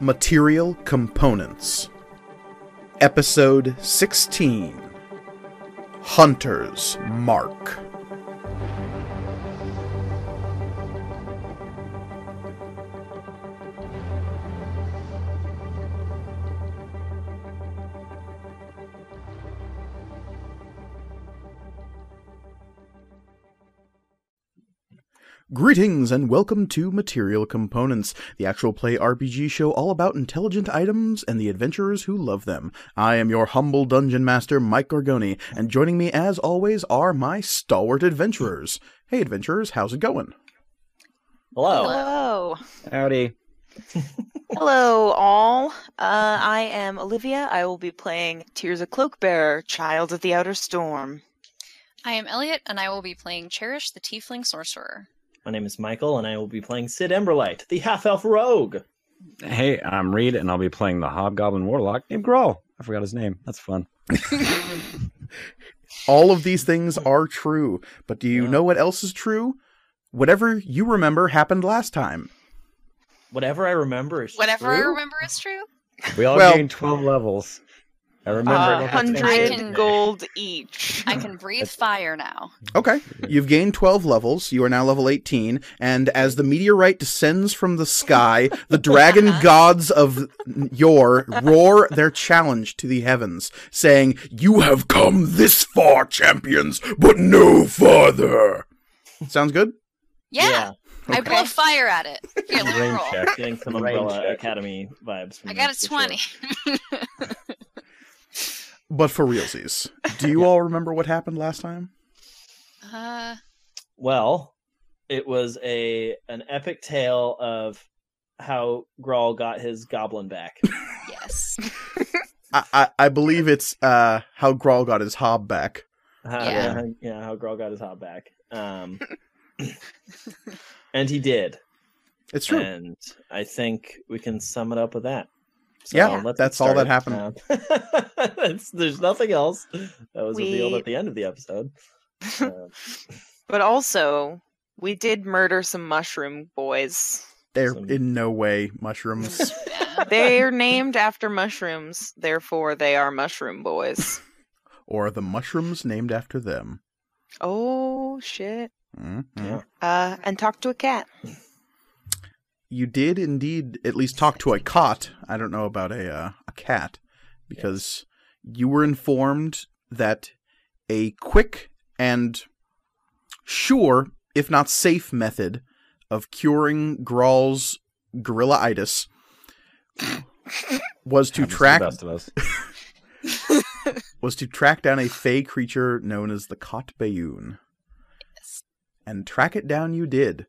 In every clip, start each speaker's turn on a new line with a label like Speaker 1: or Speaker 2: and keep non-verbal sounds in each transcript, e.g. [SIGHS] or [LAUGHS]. Speaker 1: Material Components. Episode 16 Hunter's Mark. Greetings and welcome to Material Components, the actual play RPG show all about intelligent items and the adventurers who love them. I am your humble dungeon master, Mike Gorgoni, and joining me as always are my stalwart adventurers. Hey, adventurers, how's it going?
Speaker 2: Hello.
Speaker 3: Hello.
Speaker 4: Howdy.
Speaker 3: Hello, all. Uh, I am Olivia. I will be playing Tears of Cloakbearer, Child of the Outer Storm.
Speaker 5: I am Elliot, and I will be playing Cherish the Tiefling Sorcerer.
Speaker 2: My name is Michael, and I will be playing Sid Emberlight, the half elf rogue.
Speaker 4: Hey, I'm Reed, and I'll be playing the Hobgoblin Warlock named Grawl. I forgot his name. That's fun.
Speaker 1: All of these things are true, but do you
Speaker 2: Yeah.
Speaker 1: know what else is true? Whatever you remember happened last time.
Speaker 2: Whatever I remember is
Speaker 5: Whatever I
Speaker 2: true.
Speaker 5: remember is true.
Speaker 4: We all
Speaker 1: Well-
Speaker 4: gained 12 levels. I remember
Speaker 2: Uh,
Speaker 4: it
Speaker 3: A
Speaker 4: all the time.
Speaker 5: I
Speaker 3: hundred
Speaker 5: can-
Speaker 3: gold each.
Speaker 5: I can breathe fire now.
Speaker 1: Okay. You've gained 12 levels. You are now level 18. And as the meteorite descends from the sky, the dragon gods of yore roar their challenge to the heavens, saying, You have come this far, champions, but no farther. Sounds good?
Speaker 5: Yeah, I
Speaker 1: Okay.
Speaker 5: blow fire at it. Here, let me
Speaker 4: Rain
Speaker 5: roll.
Speaker 4: check.
Speaker 2: Getting some
Speaker 4: Rain
Speaker 2: Umbrella
Speaker 4: check.
Speaker 2: Academy vibes. From
Speaker 5: I got
Speaker 2: this
Speaker 5: a
Speaker 2: for sure.
Speaker 5: twenty. [LAUGHS]
Speaker 1: But for realsies, do you all remember what happened last time?
Speaker 5: Uh,
Speaker 2: Well, it was a an epic tale of how Grawl got his goblin
Speaker 5: [LAUGHS]
Speaker 2: back.
Speaker 5: yes.
Speaker 1: I, I, I believe it's uh, how Grawl got his hob back.
Speaker 2: How-
Speaker 5: Yeah.
Speaker 2: how- yeah, how Grawl got his hop back.
Speaker 5: [LAUGHS]
Speaker 2: Um, and he did.
Speaker 1: It's true.
Speaker 2: And I think we can sum it up with that. So
Speaker 1: Yeah,
Speaker 2: let's get
Speaker 1: that's all that
Speaker 2: started. [LAUGHS] Um, it's- there's nothing else that was revealed
Speaker 3: We-
Speaker 2: at the end of the episode.
Speaker 3: [LAUGHS]
Speaker 2: Um,
Speaker 3: But also, we did murder some mushroom boys.
Speaker 1: They're
Speaker 2: Some-
Speaker 1: in no way mushrooms.
Speaker 3: [LAUGHS]
Speaker 5: Yeah.
Speaker 3: They're named after mushrooms, therefore they are mushroom boys.
Speaker 1: or the mushrooms named after them.
Speaker 3: Oh shit.
Speaker 1: Mhm.
Speaker 2: Yeah.
Speaker 3: Uh, and talk to a cat.
Speaker 1: You did indeed at least talk to a cot. I don't know about a uh, a cat because you were informed that a quick and sure, if not safe method of curing Grawl's gorilla-itis was to
Speaker 4: Happens the
Speaker 1: track
Speaker 4: best of us.
Speaker 1: was to track down a fey creature known as the Kot Bayoun.
Speaker 5: Yes.
Speaker 1: And track it down you did,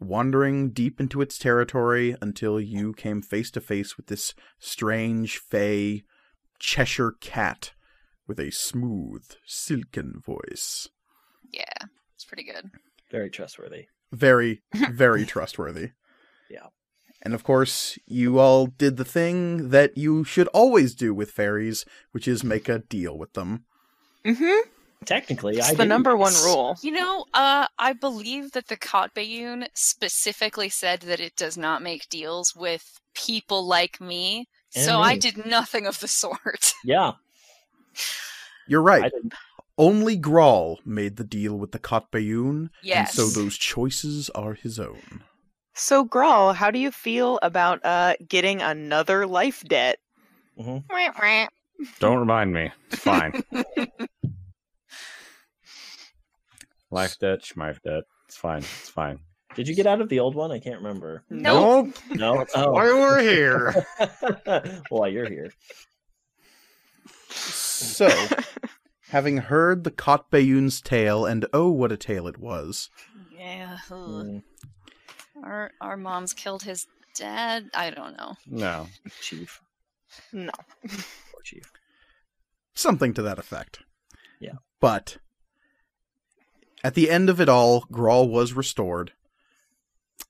Speaker 1: wandering deep into its territory until you came face to face with this strange fey Cheshire cat with a smooth, silken voice.
Speaker 5: yeah, it's pretty good.
Speaker 2: very trustworthy.
Speaker 1: Very, very trustworthy.
Speaker 2: Yeah.
Speaker 1: And of course, you all did the thing that you should always do with fairies, which is make a deal with them.
Speaker 4: [LAUGHS]
Speaker 3: Mm-hmm.
Speaker 2: Technically, I
Speaker 3: It's the
Speaker 2: didn't.
Speaker 3: number one rule.
Speaker 5: You know, uh, I believe that the Kotbayun specifically said that it does not make deals with people like me.
Speaker 2: And
Speaker 5: so I
Speaker 2: me.
Speaker 5: did nothing of the [LAUGHS] sort.
Speaker 2: Yeah,
Speaker 1: You're right.
Speaker 2: I didn't.
Speaker 1: Only Grawl made the deal with the Katbayoun,
Speaker 5: Yes.
Speaker 1: and so those choices are his own.
Speaker 3: So, Grawl, how do you feel about uh, getting another life debt?
Speaker 2: Mhm.
Speaker 4: Don't remind me. It's fine. Life debt, schmife debt. It's fine. It's fine.
Speaker 2: Did you get out of the old one? I can't remember.
Speaker 3: Nope. [LAUGHS]
Speaker 2: No.
Speaker 1: we're here.
Speaker 2: [LAUGHS] Oh. While you're
Speaker 3: [LAUGHS]
Speaker 2: here,
Speaker 1: so, having heard the Katbayoun's tale, and oh, what a tale it was,
Speaker 5: Yeah. ugh.
Speaker 2: Mm,
Speaker 5: Our our mom's killed his dad. I don't know.
Speaker 4: No.
Speaker 2: chief.
Speaker 3: No.
Speaker 2: Poor chief.
Speaker 1: something to that effect.
Speaker 2: Yeah.
Speaker 1: But at the end of it all, Grawl was restored,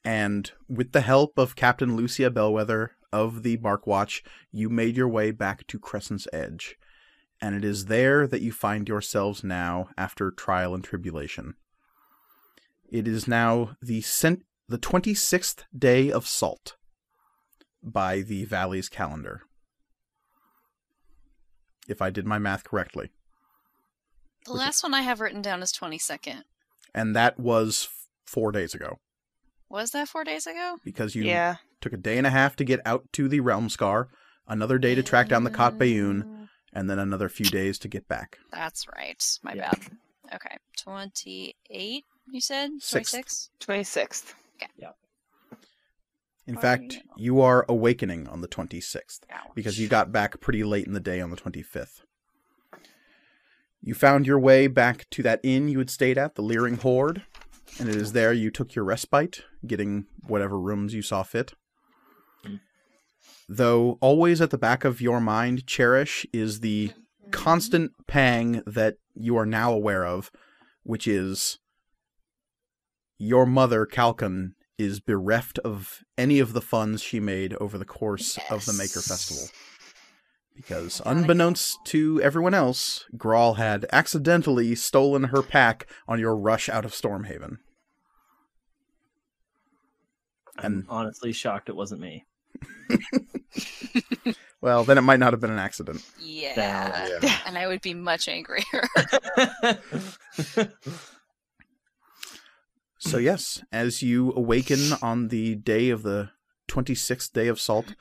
Speaker 1: and with the help of Captain Lucia Bellwether of the Bark Watch, you made your way back to Crescent's Edge, and it is there that you find yourselves now after trial and tribulation. It is now the cent- the 26th day of Salt, by the valley's calendar. If I did my math correctly.
Speaker 5: The last one I have written down is 22nd.
Speaker 1: And that was f- four days ago
Speaker 5: Was that four days ago?
Speaker 1: because you
Speaker 3: yeah.
Speaker 1: took a day and a half to get out to the Realm Scar, another day to track down the Kot Bayoun,
Speaker 5: Mm,
Speaker 1: and then another few days to get back.
Speaker 5: That's right. My
Speaker 2: Yeah.
Speaker 5: bad. Okay. 28, you said?
Speaker 1: Sixth.
Speaker 5: 26?
Speaker 3: 26th.
Speaker 1: In
Speaker 5: Are
Speaker 1: fact,
Speaker 5: you-
Speaker 1: you are awakening on the 26th
Speaker 5: Ouch.
Speaker 1: because you got back pretty late in the day on the 25th. You found your way back to that inn you had stayed at, the Leering Horde, and it is there you took your respite, getting whatever rooms you saw fit. Though always at the back of your mind, Cherish is the constant pang that you are now aware of, which is your mother, Calcon, is bereft of any of the funds she made over the course of the Maker
Speaker 5: Yes.
Speaker 1: Festival. Because
Speaker 5: Darling.
Speaker 1: unbeknownst to everyone else, Grawl had accidentally stolen her pack on your rush out of Stormhaven.
Speaker 2: I'm honestly shocked it
Speaker 1: [LAUGHS]
Speaker 2: wasn't me.
Speaker 1: Well, then it might not have been an accident.
Speaker 5: Yeah. [LAUGHS] And I would be much angrier. [LAUGHS]
Speaker 2: Hmm,
Speaker 1: So yes, as you awaken on the day of the 26th day of salt,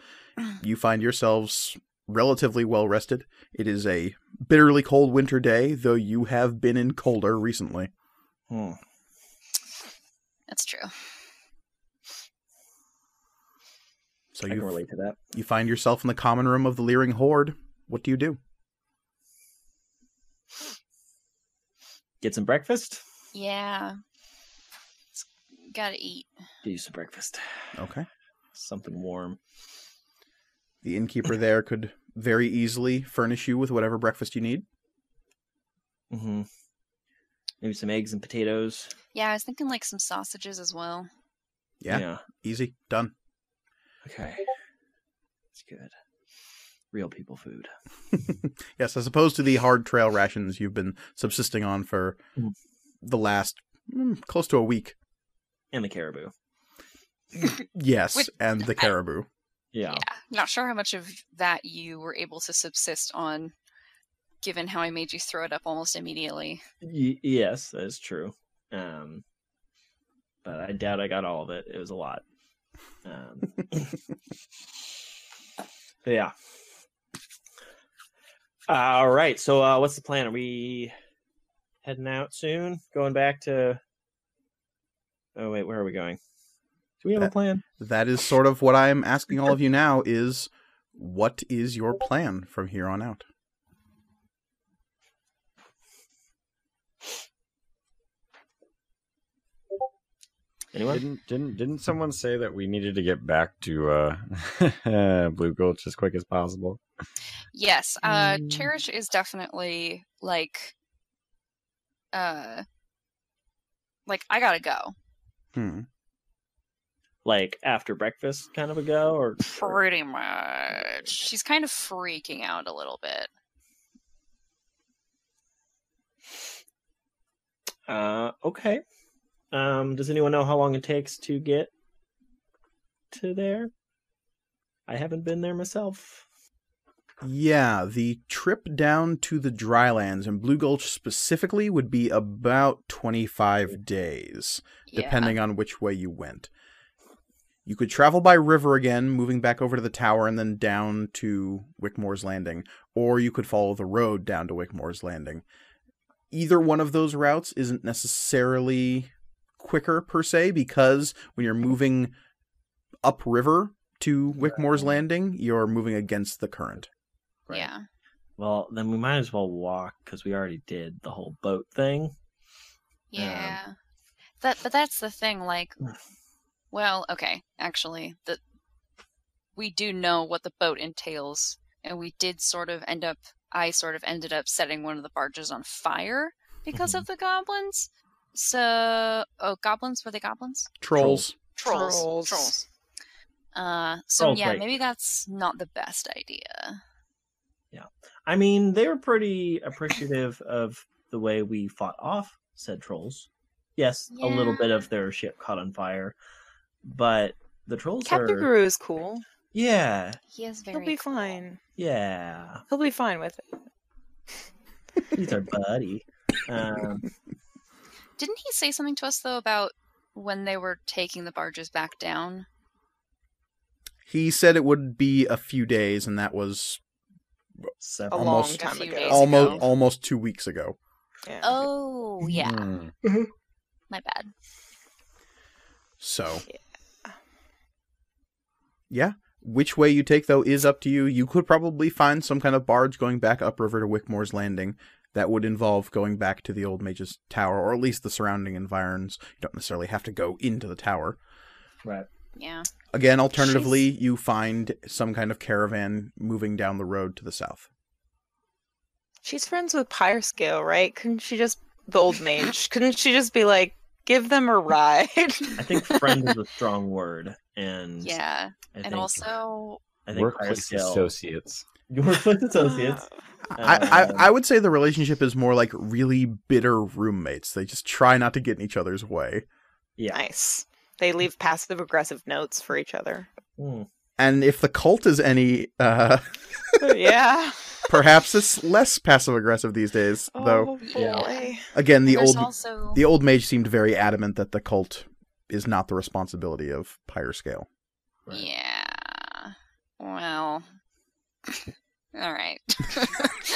Speaker 1: you find yourselves relatively well rested. It is a bitterly cold winter day, though you have been in colder recently.
Speaker 2: Hmm.
Speaker 5: That's true.
Speaker 1: So
Speaker 2: I can
Speaker 1: you
Speaker 2: relate to that.
Speaker 1: you find yourself in the common room of the leering horde. What do you do?
Speaker 2: Get some breakfast.
Speaker 5: Yeah. It's gotta eat.
Speaker 2: Get you some breakfast.
Speaker 1: Okay.
Speaker 2: Something warm.
Speaker 1: The innkeeper there could very easily furnish you with whatever breakfast you need.
Speaker 2: hmm Maybe some eggs and potatoes.
Speaker 5: Yeah, I was thinking like some sausages as well.
Speaker 1: Yeah. Easy, done.
Speaker 2: Okay. It's good. Real people food.
Speaker 1: Yes, as opposed to the hard trail rations you've been subsisting on for
Speaker 2: Mhm.
Speaker 1: the last mm, close to a week.
Speaker 2: And the caribou.
Speaker 1: Yes,
Speaker 5: With-
Speaker 1: and the caribou.
Speaker 2: Yeah.
Speaker 5: Not sure how much of that you were able to subsist on, given how I made you throw it up almost immediately.
Speaker 2: Y- yes, that is true. Um, but I doubt I got all of it. It was a lot. Um, [LAUGHS] but yeah. All right. So, uh, what's the plan? Are we heading out soon? Going back to? Oh wait, where are we going? Do we have a
Speaker 1: That-
Speaker 2: plan?
Speaker 1: That is sort of what I'm asking all of you now is what is your plan from here on out?
Speaker 2: Anyone?
Speaker 4: Didn't didn't didn't someone say that we needed to get back to uh, [LAUGHS] Blue Gulch as quick as possible?
Speaker 5: Yes, uh,
Speaker 2: Mm.
Speaker 5: Cherish is definitely like, uh, like I gotta go.
Speaker 1: Hmm.
Speaker 2: Like after breakfast, kind of a go, or
Speaker 5: Pretty much. She's kind of freaking out a little bit.
Speaker 2: Uh, okay. Um, does anyone know how long it takes to get to there? I haven't been there myself.
Speaker 1: Yeah, the trip down to the drylands and Blue Gulch specifically would be about 25 days.
Speaker 5: Yeah.
Speaker 1: depending on which way you went. You could travel by river again, moving back over to the tower and then down to Wickmore's Landing, or you could follow the road down to Wickmore's Landing. Either one of those routes isn't necessarily quicker per se, because when you're moving upriver to Wickmore's Landing, you're moving against the current.
Speaker 2: Right.
Speaker 5: Yeah.
Speaker 2: Well, then we might as well walk because we already did the whole boat thing. Um,
Speaker 5: Yeah. that but that's the thing like well, okay, actually that we do know what the boat entails and we did sort of end up I sort of ended up setting one of the barges on fire because of the goblins. So, oh, goblins were they goblins?
Speaker 1: Trolls.
Speaker 5: Trolls.
Speaker 3: Trolls.
Speaker 5: Trolls. Uh, so
Speaker 2: Trolls,
Speaker 5: yeah,
Speaker 2: right.
Speaker 5: maybe that's not the best idea.
Speaker 2: I mean, they were pretty appreciative of the way we fought off said trolls. Yes, a little bit
Speaker 5: Yeah.
Speaker 2: of their ship caught on fire, but the trolls are
Speaker 3: Captain Guru is cool.
Speaker 2: Yeah.
Speaker 5: He is very.
Speaker 3: He'll be
Speaker 5: cool.
Speaker 3: fine.
Speaker 2: Yeah.
Speaker 3: He'll be fine with it.
Speaker 2: He's our buddy. Um,
Speaker 5: Didn't he say something to us though about when they were taking the barges back down?
Speaker 1: He said it would be a few days, and that was
Speaker 3: A
Speaker 2: several.
Speaker 1: long Almost-
Speaker 3: long time
Speaker 5: few
Speaker 3: ago.
Speaker 5: days
Speaker 1: almost
Speaker 5: ago.
Speaker 1: almost two weeks ago.
Speaker 3: Yeah.
Speaker 5: Oh yeah,
Speaker 4: Hmm.
Speaker 5: my bad.
Speaker 1: So,
Speaker 3: Yeah.
Speaker 1: yeah. Which way you take though is up to you. You could probably find some kind of barge going back upriver to Wickmore's Landing. That would involve going back to the old mage's tower, or at least the surrounding environs. You don't necessarily have to go into the tower.
Speaker 2: Right.
Speaker 5: Yeah,
Speaker 1: Again, alternatively, you find some kind of caravan moving down the road to the south.
Speaker 3: She's friends with Pyrescale, right? Couldn't she just the old mage? couldn't she just be like, give them a ride?
Speaker 2: I
Speaker 3: [LAUGHS]
Speaker 2: think friend is a strong word, and
Speaker 5: yeah,
Speaker 2: I
Speaker 5: and
Speaker 2: think,
Speaker 5: also
Speaker 2: I think
Speaker 4: Workplace
Speaker 2: Pyrescale-
Speaker 4: associates.
Speaker 2: [LAUGHS]
Speaker 5: [LAUGHS] Uh,
Speaker 2: Workplace associates.
Speaker 3: Ah,
Speaker 1: I,
Speaker 2: Um,
Speaker 1: I, I would say the relationship is more like really bitter roommates. They just try not to get in each other's way.
Speaker 2: Yeah.
Speaker 3: nice. They leave passive aggressive notes for each other. [LAUGHS]
Speaker 2: Hmm.
Speaker 1: And if the cult is any, uh,
Speaker 3: yeah.
Speaker 1: perhaps it's less passive aggressive these days. Though
Speaker 3: Oh
Speaker 5: Yeah.
Speaker 3: boy.
Speaker 1: again, the
Speaker 5: there's
Speaker 1: old
Speaker 5: also
Speaker 1: the old mage seemed very adamant that the cult is not the responsibility of Pyrescale.
Speaker 2: Right.
Speaker 5: yeah. Well, [LAUGHS] all right. [LAUGHS]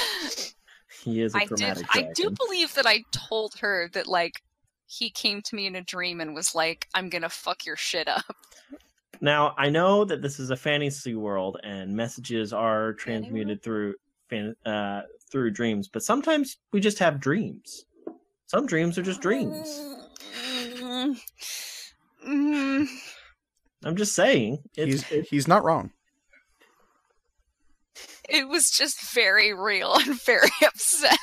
Speaker 2: He is a
Speaker 5: I
Speaker 2: dramatic
Speaker 5: did. I do
Speaker 2: dragon.
Speaker 5: believe that I told her that like he came to me in a dream and was like, "I'm gonna fuck your shit up."
Speaker 2: Now I know that this is a fantasy world, and messages are transmuted through fan, uh, through dreams. But sometimes we just have dreams. Some dreams are just dreams.
Speaker 5: Oh. Mm. Mm.
Speaker 2: I'm just saying. It's,
Speaker 1: He's he's not wrong.
Speaker 5: It was just very real and very [LAUGHS] upset.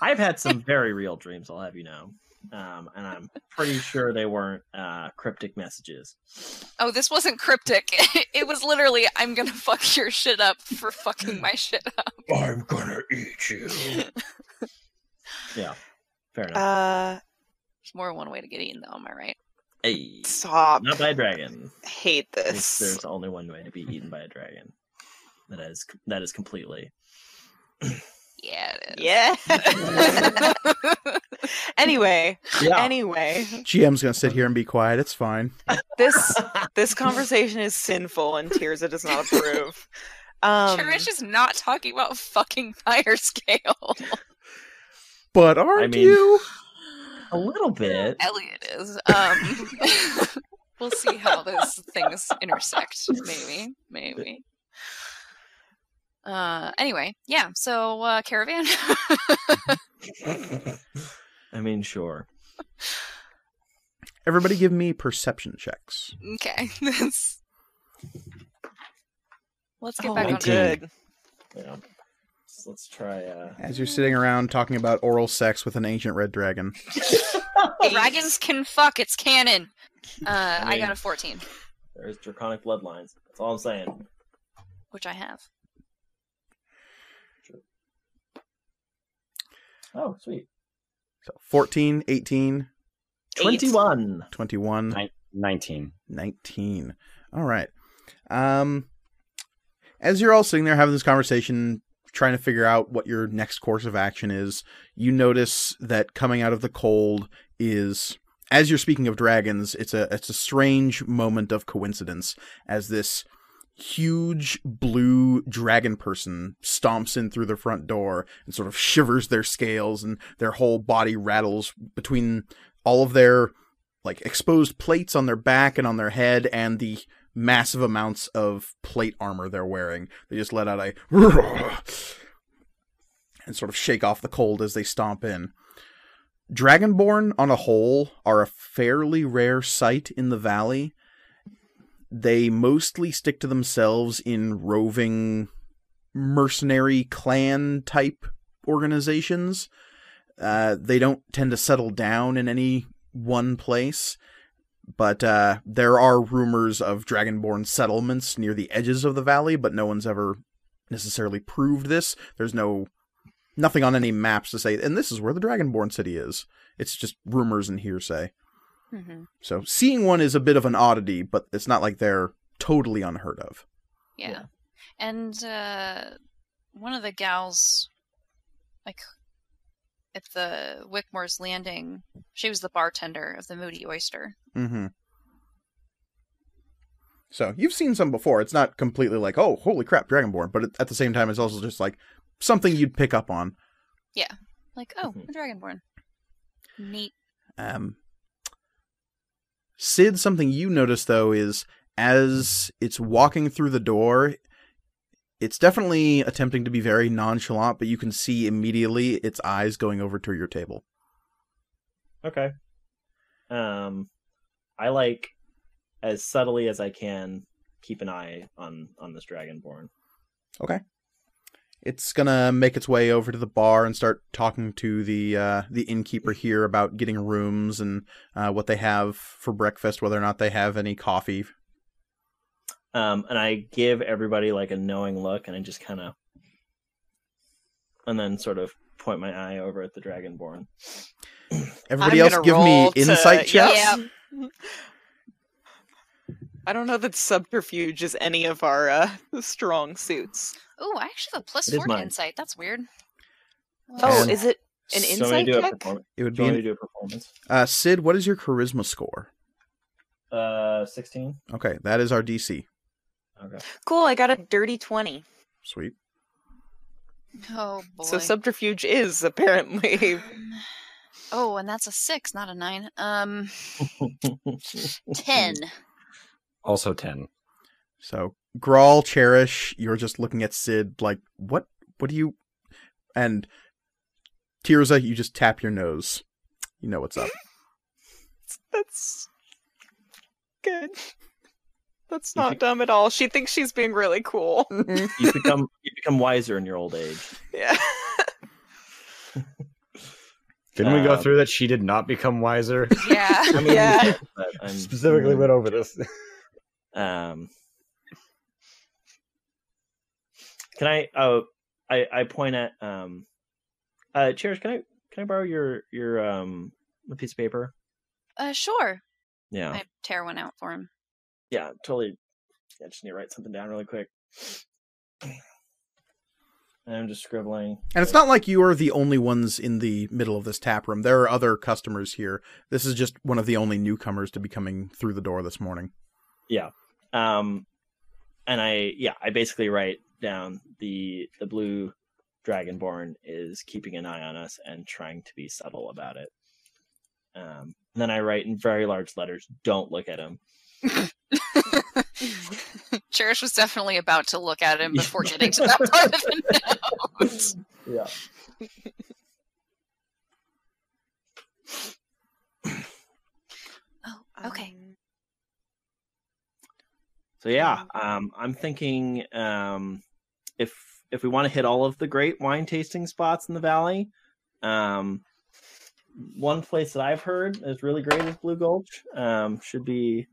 Speaker 2: I've had some very real dreams. I'll have you know, um, and I'm pretty sure they weren't uh, cryptic messages.
Speaker 5: Oh, this wasn't cryptic. [LAUGHS] It was literally, "I'm gonna fuck your shit up for fucking my shit up."
Speaker 2: I'm gonna eat you. [LAUGHS] yeah, fair enough.
Speaker 3: Uh
Speaker 5: There's more than one way to get eaten, though. Am I right?
Speaker 2: Hey,
Speaker 3: stop.
Speaker 2: not by a dragon.
Speaker 3: Hate
Speaker 2: It's-
Speaker 3: this.
Speaker 2: there's only one way to be eaten by a dragon. That is that is
Speaker 3: [LAUGHS]
Speaker 2: completely.
Speaker 5: Yeah. It is.
Speaker 3: Yeah. [LAUGHS] anyway,
Speaker 2: Yeah.
Speaker 3: anyway,
Speaker 1: GM's gonna sit here and be quiet. It's fine.
Speaker 3: this this conversation is sinful and Tirza does not approve. Um,
Speaker 5: Cherish is not talking about fucking [LAUGHS] fire scale.
Speaker 1: But aren't
Speaker 2: mean-
Speaker 1: you?
Speaker 2: a little bit.
Speaker 5: Elliot is. Um, [LAUGHS] we'll see how those things intersect. Maybe, maybe. Uh, anyway, yeah. So uh, caravan. [LAUGHS]
Speaker 2: I mean, sure.
Speaker 1: Everybody, give me perception checks.
Speaker 5: okay. That's... Let's get
Speaker 3: oh,
Speaker 5: back on.
Speaker 2: Nineteen.
Speaker 5: track.
Speaker 3: good.
Speaker 2: Yeah. So let's try. Uh...
Speaker 1: As you're sitting around talking about oral sex with an ancient red dragon,
Speaker 5: Dragons can fuck. It's canon. Uh, I got
Speaker 2: mean-
Speaker 5: a fourteen,
Speaker 2: There's draconic bloodlines. That's all I'm saying.
Speaker 5: which I have.
Speaker 2: Oh, sweet.
Speaker 1: so 14, 18,
Speaker 2: Twenty-one.
Speaker 1: 21,
Speaker 4: Nine- Nineteen.
Speaker 1: 19. All right. Um, as you're all sitting there having this conversation, trying to figure out what your next course of action is, you notice that coming out of the cold is, as you're speaking of dragons, it's a it's a strange moment of coincidence as this huge blue dragon person stomps in through the front door and sort of shivers their scales and their whole body rattles between all of their like exposed plates on their back and on their head and the massive amounts of plate armor they're wearing. They just let out a [LAUGHS] and sort of shake off the cold as they stomp in. Dragonborn on a whole are a fairly rare sight in the valley. They mostly stick to themselves in roving mercenary clan type organizations. Uh, they don't tend to settle down in any one place, but uh, there are rumors of Dragonborn settlements near the edges of the valley, but no one's ever necessarily proved this. There's no nothing on any maps to say, and this is where the Dragonborn city is. It's just rumors and hearsay.
Speaker 5: Mm-hmm.
Speaker 1: So seeing one is a bit of an oddity, but it's not like they're totally unheard of.
Speaker 5: Yeah.
Speaker 2: Yeah.
Speaker 5: And uh, one of the gals, like at the Wickmore's Landing, she was the bartender of the Moody Oyster.
Speaker 1: Mm-hmm. So you've seen some before. It's not completely like, oh, holy crap, Dragonborn, but at- at the same time, it's also just like something you'd pick up on.
Speaker 5: Like, oh,
Speaker 2: Mhm.
Speaker 5: a dragonborn. Neat.
Speaker 1: Um, Sid, something you notice though is as it's walking through the door, it's definitely attempting to be very nonchalant, but you can see immediately its eyes going over to your table.
Speaker 2: Okay. Um, I like as subtly as I can keep an eye on on this dragonborn.
Speaker 1: It's gonna make its way over to the bar and start talking to the uh, the innkeeper here about getting rooms and uh, what they have for breakfast, whether or not they have any coffee.
Speaker 2: Um, and I give everybody like a knowing look, and I just kind of, and then sort of point my eye over at the dragonborn.
Speaker 1: Everybody
Speaker 3: I'm
Speaker 1: else,
Speaker 3: gonna
Speaker 1: give me
Speaker 3: roll to-
Speaker 1: insight checks.
Speaker 5: yeah.
Speaker 3: I don't know that subterfuge is any of our uh, strong suits.
Speaker 5: Oh, I actually have a plus
Speaker 2: It is
Speaker 5: four to
Speaker 2: mine.
Speaker 5: insight. That's weird.
Speaker 3: Oh,
Speaker 1: And-
Speaker 3: is it?
Speaker 2: So
Speaker 3: An
Speaker 2: I'm gonna
Speaker 3: insight
Speaker 2: do a
Speaker 3: check?
Speaker 2: performance.
Speaker 1: It would
Speaker 2: Do
Speaker 1: be
Speaker 2: you
Speaker 1: an
Speaker 2: want me to do a performance?
Speaker 1: Uh, Sid, what is your charisma score?
Speaker 2: Uh, sixteen.
Speaker 1: Okay, that is our DC.
Speaker 2: Okay.
Speaker 3: [LAUGHS] Cool, I got a dirty 20.
Speaker 1: Sweet.
Speaker 5: Oh boy.
Speaker 3: So subterfuge is apparently. [LAUGHS]
Speaker 5: [SIGHS] Oh, and that's a six, not a nine.
Speaker 2: [LAUGHS]
Speaker 5: Um,
Speaker 3: [LAUGHS]
Speaker 5: ten.
Speaker 4: Also 10.
Speaker 1: So Grawl, Cherish, you're just looking at Sid like, what? What do you? And Tirza, you just tap your nose. You know what's up.
Speaker 3: That's good. That's not dumb at all. She thinks she's being really cool. [LAUGHS]
Speaker 2: you become you become wiser in your old age.
Speaker 3: Yeah.
Speaker 4: Didn't we go
Speaker 2: Um,
Speaker 4: through that she did not become
Speaker 6: [LAUGHS]
Speaker 4: wiser?
Speaker 5: Yeah.
Speaker 2: I mean,
Speaker 3: Yeah.
Speaker 2: but I'm-
Speaker 4: Specifically went over this.
Speaker 2: Um, can I? Oh, I I point at um, uh, Cherish. Can I can I borrow your your um a piece of paper?
Speaker 5: Uh, sure.
Speaker 2: Yeah,
Speaker 5: I tear one out for him.
Speaker 2: yeah, totally. I just need to write something down really quick. [SNIFFS] And I'm just scribbling.
Speaker 1: And it's not like you are the only ones in the middle of this tap room. There are other customers here. This is just one of the only newcomers to be coming through the door this morning.
Speaker 2: um and i yeah i basically write down the the blue dragonborn is keeping an eye on us and trying to be subtle about it um then i write in very large letters don't look at him
Speaker 5: [LAUGHS] Cherish was definitely about to look at him before getting to that part of [LAUGHS] the note.
Speaker 2: yeah
Speaker 5: [LAUGHS] Oh, okay.
Speaker 2: so yeah
Speaker 5: Mm-hmm.
Speaker 2: um i'm thinking um if if we want to hit all of the great wine tasting spots in the valley um one place that i've heard is really great is blue gulch um should be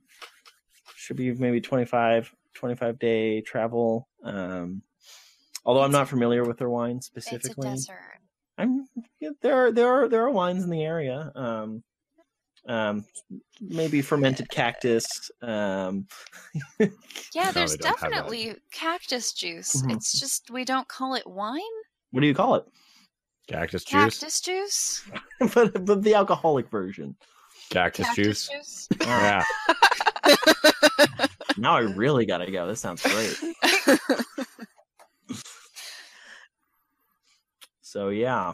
Speaker 2: should be maybe 25 25 day travel um although i'm not familiar with their wine
Speaker 5: It's a
Speaker 2: specifically
Speaker 5: desert.
Speaker 2: i'm yeah, there are there are there are wines in the area um um maybe fermented cactus um
Speaker 5: Yeah,
Speaker 4: No,
Speaker 5: there's
Speaker 4: they don't have that.
Speaker 5: definitely cactus juice.
Speaker 2: Mhm.
Speaker 5: It's just we don't call it wine.
Speaker 2: what do you call it
Speaker 4: Cactus juice.
Speaker 5: Cactus juice.
Speaker 2: [LAUGHS] but, but the alcoholic version
Speaker 4: Cactus, juice.
Speaker 5: juice.
Speaker 4: Yeah.
Speaker 2: Now I really gotta go. This sounds great.
Speaker 3: Um, [LAUGHS]
Speaker 2: So yeah,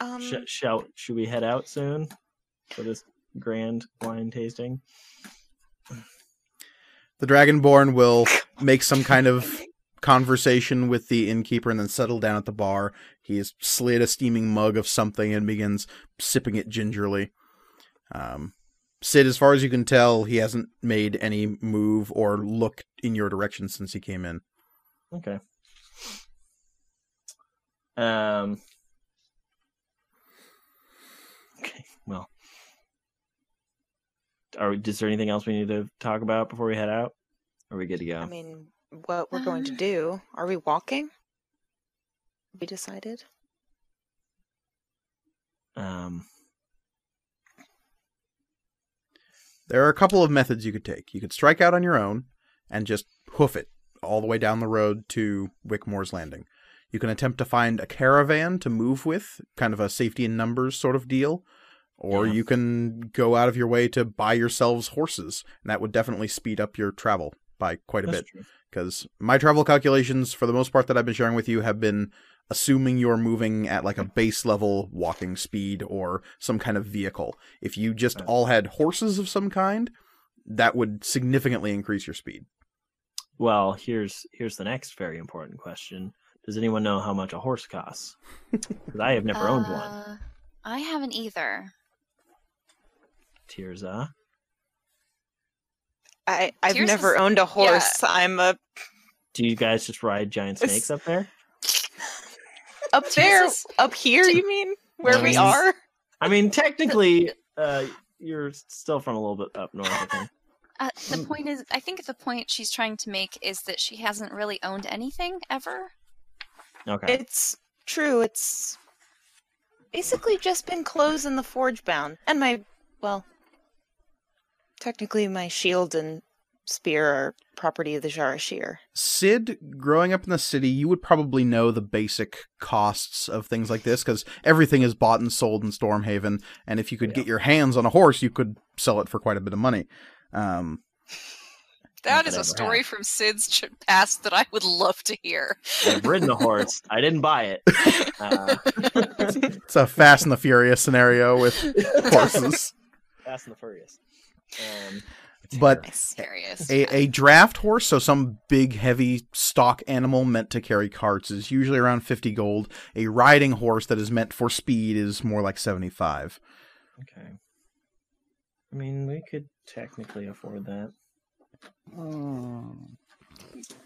Speaker 3: Um,
Speaker 2: Sh- shall should we head out soon for this grand wine tasting?
Speaker 1: The Dragonborn will make some kind of conversation with the innkeeper and then settle down at the bar. He has slid a steaming mug of something and begins sipping it gingerly. Um, Sid, as far as you can tell, he hasn't made any move or look in your direction since he came in.
Speaker 2: Okay. Um. Okay. Well, are we, is there anything else we need to talk about before we head out? Are we good to go?
Speaker 3: I mean, what we're going to do? Are we walking? We decided.
Speaker 2: um.
Speaker 1: There are a couple of methods you could take. You could strike out on your own and just hoof it all the way down the road to Wickmore's Landing. You can attempt to find a caravan to move with, kind of a safety in numbers sort of deal, or
Speaker 2: Yeah.
Speaker 1: you can go out of your way to buy yourselves horses, and that would definitely speed up your travel by quite a
Speaker 2: That's
Speaker 1: bit
Speaker 2: true.
Speaker 1: because my travel calculations for the most part that i've been sharing with you have been assuming you're moving at like a base level walking speed or some kind of vehicle if you just
Speaker 2: Okay.
Speaker 1: all had horses of some kind that would significantly increase your speed
Speaker 2: Well, here's here's the next very important question. Does anyone know how much a horse costs? 'Cause I have never owned one.
Speaker 5: Uh, I haven't either.
Speaker 2: Tirza.
Speaker 3: I, I've
Speaker 5: Tears
Speaker 3: never
Speaker 5: is-
Speaker 3: owned a horse. I'm a
Speaker 2: Do you guys just ride giant
Speaker 3: It's-
Speaker 2: snakes up there?
Speaker 3: up
Speaker 5: Tears
Speaker 3: there,
Speaker 5: is-
Speaker 3: up here. You mean where we
Speaker 5: Tears is-
Speaker 3: are?
Speaker 2: I mean, technically, uh, you're still from a little bit up north. I think.
Speaker 5: Uh, the point is, I think the point she's trying to make is that she hasn't really owned anything ever.
Speaker 2: Okay.
Speaker 3: It's true. It's basically just been clothes in the forge bound, and my well, technically my shield and spear are property of the Jarashir.
Speaker 1: Sid, growing up in the city, you would probably know the basic costs of things like this because everything is bought and sold in Stormhaven. And if you could
Speaker 2: Yeah.
Speaker 1: get your hands on a horse, you could sell it for quite a bit of money. Um,
Speaker 5: That
Speaker 2: Not
Speaker 5: is
Speaker 2: that I ever
Speaker 5: a story
Speaker 2: have.
Speaker 5: from Sid's ch- past that I would love to hear.
Speaker 2: I've ridden a horse. I didn't buy it. Uh,
Speaker 1: it's a Fast and the Furious scenario with horses.
Speaker 2: Fast and the Furious. Um,
Speaker 1: But
Speaker 5: Serious.
Speaker 1: a, a draft horse, so some big, heavy stock animal meant to carry carts, is usually around 50 gold. A riding horse that is meant for speed is more like 75.
Speaker 2: okay. I mean, we could technically afford that. Or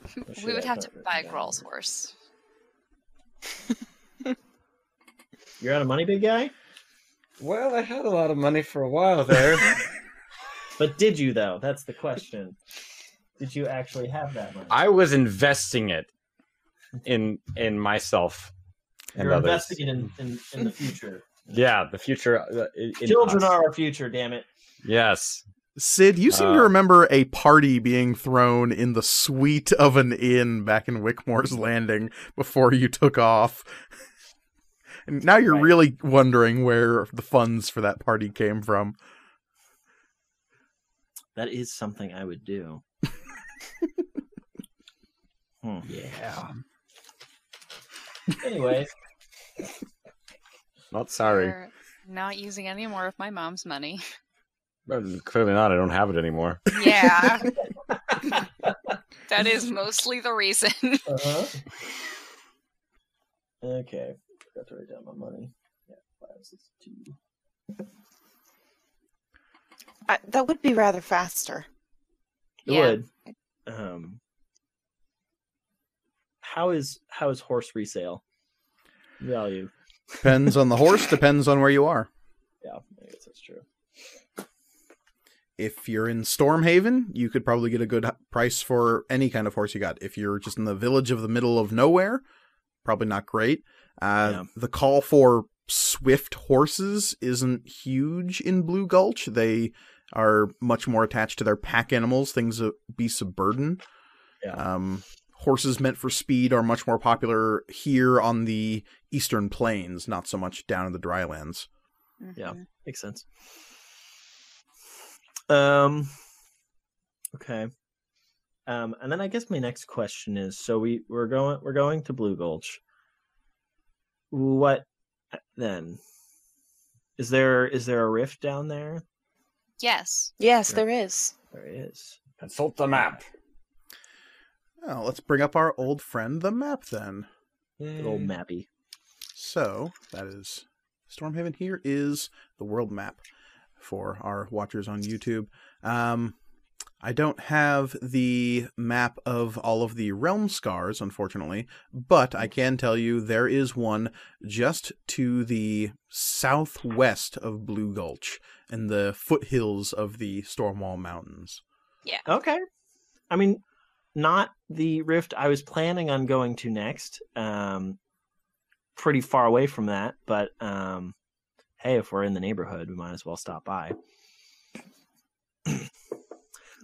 Speaker 2: should
Speaker 5: [LAUGHS] we would
Speaker 2: I
Speaker 5: have to
Speaker 2: put it
Speaker 5: buy
Speaker 2: down?
Speaker 5: Grawl's horse.
Speaker 2: You're out of money, big guy.
Speaker 6: Well, I had a lot of money for a
Speaker 4: [LAUGHS]
Speaker 6: while there.
Speaker 2: But did you though? That's the question. Did you actually have that money?
Speaker 4: I was investing it in in myself and
Speaker 2: You're
Speaker 4: others.
Speaker 2: investing in, in in the [LAUGHS] future.
Speaker 4: Yeah, the future. uh, in- in
Speaker 2: Children
Speaker 4: us.
Speaker 2: are our future. Damn it.
Speaker 4: Yes.
Speaker 1: Sid, you seem to
Speaker 4: Uh,
Speaker 1: remember a party being thrown in the suite of an inn back in Wickmore's Landing before you took off. And now you're
Speaker 2: Right.
Speaker 1: really wondering where the funds for that party came from.
Speaker 2: That is something I would do. [LAUGHS] hmm.
Speaker 4: Yeah.
Speaker 2: Anyways,
Speaker 4: Not sorry.
Speaker 5: We're not using any more of my mom's money.
Speaker 4: Well, Clearly not. I don't have it anymore.
Speaker 5: Yeah. [LAUGHS] that is mostly the reason.
Speaker 2: uh-huh.
Speaker 4: [LAUGHS]
Speaker 2: okay. Got to write down my money. Yeah, five, six, two.
Speaker 3: I, that would be rather faster.
Speaker 2: It
Speaker 5: Yeah.
Speaker 2: would. Um, how is how is horse resale value?
Speaker 1: Depends on the horse, depends on where you are.
Speaker 2: Yeah, I guess that's true.
Speaker 1: If you're in Stormhaven, you could probably get a good h- price for any kind of horse you got. If you're just in the village of the middle of nowhere, probably not great. Uh,
Speaker 2: Yeah.
Speaker 1: The call for swift horses isn't huge in Blue Gulch. They are much more attached to their pack animals, things that beasts of burden.
Speaker 2: Yeah.
Speaker 1: Um, horses meant for speed are much more popular here on the eastern plains, not so much down in the drylands.
Speaker 5: Mm-hmm.
Speaker 2: Yeah. Makes sense. Um okay. Um and then I guess my next question is so we we're going we're going to Blue Gulch. What then? Is there is there a rift down there?
Speaker 5: Yes.
Speaker 3: Yes, there is.
Speaker 2: There is.
Speaker 4: Consult the map.
Speaker 1: Well, let's bring up our old friend, the map, then.
Speaker 2: Good old Mappy.
Speaker 1: So that is Stormhaven. Here is the world map for our watchers on YouTube. Um, I don't have the map of all of the realm scars, unfortunately, but I can tell you there is one just to the southwest of Blue Gulch in the foothills of the Stormwall Mountains.
Speaker 2: Okay. I mean, not the rift I was planning on going to next. Um, pretty far away from that, but um, hey, if we're in the neighborhood, we might as well stop by.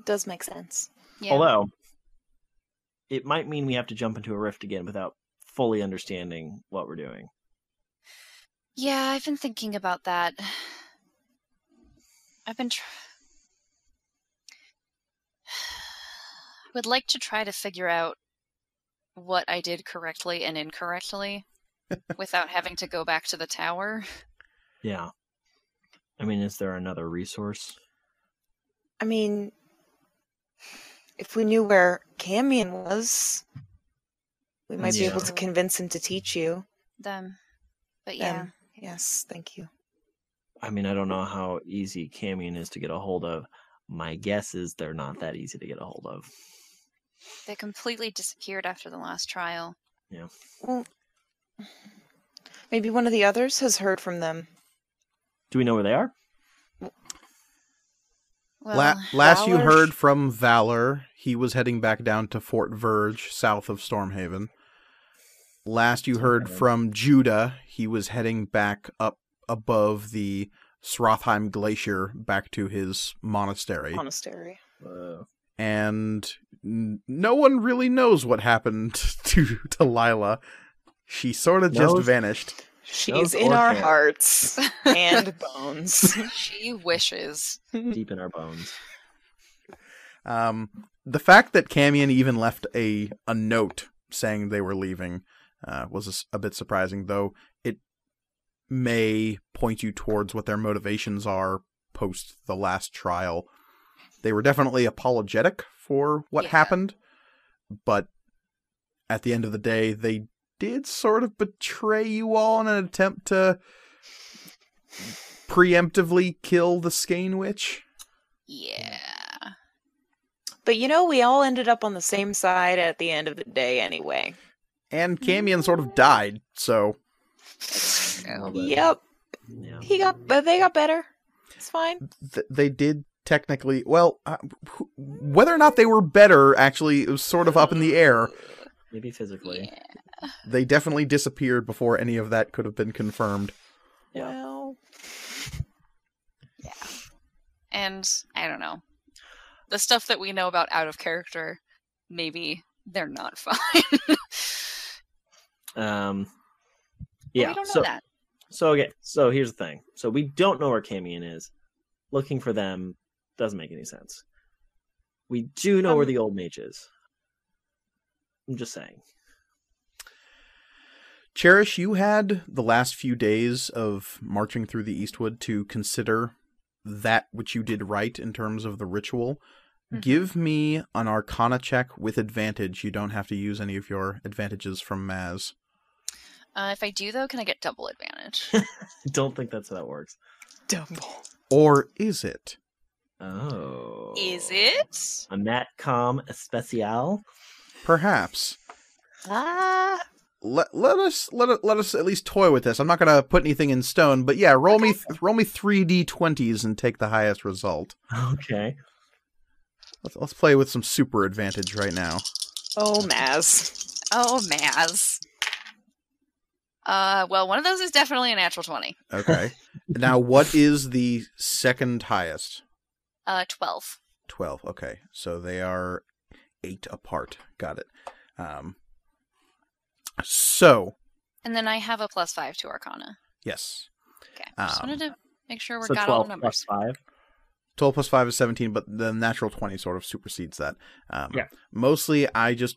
Speaker 3: Does make sense.
Speaker 5: Yeah.
Speaker 2: Although, it might mean we have to jump into a rift again without fully understanding what we're doing.
Speaker 5: Yeah, I've been thinking about that. I've been. Tr- would like to try to figure out what I did correctly and incorrectly without having to go back to the tower.
Speaker 2: Yeah. I mean, is there another resource?
Speaker 3: I mean, if we knew where Camion was, we might be
Speaker 2: Yeah.
Speaker 3: able to convince him to teach you.
Speaker 5: Them. But yeah.
Speaker 3: Them. Yes, thank you.
Speaker 2: I mean, I don't know how easy Camion is to get a hold of. My guess is they're not that easy to get a hold of.
Speaker 5: They completely disappeared after the last trial.
Speaker 3: Well, maybe one of the others has heard from them.
Speaker 2: Do we know where they are?
Speaker 5: Well,
Speaker 1: [LAUGHS]
Speaker 5: [LAUGHS]
Speaker 1: La- last you
Speaker 3: Valor-
Speaker 1: heard from Valor, he was heading back down to Fort Verge, south of Stormhaven. Last you heard
Speaker 2: Stormhaven.
Speaker 1: from Judah, he was heading back up above the Srothheim Glacier back to his monastery.
Speaker 3: Oh, Monastery.
Speaker 2: Uh,
Speaker 1: And n- no one really knows what happened [LAUGHS] to, to Lila. She sort of just
Speaker 2: Knows-
Speaker 1: vanished.
Speaker 3: She's
Speaker 2: Those
Speaker 3: in our
Speaker 2: orcas.
Speaker 3: hearts and bones. [LAUGHS]
Speaker 5: she wishes.
Speaker 2: deep in our bones.
Speaker 1: Um, the fact that Camion even left a a note saying they were leaving uh, was a s- a, bit surprising, though it may point you towards what their motivations are post the last trial. They were definitely apologetic for what
Speaker 5: Yeah.
Speaker 1: happened, but at the end of the day, they did sort of betray you all in an attempt to preemptively kill the Skane Witch.
Speaker 5: Yeah.
Speaker 3: But you know, we all ended up on the same side at the end of the day anyway.
Speaker 1: And Camion sort of died, so
Speaker 5: It's true.
Speaker 2: Well, but-
Speaker 3: Yep.
Speaker 2: Yeah.
Speaker 3: He got but they got better. It's fine.
Speaker 1: th- they did technically well uh, wh- whether or not they were better actually it was sort of up in the air
Speaker 2: Maybe physically.
Speaker 5: Yeah.
Speaker 1: they definitely disappeared before any of that could have been confirmed
Speaker 2: Yeah.
Speaker 3: Well,
Speaker 5: And I don't know. The stuff that we know about out of character, maybe they're not [LAUGHS] fine.
Speaker 2: Um, yeah.
Speaker 5: we don't know
Speaker 2: so,
Speaker 5: that.
Speaker 2: so okay. So here's the thing. So we don't know where Camion is. Looking for them doesn't make any sense. We do know where
Speaker 3: Um,
Speaker 2: the old mage is. I'm just saying. [LAUGHS]
Speaker 1: cherish you had the last few days of marching through the eastwood to consider that which you did right in terms of the ritual
Speaker 5: Mhm.
Speaker 1: give me an arcana check with advantage you don't have to use any of your advantages from maz
Speaker 5: Uh, if I do, though, can I get
Speaker 2: [LAUGHS]
Speaker 5: double advantage?
Speaker 2: I don't think that's how that works.
Speaker 3: Dumble.
Speaker 1: or is it
Speaker 2: Oh.
Speaker 5: Is it?
Speaker 2: A Natcom Especial? [LAUGHS]
Speaker 1: perhaps
Speaker 3: Ah,
Speaker 1: let, let us let let us at least toy with this. I'm not gonna put anything in stone, but yeah, roll me th- roll me three d20s and take the highest result.
Speaker 2: Okay.
Speaker 1: Let's, let's play with some super advantage right now.
Speaker 3: oh Maz.
Speaker 5: Oh, Maz. Uh, well, one of those is definitely a natural 20.
Speaker 1: Okay. now, what is the second highest?
Speaker 5: Uh, 12.
Speaker 1: Twelve. Okay, so they are eight apart. Got it. Um. So
Speaker 5: And then I have a plus 5 to Arcana.
Speaker 1: yes,
Speaker 5: Okay. Just
Speaker 1: Um,
Speaker 5: wanted to make sure we
Speaker 2: So
Speaker 5: got all
Speaker 2: 12
Speaker 5: the
Speaker 2: plus
Speaker 5: numbers.
Speaker 2: 5.
Speaker 1: 12 plus 5 is 17 but the natural 20 sort of supersedes that um,
Speaker 2: Yeah.
Speaker 1: mostly i just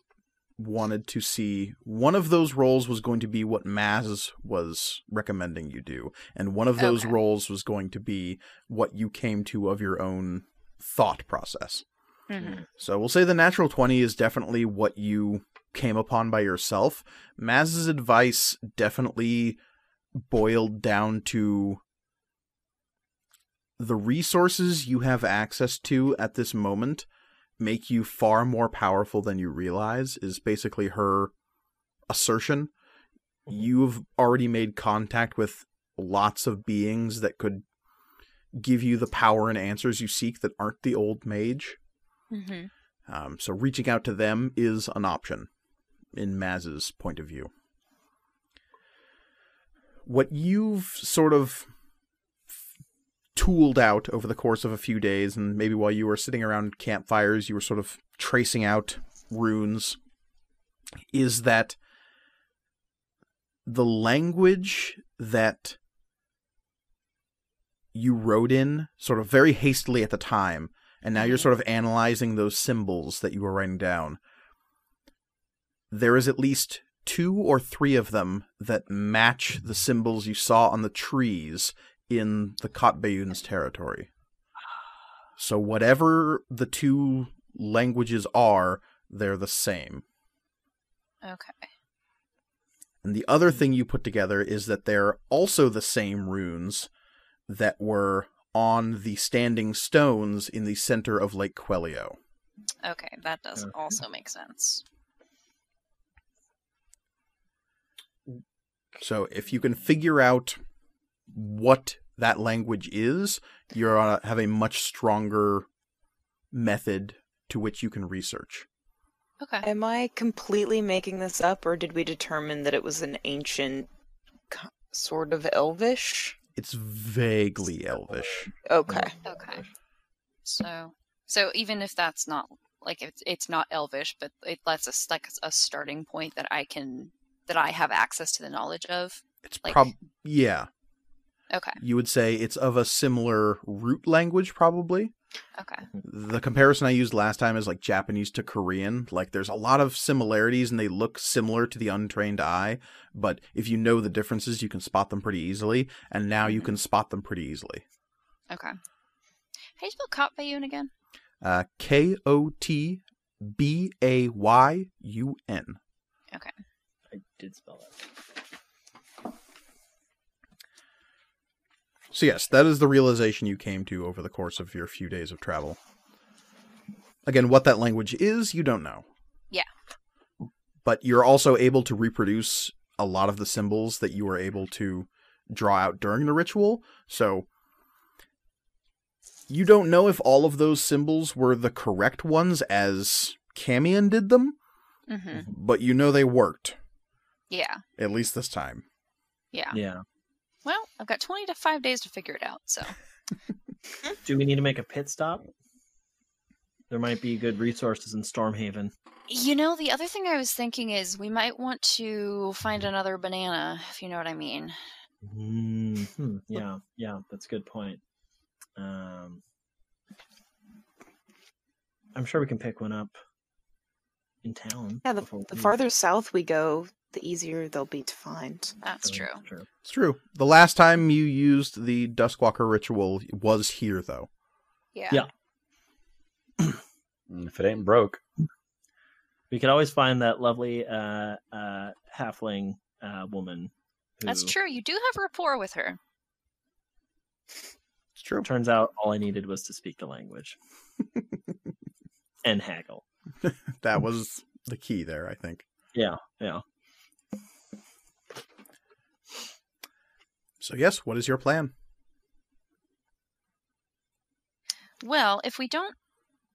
Speaker 1: wanted to see one of those roles was going to be what maz was recommending you do and one of those
Speaker 5: Okay.
Speaker 1: roles was going to be what you came to of your own thought process
Speaker 5: Mhm.
Speaker 1: so we'll say the natural 20 is definitely what you came upon by yourself. Maz's advice definitely boiled down to the resources you have access to at this moment make you far more powerful than you realize is basically her assertion. You've already made contact with lots of beings that could give you the power and answers you seek that aren't the old mage.
Speaker 5: Mhm.
Speaker 1: Um, so reaching out to them is an option in Maz's point of view. What you've sort of tooled out over the course of a few days, and maybe while you were sitting around campfires, you were sort of tracing out runes is that the language that you wrote in sort of very hastily at the time and now you're
Speaker 5: Mhm.
Speaker 1: sort of analyzing those symbols that you were writing down there is at least two or three of them that match the symbols you saw on the trees in the Katbayun's territory so whatever the two languages are they're the same
Speaker 5: Okay.
Speaker 1: And the other thing you put together is that they're also the same runes that were on the standing stones in the center of Lake Quelio.
Speaker 5: Okay, that does
Speaker 2: Okay.
Speaker 5: also make sense.
Speaker 1: So if you can figure out what that language is, you are uh, have a much stronger method to which you can research.
Speaker 5: Okay.
Speaker 3: Am I completely making this up, or did we determine that it was an ancient k- sort of elvish?
Speaker 1: It's vaguely elvish.
Speaker 3: Okay.
Speaker 2: Mm-hmm. Oh
Speaker 5: Okay. So, so even if that's not like it's it's not elvish, but it lets us like a starting point that I can that I have access to the knowledge of.
Speaker 1: It's
Speaker 5: Like-
Speaker 1: prob yeah.
Speaker 5: Okay.
Speaker 1: You would say it's of a similar root language probably.
Speaker 5: Okay.
Speaker 1: the comparison I used last time is like Japanese to Korean. Like there's a lot of similarities and they look similar to the untrained eye, but if you know the differences, you can spot them pretty easily. And now you can spot them pretty easily.
Speaker 5: Okay. How do you spell Katbayun again?
Speaker 1: Uh, K O T B A Y U N.
Speaker 2: I did spell that.
Speaker 1: So yes, that is the realization you came to over the course of your few days of travel. Again, what that language is, you don't know.
Speaker 5: Yeah.
Speaker 1: But you're also able to reproduce a lot of the symbols that you were able to draw out during the ritual. So you don't know if all of those symbols were the correct ones as Camion did them,
Speaker 5: Mm-hmm.
Speaker 1: but you know they worked,
Speaker 5: Yeah.
Speaker 1: at least this time.
Speaker 5: Yeah.
Speaker 2: Yeah.
Speaker 5: Well, I've got twenty to five days to figure it out. So.
Speaker 2: Do we need to make a pit stop? There might be good resources in Stormhaven.
Speaker 5: You know, the other thing I was thinking is we might want to find another banana, if you know what I mean.
Speaker 2: hmm Yeah, yeah, that's a good point. Um, I'm sure we can pick one up in town.
Speaker 3: Yeah, the,
Speaker 2: before
Speaker 3: the
Speaker 2: we-
Speaker 3: farther south we go, the easier they'll be to find.
Speaker 5: That's
Speaker 2: So,
Speaker 5: true.
Speaker 1: It's true. The last time you used the Duskwalker ritual was here, though.
Speaker 5: Yeah.
Speaker 2: Yeah.
Speaker 4: And Mm, if it ain't broke,
Speaker 2: We could always find that lovely uh, uh, halfling uh, woman. Who
Speaker 5: That's true. You do have rapport with her.
Speaker 1: It's true.
Speaker 2: Turns out all I needed was to speak the
Speaker 3: [LAUGHS]
Speaker 2: language and haggle.
Speaker 1: That was the key there, I think.
Speaker 2: Mm. Yeah, yeah.
Speaker 1: So, yes, what is your plan?
Speaker 5: Well, if we don't,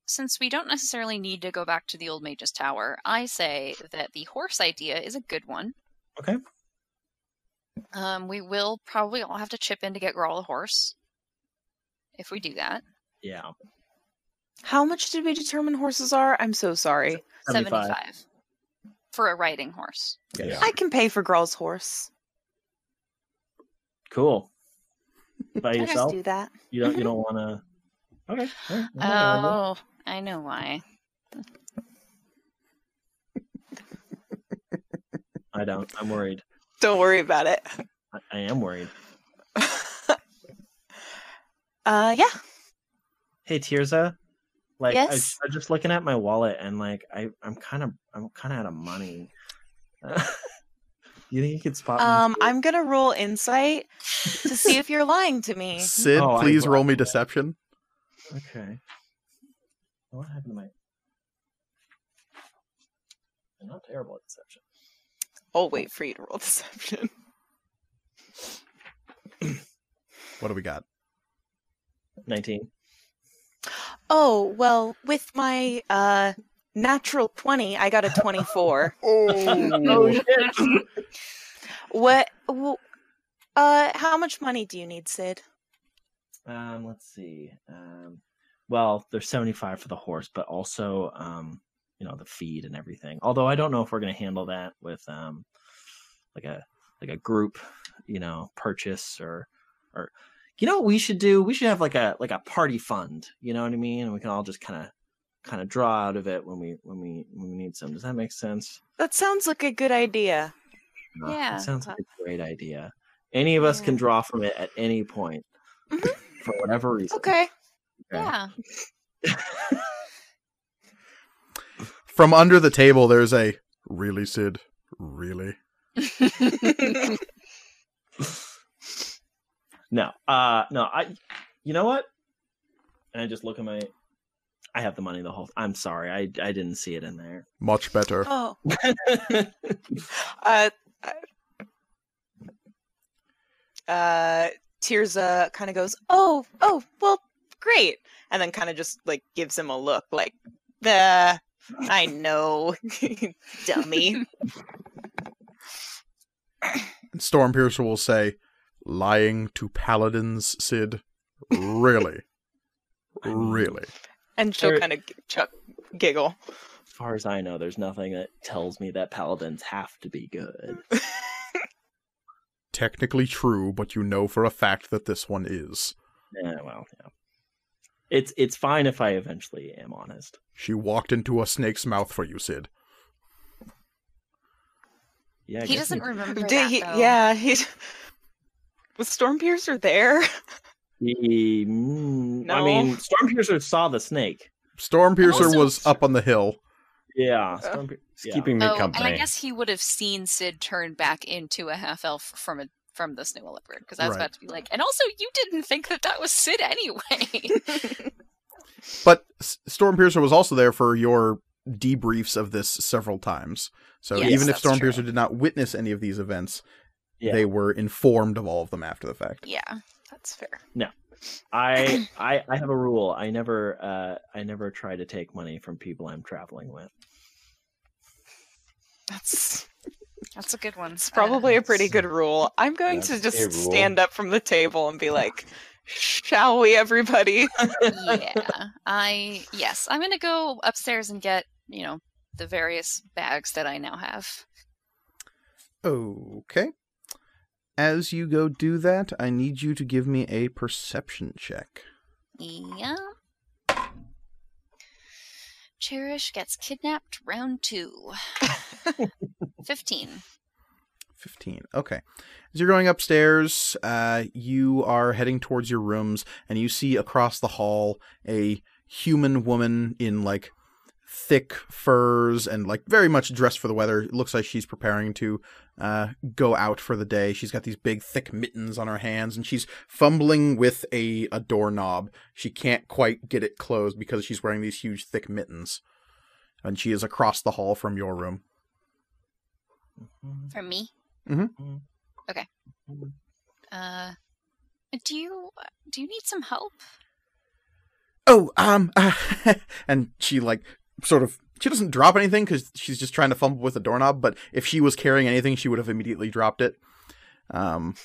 Speaker 5: since we don't necessarily need to go back to the old mage's tower, I say that the horse idea is a good one.
Speaker 2: Okay.
Speaker 5: Um, we will probably all have to chip in to get Grawl a horse. If we do that,
Speaker 2: Yeah.
Speaker 3: How much did we determine horses are? I'm so sorry.
Speaker 5: 75.
Speaker 2: 75.
Speaker 5: for a riding horse.
Speaker 4: Yeah.
Speaker 3: I can pay for Grawl's horse.
Speaker 2: Cool. By
Speaker 3: I just
Speaker 2: yourself?
Speaker 3: do that.
Speaker 2: You don't you don't wanna Okay. all right,
Speaker 5: Oh,
Speaker 2: all right, all right.
Speaker 5: I know why.
Speaker 2: I don't. I'm worried.
Speaker 3: Don't worry about it. [LAUGHS]
Speaker 2: I, I am worried.
Speaker 3: uh, yeah.
Speaker 2: Hey Tirza. Like
Speaker 3: Yes?
Speaker 2: I, I'm just looking at my wallet and like I, I'm kinda I'm kinda out of money. [LAUGHS] you think you could spot me?
Speaker 3: Um, I'm gonna roll insight to see if you're lying to me.
Speaker 1: Sid,
Speaker 2: Oh, I
Speaker 1: please
Speaker 2: brought
Speaker 1: roll me deception.
Speaker 2: Okay. What happened to my I'm not terrible at deception.
Speaker 3: I'll wait for you to roll deception.
Speaker 1: What do we got?
Speaker 2: Nineteen.
Speaker 3: Oh well, with my uh natural twenty, I got a [LAUGHS] twenty-four.
Speaker 2: [LAUGHS]
Speaker 1: Oh,
Speaker 2: shit.
Speaker 3: what? wh- uh, how much money do you need, Sid?
Speaker 2: Um, let's see. Um, well, there's 75 for the horse, but also um, you know the feed and everything. Although I don't know if we're going to handle that with um, like a like a group, you know, purchase or or you know what we should do? We should have like a like a party fund. You know what I mean? And we can all just kind of kind of draw out of it when we when we when we need some. Does that make sense?
Speaker 3: That sounds like a good idea.
Speaker 2: Uh, that
Speaker 5: Yeah.
Speaker 2: sounds like a great idea. Any of us
Speaker 5: Yeah. Mm-hmm.
Speaker 2: can draw from it at any point
Speaker 3: Mhm.
Speaker 2: for whatever reason.
Speaker 3: Okay.
Speaker 2: Okay.
Speaker 5: Yeah.
Speaker 1: [LAUGHS]
Speaker 5: [LAUGHS]
Speaker 1: From under the table, there's a really, Sid, really.
Speaker 2: No, uh, no. I, you know what? And I just look at my. I have the money the whole. I'm sorry, I I didn't see it in there.
Speaker 1: Much better.
Speaker 3: Oh.
Speaker 2: [LAUGHS] I
Speaker 3: Uh, uh, Tirza kind of goes, "Oh, oh, well, great," and then kind of just like gives him a look, like, "The I know, [LAUGHS] dummy."
Speaker 1: Stormpiercer will say, lying to paladins, Sid,
Speaker 2: [LAUGHS]
Speaker 1: really. really.
Speaker 3: And she'll
Speaker 2: Or-
Speaker 3: kind of chuck giggle.
Speaker 2: as far as I know, there's nothing that tells me that paladins have to be good.
Speaker 1: Technically true, but you know for a fact that this one is.
Speaker 2: Yeah, Eh, well, yeah. It's it's fine if I eventually am honest.
Speaker 1: She walked into a snake's mouth for you, Sid.
Speaker 2: Yeah, I
Speaker 5: he
Speaker 2: guess
Speaker 5: doesn't
Speaker 2: he-
Speaker 5: remember
Speaker 3: Did
Speaker 5: that,
Speaker 3: he-
Speaker 5: though.
Speaker 3: yeah, he was Stormpiercer there.
Speaker 2: He, mm, I
Speaker 3: No.
Speaker 2: mean, Stormpiercer saw the snake.
Speaker 1: Stormpiercer
Speaker 5: Also-
Speaker 1: was up on the hill.
Speaker 2: Yeah,
Speaker 3: Uh,
Speaker 2: Stormpier-
Speaker 4: It's
Speaker 2: yeah.
Speaker 4: keeping me
Speaker 5: Oh, and
Speaker 4: company.
Speaker 5: I guess he would have seen Sid turn back into a half elf from a from the snow leopard because I was
Speaker 1: Right.
Speaker 5: about to be like, and also you didn't think that that was Sid anyway. [LAUGHS]
Speaker 1: But S- Stormpiercer was also there for your debriefs of this several times. So
Speaker 5: Yes,
Speaker 1: even if
Speaker 5: that's
Speaker 1: Stormpiercer
Speaker 5: true.
Speaker 1: did not witness any of these events,
Speaker 2: Yeah.
Speaker 1: they were informed of all of them after the fact.
Speaker 5: yeah.
Speaker 3: That's fair.
Speaker 2: I, I I have a rule. I never uh I never try to take money from people I'm traveling with.
Speaker 3: That's
Speaker 5: That's a good one.
Speaker 3: It's probably a pretty good rule. I'm going to
Speaker 6: That's a
Speaker 3: just
Speaker 6: rule.
Speaker 3: stand up from the table and be like, "Shall we, everybody?"
Speaker 5: [LAUGHS] yeah. I yes, I'm gonna go upstairs and get you know the various bags that I now have.
Speaker 1: Okay. As you go do that, I need you to give me a perception check.
Speaker 5: Yeah. Cherish gets kidnapped round two. 15.
Speaker 1: 15. Okay. As you're going upstairs, uh, you are heading towards your rooms, and you see across the hall a human woman in like thick furs and like very much dressed for the weather. It looks like she's preparing to uh, go out for the day. She's got these big, thick mittens on her hands, and she's fumbling with a, a doorknob. She can't quite get it closed because she's wearing these huge, thick mittens. And she is across the hall from your room.
Speaker 2: Mm-hmm.
Speaker 5: For me?
Speaker 2: Mhm.
Speaker 5: Okay.
Speaker 2: Mhm.
Speaker 5: Uh, do you do you need some help? [LAUGHS]
Speaker 1: oh um uh, [LAUGHS] and she like sort of she doesn't drop anything because she's just trying to fumble with a doorknob but if she was carrying anything she would have immediately dropped it um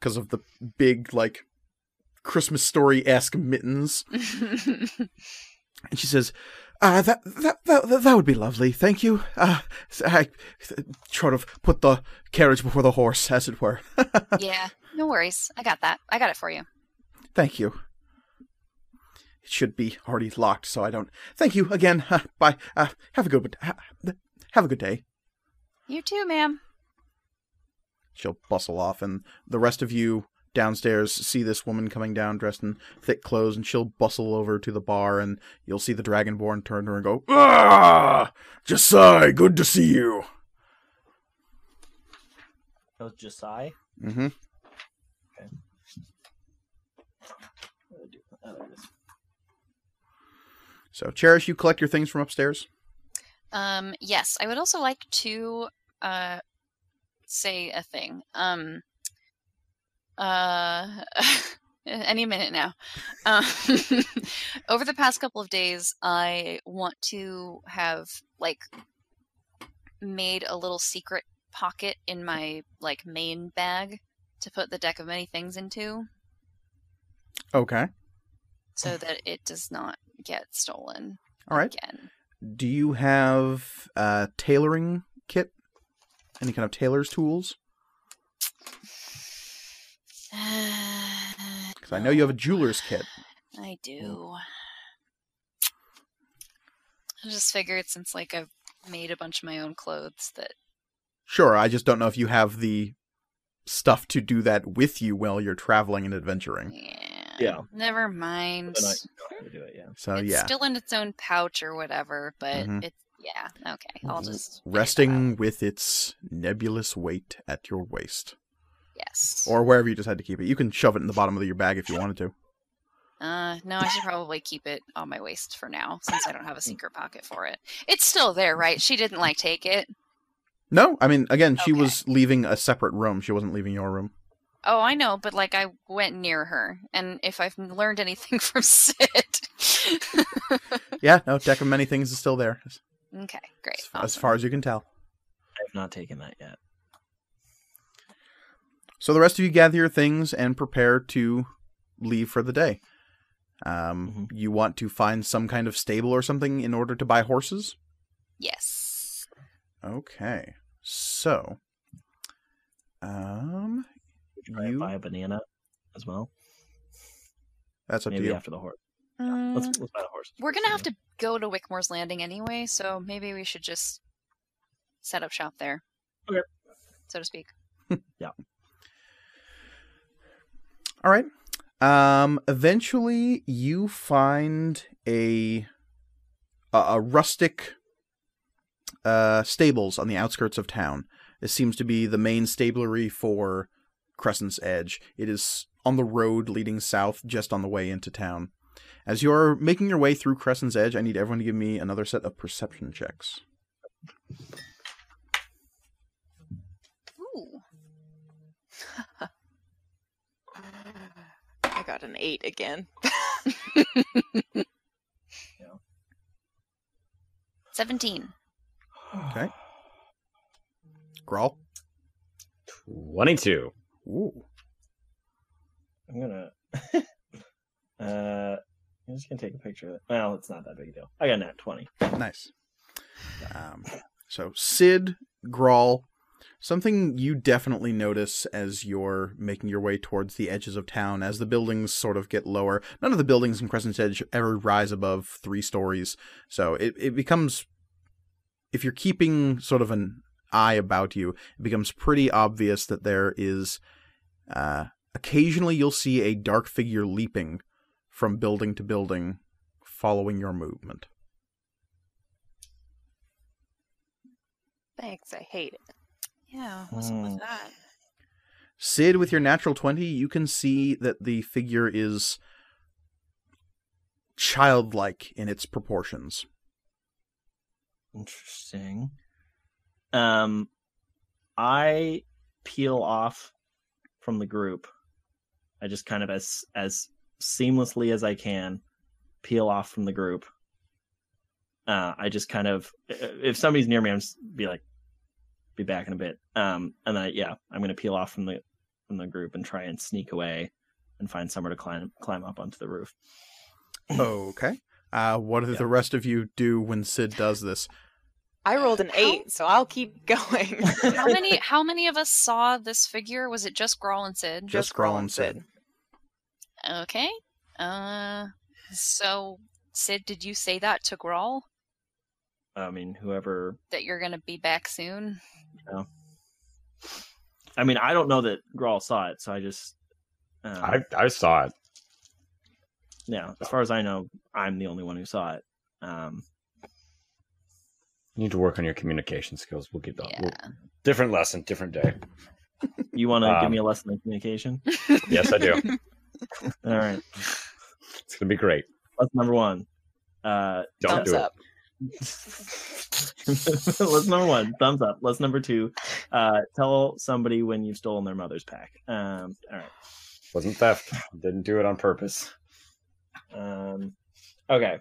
Speaker 1: because of the big like christmas story-esque mittens and she says uh, that, that that that- that would be lovely. Thank you. Uh, s- I sort of put the carriage before the horse, as it were.
Speaker 5: yeah, no worries. I got that. I got it for you.
Speaker 1: Thank you. It should be already locked, so I don't. Thank you again. [LAUGHS] Uh, bye. Uh, have a good. ha- have a good day.
Speaker 5: You too, ma'am.
Speaker 1: She'll bustle off, and the rest of you downstairs see this woman coming down dressed in thick clothes, and she'll bustle over to the bar, and you'll see the dragonborn turn to her and go, "Ah, Jasai, good to see you."
Speaker 2: That was Josiah.
Speaker 1: Mm-hmm.
Speaker 2: Oh, dude. Oh, there it is.
Speaker 1: So, Cherish, you collect your things from upstairs.
Speaker 5: Um, yes, I would also like to uh say a thing. Um, uh, [LAUGHS] any minute now. Um, [LAUGHS] over the past couple of days, I want to have like made a little secret pocket in my like main bag to put the deck of many things into
Speaker 1: Okay.
Speaker 5: so that it does not get stolen
Speaker 1: All right.
Speaker 5: again. [SIGHS]
Speaker 1: Do you have uh, tailoring kit? Any kind of tailor's tools? Because I know you have a jeweler's kit.
Speaker 5: I do. I just figured since like I've made a bunch of my own clothes that
Speaker 1: Sure, I just don't know if you have the stuff to do that with you while you're traveling and adventuring.
Speaker 5: yeah.
Speaker 2: Yeah.
Speaker 5: Never mind.
Speaker 2: But I know how to do it, yeah.
Speaker 1: So
Speaker 5: it's
Speaker 1: Oh, yeah,
Speaker 5: still in its own pouch or whatever, but
Speaker 1: Mhm.
Speaker 5: it's yeah, okay. I'll just figure that out.
Speaker 1: resting with its nebulous weight at your waist
Speaker 5: Yes.
Speaker 1: or wherever you decide to keep it. You can shove it in the bottom of your bag if you wanted to.
Speaker 5: Uh, no, I should probably keep it on my waist for now since I don't
Speaker 1: Mm.
Speaker 5: have a secret pocket for it. It's still there, right? She didn't like take it.
Speaker 1: No, I mean again, she
Speaker 5: Okay.
Speaker 1: was leaving a separate room. She wasn't leaving your room.
Speaker 5: Oh, I know, but like I went near her, and if I've learned anything [LAUGHS] from Sid,
Speaker 1: Yeah, no, deck of many things is still there as,
Speaker 5: okay, great.
Speaker 1: as
Speaker 5: awesome.
Speaker 1: far as you can tell.
Speaker 2: I've not taken that yet.
Speaker 1: So the rest of you gather your things and prepare to leave for the day. Um,
Speaker 2: Mhm.
Speaker 1: You want to find some kind of stable or something in order to buy horses?
Speaker 5: yes,
Speaker 1: Okay. So, um,
Speaker 2: Try
Speaker 1: You-
Speaker 2: and buy a banana as well.
Speaker 1: that's up
Speaker 2: Maybe
Speaker 1: to you.
Speaker 2: after the horse. Yeah,
Speaker 3: Mm.
Speaker 2: let's, let's buy the horse.
Speaker 5: Uh, we're gonna
Speaker 2: [SIGHS]
Speaker 5: have to go to Wickmore's Landing anyway, so maybe we should just set up shop there.
Speaker 2: Okay.
Speaker 5: So to speak.
Speaker 1: All right. Um, eventually, you find a a, a rustic uh, stables on the outskirts of town. This seems to be the main stablery for Crescent's Edge. It is on the road leading south, just on the way into town. As you are making your way through Crescent's Edge, I need everyone to give me another set of perception checks.
Speaker 5: Ooh,
Speaker 3: I got an eight again. [LAUGHS]
Speaker 5: seventeen.
Speaker 1: Okay. Grawl.
Speaker 4: 22.
Speaker 1: Ooh.
Speaker 2: I'm gonna. [LAUGHS] uh, I'm just gonna take a picture of it. Well, it's not that big a deal. I got an at twenty.
Speaker 1: Nice. Um, so Sid Grawl, something you definitely notice as you're making your way towards the edges of town, as the buildings sort of get lower. None of the buildings in Crescent Edge ever rise above three stories, so it it becomes, if you're keeping sort of an eye about you, it becomes pretty obvious that there is. Uh, occasionally, you'll see a dark figure leaping from building to building, following your movement.
Speaker 3: Thanks, I hate it.
Speaker 5: Yeah, what's up
Speaker 2: Hmm.
Speaker 5: with that?
Speaker 1: Sid, with your natural 20, you can see that the figure is childlike in its proportions.
Speaker 2: Interesting. Um, I peel off from the group. I just kind of as as seamlessly as I can peel off from the group. Uh, I just kind of if somebody's near me, I'm just be like, be back in a bit. Um, and I yeah, I'm gonna peel off from the from the group and try and sneak away and find somewhere to climb climb up onto the roof.
Speaker 1: Okay. Uh, what do
Speaker 2: Yeah.
Speaker 1: the rest of you do when Sid does this?
Speaker 3: I rolled an
Speaker 5: How-
Speaker 3: eight, so I'll keep [LAUGHS] going.
Speaker 5: How many? How many of us saw this figure? Was it just Grawl and Sid?
Speaker 1: Just Grawl and Sid.
Speaker 5: Okay. Uh, so Sid, did you say that to Grawl
Speaker 2: I mean, whoever
Speaker 5: that you're gonna be back soon?
Speaker 2: I mean, I don't know that Grawl saw it, so I just uh,
Speaker 4: I, I saw it.
Speaker 2: yeah. As far as I know, I'm the only one who saw it. Um,
Speaker 4: You need to work on your communication skills. We'll get that.
Speaker 5: Yeah.
Speaker 4: we'll- different lesson, different day.
Speaker 2: you want to give
Speaker 4: Um,
Speaker 2: me a lesson in communication?
Speaker 4: Yes, I do.
Speaker 5: [LAUGHS]
Speaker 2: All right,
Speaker 4: It's going to be great.
Speaker 2: lesson number one. Uh, [LAUGHS]
Speaker 4: Don't
Speaker 3: Thumbs
Speaker 4: do it.
Speaker 3: up.
Speaker 2: lesson number one, thumbs up. Lesson number two, uh, tell somebody when you've stolen their mother's pack. Um, all right.
Speaker 4: Wasn't theft. Didn't do it on purpose.
Speaker 2: Um, okay.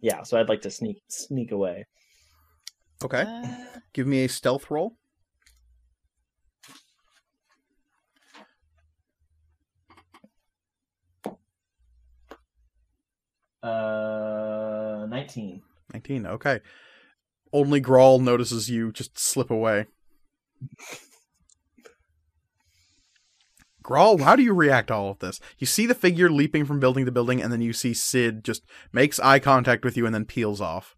Speaker 2: Yeah, so I'd like to sneak sneak away.
Speaker 1: Okay.
Speaker 5: Uh,
Speaker 1: Give me a stealth roll.
Speaker 2: Uh, nineteen.
Speaker 1: 19. Okay. Only Grawl notices you just slip away. Grawl, how do you react to all of this? You see the figure leaping from building to building, and then you see Sid just makes eye contact with you and then peels off.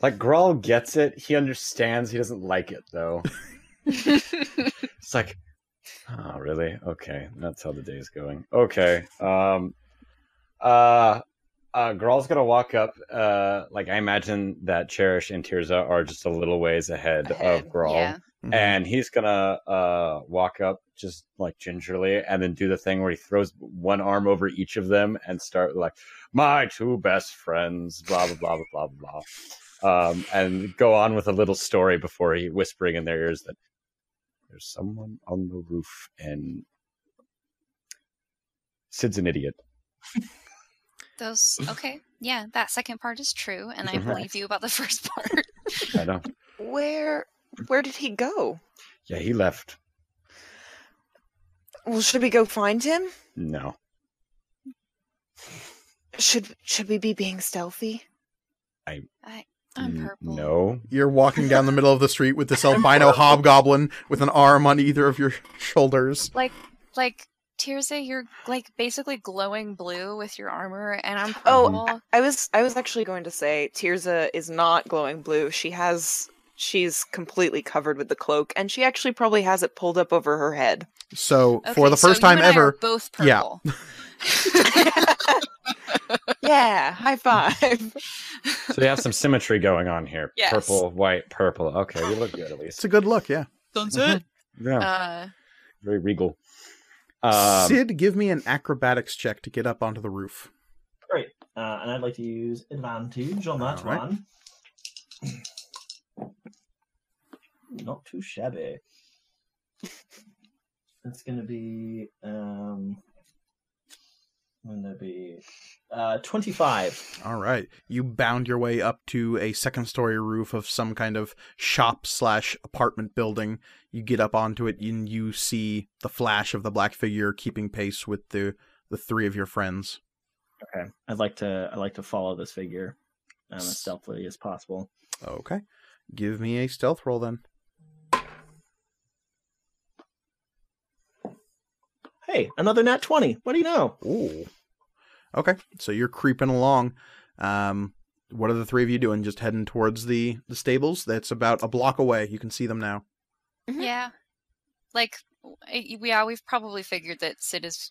Speaker 6: Like Grawl gets it. He understands. He doesn't like it though. it's like,
Speaker 4: Oh, really? Okay, that's how the day's going.
Speaker 6: okay. Um, uh, uh, Grawl's gonna walk up. Uh, like I imagine that Cherish and Tirza are just a little ways ahead,
Speaker 5: Ahead,
Speaker 6: of Grawl.
Speaker 5: Yeah.
Speaker 1: Mhm.
Speaker 6: and he's gonna uh walk up just like gingerly and then do the thing where he throws one arm over each of them and start like my two best friends blah blah blah blah blah blah blah um and go on with a little story before he whispering in their ears that there's someone on the roof and sid's an idiot
Speaker 5: Those. Okay. Yeah, that second part is true, and I
Speaker 2: [LAUGHS]
Speaker 4: Mhm.
Speaker 5: believe you about the first part.
Speaker 4: I
Speaker 5: [LAUGHS]
Speaker 4: know.
Speaker 3: Where where did he go?
Speaker 4: Yeah, he left.
Speaker 3: Well, should we go find him?
Speaker 4: No.
Speaker 3: Should should we be being stealthy?
Speaker 5: I'm
Speaker 4: N-
Speaker 5: purple.
Speaker 4: No.
Speaker 1: You're walking down the middle of the street with
Speaker 5: [LAUGHS]
Speaker 1: this albino hobgoblin with an arm on either of your shoulders.
Speaker 5: Like Tirza, you're like basically glowing blue with your armor, and I'm
Speaker 3: Oh,
Speaker 5: purple.
Speaker 3: I was I was actually going to say Tirza is not glowing blue. She has she's completely covered with the cloak and she actually probably has it pulled up over her head. [LAUGHS]
Speaker 1: So,
Speaker 5: Okay,
Speaker 1: for the
Speaker 5: so
Speaker 1: first
Speaker 5: you
Speaker 1: time
Speaker 5: and I are
Speaker 1: ever,
Speaker 5: both
Speaker 1: yeah.
Speaker 5: purple.
Speaker 3: yeah, high five.
Speaker 4: So you have some symmetry going on here.
Speaker 5: Yes.
Speaker 4: Purple, white, purple. Okay, we look good at
Speaker 1: it's
Speaker 4: least.
Speaker 1: a good look, yeah.
Speaker 4: it. Yeah,
Speaker 5: Uh,
Speaker 4: very regal. Um,
Speaker 1: Sid, give me an acrobatics check to get up onto the roof.
Speaker 2: Great. Uh, and I'd like to use advantage on that
Speaker 1: All right.
Speaker 2: one. Not too shabby. It's going to be. Um, going to be uh, 25.
Speaker 1: All right. You bound your way up to a second story roof of some kind of shop slash apartment building. You get up onto it and you see the flash of the black figure keeping pace with the, the three of your friends.
Speaker 2: Okay. I'd like to. I'd like to follow this figure um, as stealthily as possible.
Speaker 1: Okay. Give me a stealth roll then.
Speaker 2: Hey, another nat twenty. What do you know?
Speaker 1: Ooh. Okay. So you're creeping along. Um, what are the three of you doing? Just heading towards the, the stables? That's about a block away. You can see them now. Mm-hmm.
Speaker 3: Mhm.
Speaker 5: yeah. Like, w- I- yeah, we've probably figured that Sid is.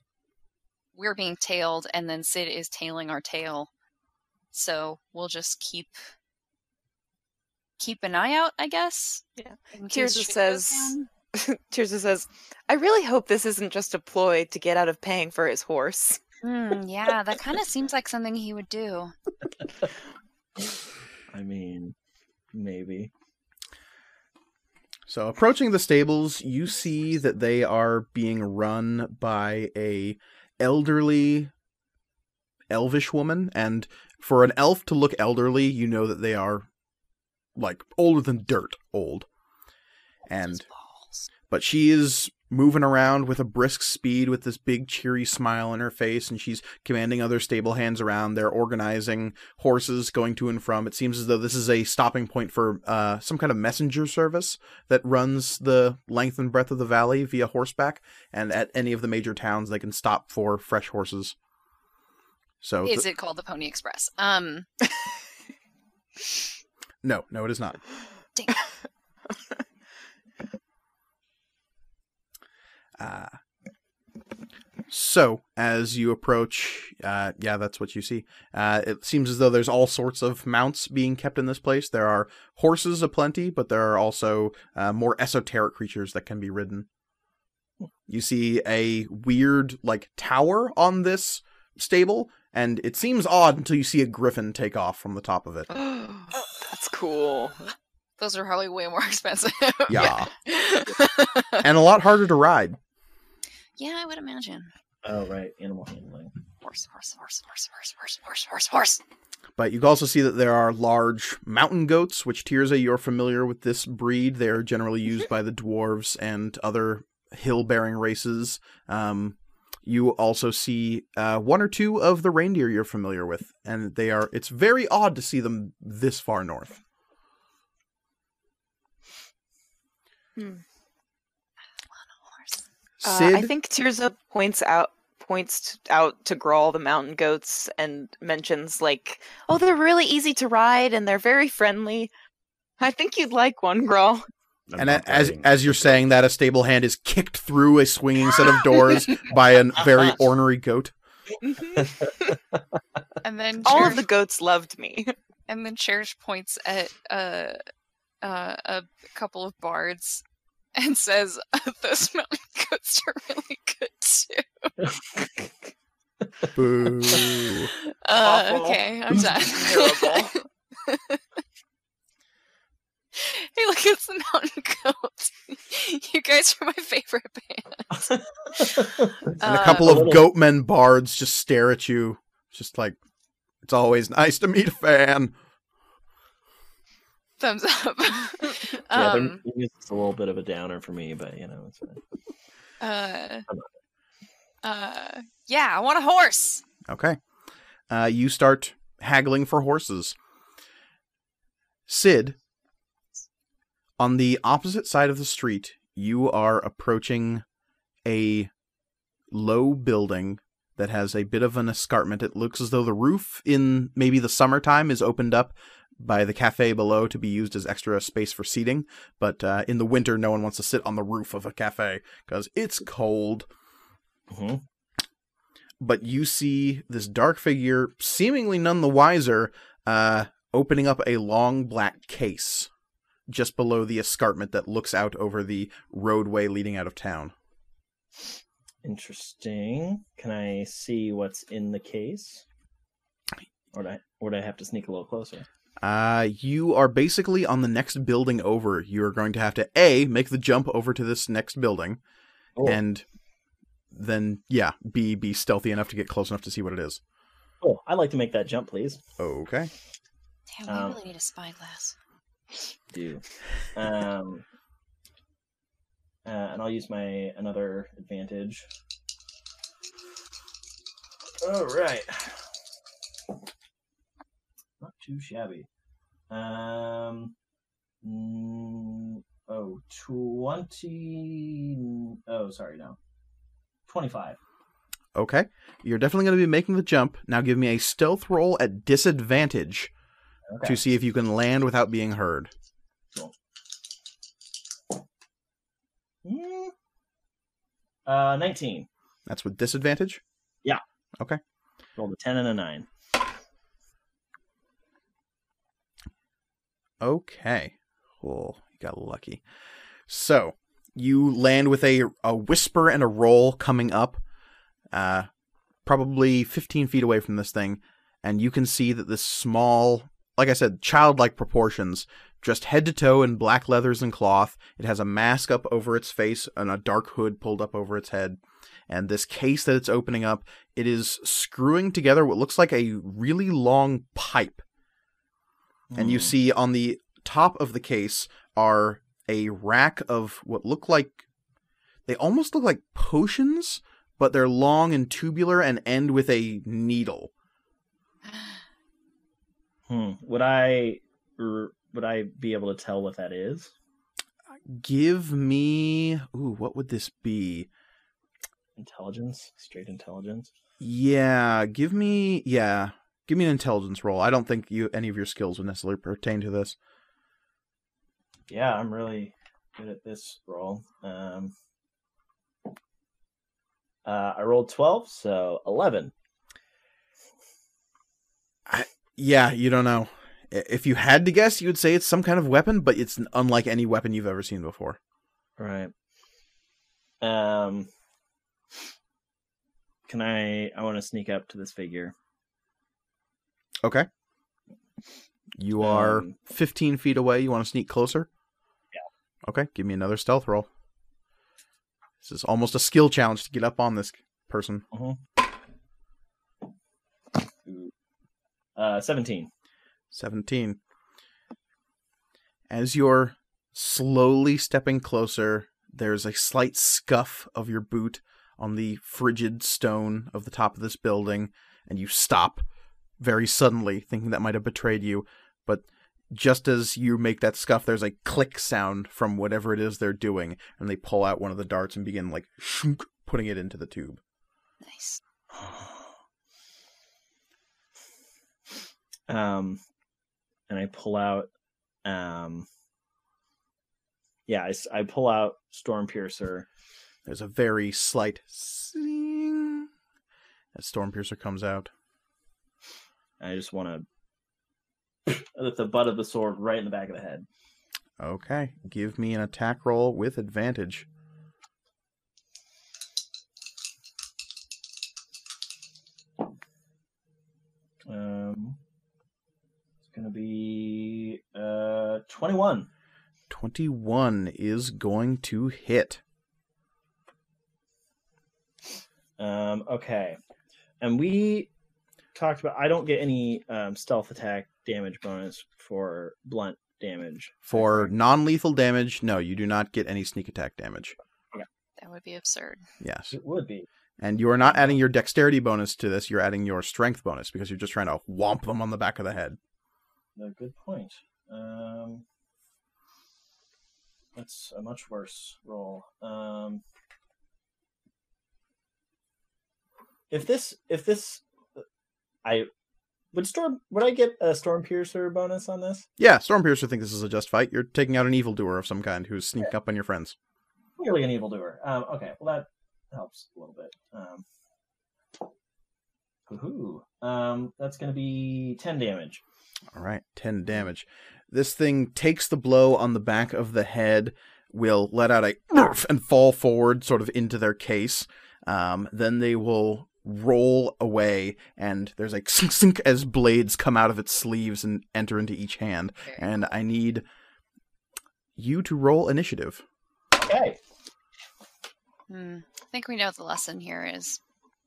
Speaker 5: We're being tailed, and then Sid is tailing our tail. So we'll just keep. Keep an eye out, I guess.
Speaker 3: Yeah.
Speaker 5: in case
Speaker 3: Tirza
Speaker 5: shit goes
Speaker 3: says-
Speaker 5: down.
Speaker 3: [LAUGHS] Tirza says, "I really hope this isn't just a ploy to get out of paying for his horse."
Speaker 5: Hmm, yeah, that kind of seems like something he would do.
Speaker 2: I mean, maybe.
Speaker 1: So, approaching the stables, you see that they are being run by a elderly elvish woman and for an elf to look elderly, you know that they are like older than dirt old. And
Speaker 5: Those balls.
Speaker 1: but she is moving around with a brisk speed with this big cheery smile on her face and she's commanding other stable hands around they're organizing horses going to and from it seems as though this is a stopping point for uh, some kind of messenger service that runs the length and breadth of the valley via horseback and at any of the major towns they can stop for fresh horses so
Speaker 5: Is
Speaker 1: th-
Speaker 5: it called the Pony Express?
Speaker 3: [GASPS]
Speaker 5: Um,
Speaker 1: no no it is not
Speaker 5: dang.
Speaker 1: [LAUGHS] Uh, so as you approach, uh, yeah, that's what you see. Uh, it seems as though there's all sorts of mounts being kept in this place. There are horses aplenty, but there are also uh, more esoteric creatures that can be ridden. You see a weird like tower on this stable, and it seems odd until you see a griffin take off from the top of it.
Speaker 3: That's cool. Uh,
Speaker 5: those are probably way more [LAUGHS] expensive.
Speaker 1: Yeah,
Speaker 5: [LAUGHS] yeah,
Speaker 1: and a lot harder to ride.
Speaker 5: Yeah, I would imagine.
Speaker 2: Oh right, animal handling.
Speaker 5: Horse, horse, horse, horse, horse, horse, horse, horse, horse.
Speaker 1: But you can also see that there are large mountain goats, which Tirza, you're familiar with this breed. They are generally used by the dwarves and other hill bearing races. Um, You also see uh, one or two of the reindeer you're familiar with, and they are. It's very odd to see them this far north.
Speaker 3: Uh,
Speaker 1: Sid,
Speaker 3: I think Tirza points out points t- out to Grawl the mountain goats and mentions like, "Oh, they're really easy to ride and they're very friendly." I think you'd like one, Grawl.
Speaker 1: and a- as as you're saying that, a stable hand is kicked through a swinging set of
Speaker 2: [LAUGHS]
Speaker 1: doors by a very ornery goat.
Speaker 3: Mhm.
Speaker 5: And then
Speaker 3: All of
Speaker 5: Cherish-
Speaker 3: the goats loved [LAUGHS] me.
Speaker 5: and then Cherish points at uh, uh, a couple of bards and says, [LAUGHS] "Those mountain goats are really good too."
Speaker 2: [LAUGHS]
Speaker 1: Boo.
Speaker 5: Uh,
Speaker 3: Awful.
Speaker 5: okay, I'm done.
Speaker 3: Terrible.
Speaker 5: [LAUGHS] hey, look, it's the mountain goats. [LAUGHS] you guys are my favorite band.
Speaker 3: [LAUGHS]
Speaker 1: and a
Speaker 5: Uh,
Speaker 1: couple
Speaker 2: a
Speaker 1: of
Speaker 2: little-
Speaker 1: goatmen bards just stare at you, just like it's always nice to meet a fan.
Speaker 5: Thumbs [LAUGHS] up.
Speaker 2: Yeah, they're-
Speaker 5: um,
Speaker 2: it's a little bit of a downer for me, but you know, it's fine.
Speaker 5: uh, uh, yeah, I want a horse.
Speaker 1: Okay, uh, you start haggling for horses. Sid, on the opposite side of the street, you are approaching a low building that has a bit of an escarpment. It looks as though the roof in maybe the summertime is opened up by the cafe below to be used as extra space for seating, but uh, in the winter, no one wants to sit on the roof of a cafe because it's cold.
Speaker 2: Mhm.
Speaker 1: But you see this dark figure, seemingly none the wiser, uh, opening up a long black case just below the escarpment that looks out over the roadway leading out of town.
Speaker 2: Interesting. Can I see what's in the case? Or do I, or do I have to sneak a little closer?
Speaker 1: Uh, you are basically on the next building over. You are going to have to A, make the jump over to this next building,
Speaker 2: Oh,
Speaker 1: and then, yeah, B, be stealthy enough to get close enough to see what it is.
Speaker 2: Oh, cool. I'd like to make that jump, please.
Speaker 1: Okay.
Speaker 5: Damn,
Speaker 2: we Um,
Speaker 5: really need a spyglass.
Speaker 2: Do. Um, uh, and I'll use my another advantage. All right. Not too shabby. Um. mm, Oh, 20. Oh, sorry, no. 25.
Speaker 1: Okay. You're definitely going to be making the jump. Now give me a stealth roll at disadvantage
Speaker 2: Okay.
Speaker 1: to see if you can land without being heard.
Speaker 2: Mm. Uh, 19.
Speaker 1: That's with disadvantage.
Speaker 2: Rolled a 10 and a 9.
Speaker 1: Okay. Oh, you got lucky. So you land with a a whisper and a roll coming up, uh, probably 15 feet away from this thing, and you can see that this small, like I said, childlike proportions, dressed head to toe in black leathers and cloth. It has a mask up over its face and a dark hood pulled up over its head. And this case that it's opening up, it is screwing together what looks like a really long pipe and you
Speaker 2: Mm.
Speaker 1: see on the top of the case are a rack of what look like they almost look like potions but they're long and tubular and end with a needle
Speaker 2: Hmm. Would I r- would I be able to tell what that is?
Speaker 1: give me ooh what would this be
Speaker 2: Intelligence, straight intelligence.
Speaker 1: yeah give me yeah give me an intelligence roll i don't think you any of your skills would necessarily pertain to this
Speaker 2: Yeah, I'm really good at this roll. Um, uh, I rolled twelve, so eleven.
Speaker 1: yeah you don't know I- if you had to guess you would say it's some kind of weapon but it's unlike any weapon you've ever seen before
Speaker 2: Right. Um. Can I? I want to sneak up to this figure.
Speaker 1: You are
Speaker 2: Um,
Speaker 1: 15 feet away. You want to sneak closer? Yeah. Okay, give me another stealth roll. This is almost a skill challenge to get up on this person.
Speaker 2: Uh, seventeen.
Speaker 1: 17. As you're slowly stepping closer, there's a slight scuff of your boot on the frigid stone of the top of this building, and you stop very suddenly, thinking that might have betrayed you. But just as you make that scuff, there's a click sound from whatever it is they're doing, and they pull out one of the darts and begin like shunk, putting it into the tube.
Speaker 5: [SIGHS] Nice.
Speaker 2: [SIGHS] um, and I pull out, um, yeah, I, s- I pull out Stormpiercer.
Speaker 1: There's a very slight zing as Stormpiercer comes out.
Speaker 2: I just [COUGHS] want to with the butt of the sword right in the back of the head.
Speaker 1: Okay, give me an attack roll with advantage.
Speaker 2: Um, it's gonna be uh twenty-one.
Speaker 1: 21 is going to hit.
Speaker 2: Um, okay. And we talked about I don't get any um, stealth attack damage bonus for blunt damage.
Speaker 1: For non lethal damage, no, you do not get any sneak attack damage.
Speaker 5: That would be absurd.
Speaker 1: Yes.
Speaker 2: It would be.
Speaker 1: And you are not adding your dexterity bonus to this, you're adding your strength bonus because you're just trying to whomp them on the back of the head.
Speaker 2: No, good point. Um, that's a much worse roll. Um, if this, if this, uh, I would storm. Would I get a storm piercer bonus on this?
Speaker 1: Yeah, Stormpiercer think this is a just fight. You're taking out an evildoer of some kind who's sneaking up on your friends.
Speaker 2: Clearly an evildoer. Um, okay, well that helps a little bit. Um, woohoo. Um, that's going to be ten damage.
Speaker 1: All right, 10 damage. This thing takes the blow on the back of the head, will let out a "Urf" and fall forward sort of into their case. Um, then they will roll away, and there's like [LAUGHS] sink, sink as blades come out of its sleeves and enter into each hand.
Speaker 5: Very
Speaker 1: And I need you to roll initiative.
Speaker 2: Okay. [LAUGHS]
Speaker 5: Hmm. I think we know what the lesson here is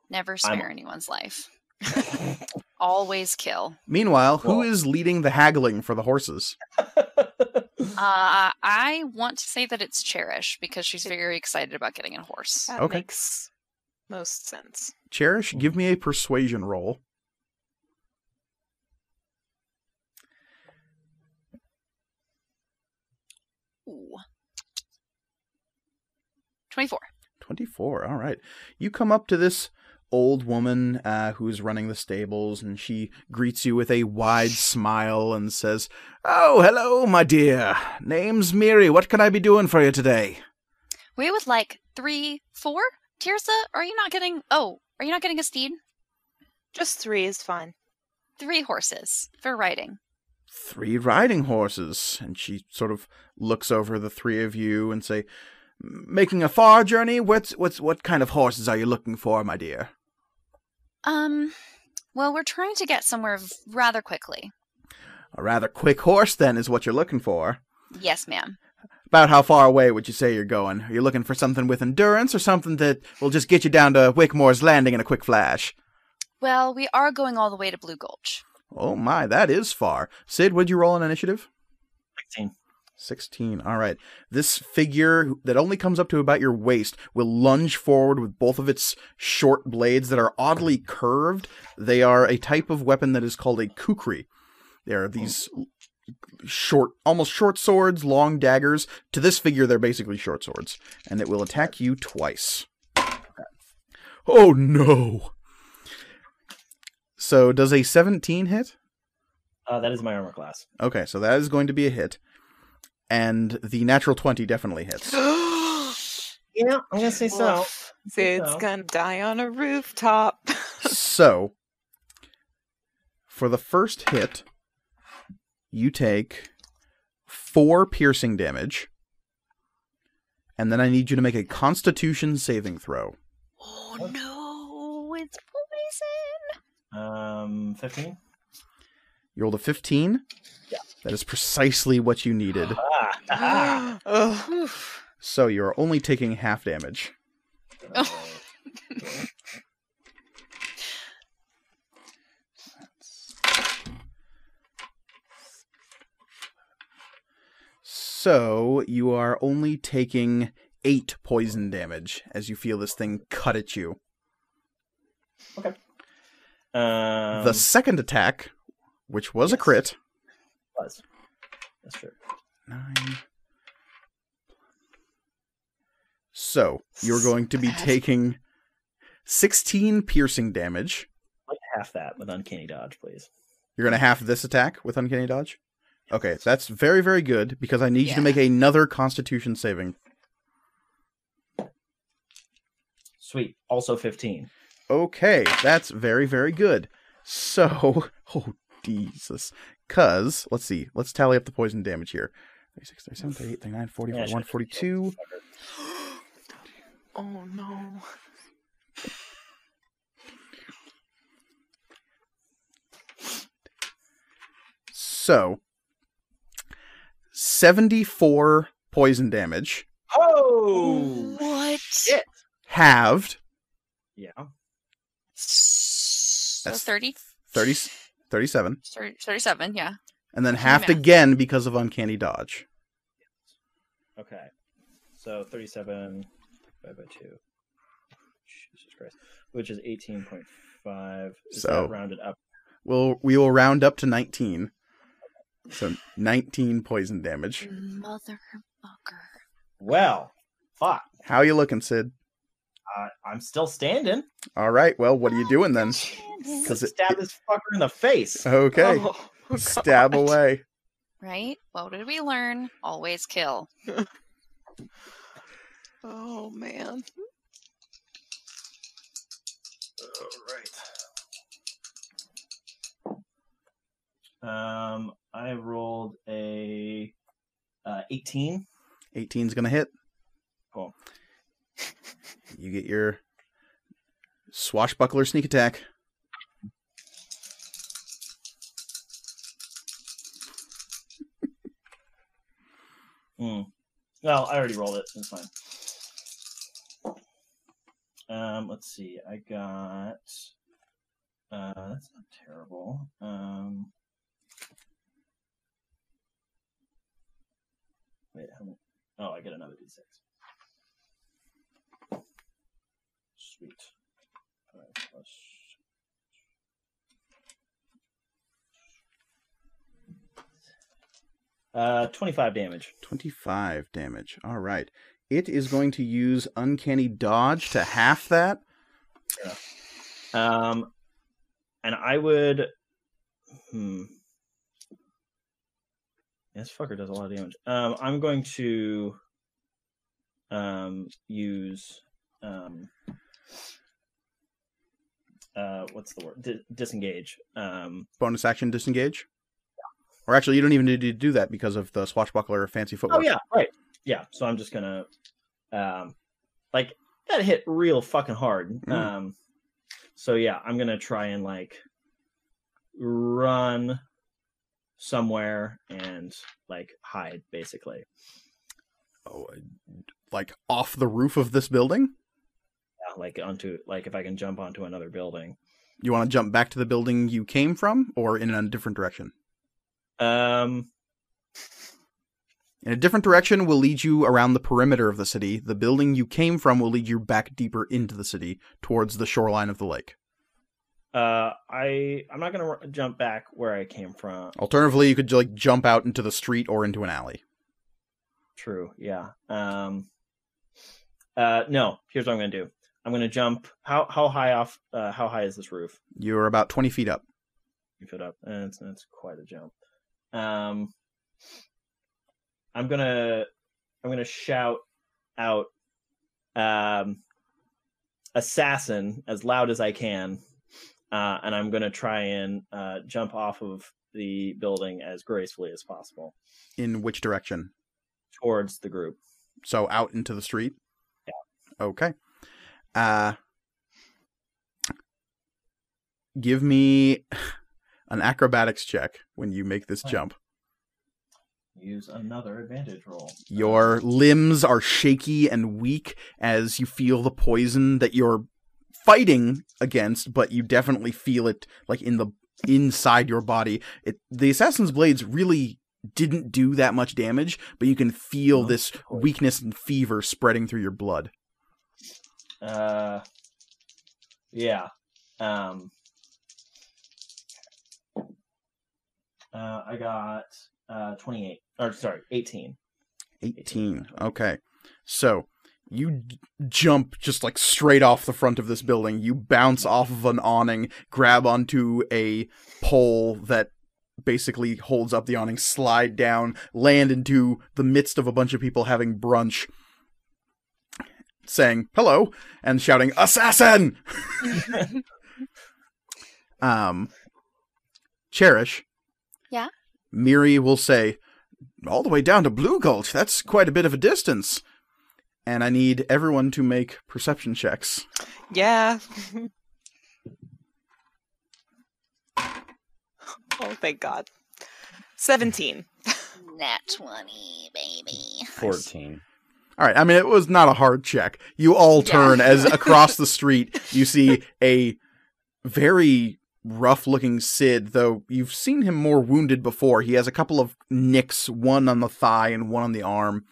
Speaker 5: never spare anyone's life. [LAUGHS] Always kill.
Speaker 1: Meanwhile, who
Speaker 2: Well-
Speaker 1: is leading the haggling for the horses?
Speaker 5: Uh, I want to say that it's Cherish because she's very excited about getting a horse.
Speaker 3: [LAUGHS] That
Speaker 1: Okay.
Speaker 3: makes most sense.
Speaker 1: Cherish, give me a persuasion roll.
Speaker 5: Ooh. 24.
Speaker 1: 24 all right you come up to this old woman uh, who is running the stables and she greets you with a wide smile and says oh hello my dear name's mary what can i be doing for you today
Speaker 5: We would like three, four. Tirsa, are you not getting? Oh, are you not getting a steed?
Speaker 3: Just three is [GASPS] fine.
Speaker 5: Three horses for riding.
Speaker 1: three riding horses and she sort of looks over the three of you and say making a far journey what's what's what kind of horses are you looking for my dear
Speaker 5: Um, well, we're trying to get somewhere v- rather quickly.
Speaker 1: a rather quick horse then is what you're looking for
Speaker 5: Yes, ma'am.
Speaker 1: About how far away would you say you're going? Are you looking for something with endurance or something that will just get you down to Wickmore's Landing in a quick flash?
Speaker 5: Well, we are going all the way to Blue Gulch.
Speaker 1: Oh my, that is far. Sid, would you roll an initiative?
Speaker 2: Sixteen.
Speaker 1: 16. All right. This figure that only comes up to about your waist will lunge forward with both of its short blades that are oddly curved. They are a type of weapon that is called a kukri. They are these short, almost short swords, long daggers. To this figure, they're basically short swords. And it will attack you twice. Oh no! So, does a 17 hit?
Speaker 2: Uh, that is my armor class.
Speaker 1: Okay, so that is going to be a hit. And the natural 20 definitely hits.
Speaker 2: Yeah, I'm gonna say so.
Speaker 3: Woof. Dude's
Speaker 2: so.
Speaker 3: gonna die on a rooftop. [LAUGHS]
Speaker 1: so, for the first hit, you take four piercing damage. And then I need you to make a constitution saving throw.
Speaker 5: Oh no, it's poison.
Speaker 2: Um, fifteen.
Speaker 1: You rolled a 15.
Speaker 2: Yeah.
Speaker 1: That is precisely what you needed.
Speaker 2: Ah, ah.
Speaker 3: Ugh.
Speaker 1: So you're only taking half damage.
Speaker 5: Oh.
Speaker 1: So you are only taking eight poison damage as you feel this thing cut at you.
Speaker 2: Um, ah.
Speaker 1: the second attack, which was a
Speaker 2: yes.
Speaker 1: crit,
Speaker 2: was. That's true.
Speaker 1: nine. So you're going to be
Speaker 3: Sad.
Speaker 1: taking sixteen piercing damage.
Speaker 2: Like half that with uncanny dodge, please.
Speaker 1: You're gonna half this attack with uncanny dodge. Okay, that's very very good because I need you to
Speaker 5: Yeah.
Speaker 1: make another Constitution saving.
Speaker 2: Sweet. Also fifteen.
Speaker 1: Okay, that's very very good. So [LAUGHS] oh Jesus, cause let's see, let's tally up the poison damage here. 36, 37, 38, 39, 40,
Speaker 2: Yeah, I
Speaker 1: 41,
Speaker 2: should've
Speaker 1: 42.
Speaker 3: [GASPS] Oh no.
Speaker 1: So, 74 poison damage,
Speaker 2: Oh.
Speaker 5: What?
Speaker 1: halved,
Speaker 2: Yeah.
Speaker 5: So
Speaker 1: That's-
Speaker 5: 30,
Speaker 1: 30, 37,
Speaker 5: 30 37, yeah.
Speaker 1: and then
Speaker 5: Do the
Speaker 1: halved
Speaker 5: math.
Speaker 1: again because of Uncanny Dodge.
Speaker 2: Okay. So thirty-seven divided by two. Jesus Christ. Which is eighteen point five.
Speaker 1: So-
Speaker 2: rounded up.
Speaker 1: We'll, we will round up to 19. So, 19 poison damage.
Speaker 5: Motherfucker.
Speaker 2: Well, fuck.
Speaker 1: How you looking, Sid?
Speaker 2: I, I'm still standing.
Speaker 1: All right, well, what are you doing then?
Speaker 2: Stab
Speaker 1: 'Cause it-
Speaker 2: this fucker in the face.
Speaker 3: [LAUGHS]
Speaker 1: Okay,
Speaker 3: Oh, God.
Speaker 1: stab away.
Speaker 5: Right? What did we learn? Always kill.
Speaker 3: Oh man.
Speaker 2: All right. Um, I rolled a uh, 18.
Speaker 1: 18's gonna hit.
Speaker 2: Cool.
Speaker 1: You get your swashbuckler sneak attack.
Speaker 2: Mm. Well, I already rolled it. It's fine. Um, let's see. I got. Uh, that's not terrible. Um, wait, how many? Oh, I get another d6. Sweet. Five plus. Uh, 25 damage.
Speaker 1: 25 damage. All right. It is going to use uncanny dodge to half that.
Speaker 2: Um, and I would. Hmm. This fucker does a lot of damage. Um, I'm going to. Um, use. Um. Uh, what's the word? Di- disengage. Um,
Speaker 1: Bonus action disengage. Or actually, you don't even need to do that because of the swashbuckler fancy footwork.
Speaker 2: Oh yeah, right. Yeah. So I'm just gonna, um, like that hit real fucking hard.
Speaker 1: Mm.
Speaker 2: Um, so yeah, I'm gonna try and like run somewhere and like hide basically.
Speaker 1: Oh, like off the roof of this building?
Speaker 2: Yeah, like onto like if I can jump onto another building.
Speaker 1: You want to jump back to the building you came from or in a different direction?
Speaker 2: Um,
Speaker 1: In a different direction will lead you around the perimeter of the city. The building you came from will lead you back deeper into the city towards the shoreline of the lake.
Speaker 2: uh, I I'm not gonna r- jump back where I came from.
Speaker 1: Alternatively, you could like jump out into the street or into an alley.
Speaker 2: True. Yeah. Um. Uh. No. Here's what I'm gonna do. I'm gonna jump. How how high off? Uh, how high is this roof?
Speaker 1: You're about 20 feet up.
Speaker 2: You put up. Uh, That's that's quite a jump. Um. I'm gonna I'm gonna shout out, um, assassin as loud as I can, uh, and I'm gonna try and uh, jump off of the building as gracefully as possible
Speaker 1: In which direction?
Speaker 2: towards the group.
Speaker 1: so out into the street okay uh give me an acrobatics check when you make this
Speaker 2: Fine.
Speaker 1: jump
Speaker 2: Use another advantage roll.
Speaker 1: your limbs are shaky and weak as you feel the poison that you're fighting against but you definitely feel it like in the inside your body it the assassin's blades really didn't do that much damage, but you can feel this weakness and fever spreading through your blood.
Speaker 2: Uh, yeah. Um, uh, I got uh, 28. Or, sorry, 18.
Speaker 1: 18. Okay. So you j- jump just like straight off the front of this building. You bounce off of an awning, grab onto a pole that basically holds up the awning, slide down, land into the midst of a bunch of people having brunch, saying hello and shouting, Assassin! [LAUGHS] um, Cherish.
Speaker 5: Yeah?
Speaker 1: Miri will say, all the way down to Blue Gulch. That's quite a bit of a distance. And I need everyone to make perception checks.
Speaker 3: Yeah. [LAUGHS] oh, thank God. 17.
Speaker 5: Nat 20, baby.
Speaker 6: 14.
Speaker 1: All right. I mean, it was not a hard check. You all turn
Speaker 5: Yeah.
Speaker 1: as across the street you see a very rough looking Sid, though you've seen him more wounded before. He has a couple of nicks, one on the thigh and one on the arm.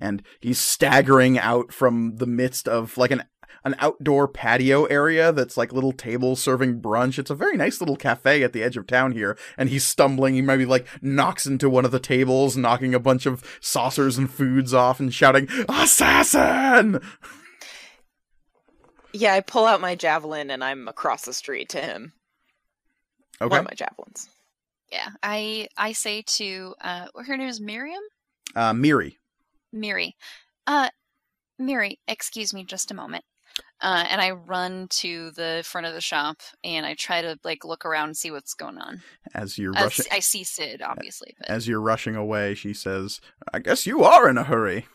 Speaker 1: And he's staggering out from the midst of like an an outdoor patio area that's like little tables serving brunch. It's a very nice little cafe at the edge of town here. And he's stumbling. He maybe like knocks into one of the tables, knocking a bunch of saucers and foods off and shouting, Assassin!
Speaker 3: Yeah, I pull out my javelin and I'm across the street to him. One
Speaker 1: Okay.
Speaker 3: of my javelins.
Speaker 5: Yeah, I I say to uh, her name is Miriam.
Speaker 1: Uh, Miri.
Speaker 5: Miri, uh, Miri, excuse me, just a moment. Uh, and I run to the front of the shop and I try to like look around and see what's going on.
Speaker 1: As you're
Speaker 5: I
Speaker 1: rushing,
Speaker 5: s- I see Sid, obviously, but
Speaker 1: As you're rushing away, she says, I guess you are in a hurry.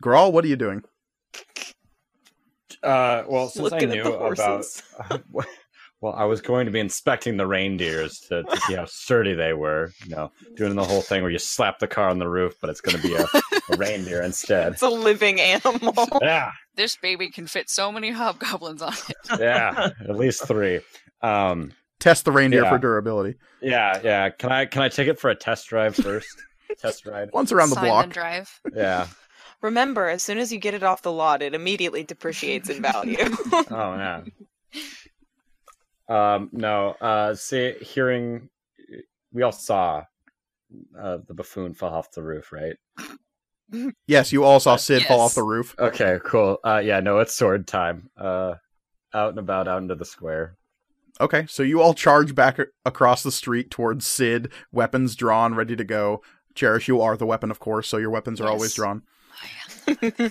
Speaker 1: Grawl, what are you doing?
Speaker 6: Uh, [LAUGHS] well, since
Speaker 3: Looking
Speaker 6: I
Speaker 3: at
Speaker 6: knew
Speaker 3: the
Speaker 6: about,
Speaker 3: horses.
Speaker 6: [LAUGHS] well, I was going to be inspecting the reindeers to, to see how sturdy they were. You know, doing the whole thing where you slap the car on the roof, but it's going to be a, a reindeer instead.
Speaker 3: It's a living
Speaker 6: [LAUGHS]
Speaker 3: animal.
Speaker 6: Yeah,
Speaker 5: this baby can fit so many hobgoblins on it.
Speaker 6: yeah, at least three. Um,
Speaker 1: Test the reindeer
Speaker 6: Yeah.
Speaker 1: for durability.
Speaker 6: yeah, yeah. Can I can I take it for a test drive first? test ride.
Speaker 1: Once around the
Speaker 5: Silent
Speaker 1: block. [LAUGHS]
Speaker 5: drive. Oh,
Speaker 6: Yeah.
Speaker 3: Remember, as soon as you get it off the lot, it immediately depreciates in value. [LAUGHS]
Speaker 6: Oh yeah. Um, no. Uh, see, hearing we all saw uh, the buffoon fall off the roof, right?
Speaker 1: Yes, you all saw Sid fall off
Speaker 5: Yes.
Speaker 1: the roof.
Speaker 6: Okay, cool. Uh, yeah, no, it's sword time. Uh, out and about, out into the square.
Speaker 1: Okay, so you all charge back a- across the street towards Sid, weapons drawn, ready to go. Cherish, you are the weapon, of course, so your weapons are always
Speaker 5: Yes.
Speaker 1: drawn.
Speaker 5: Oh, yeah.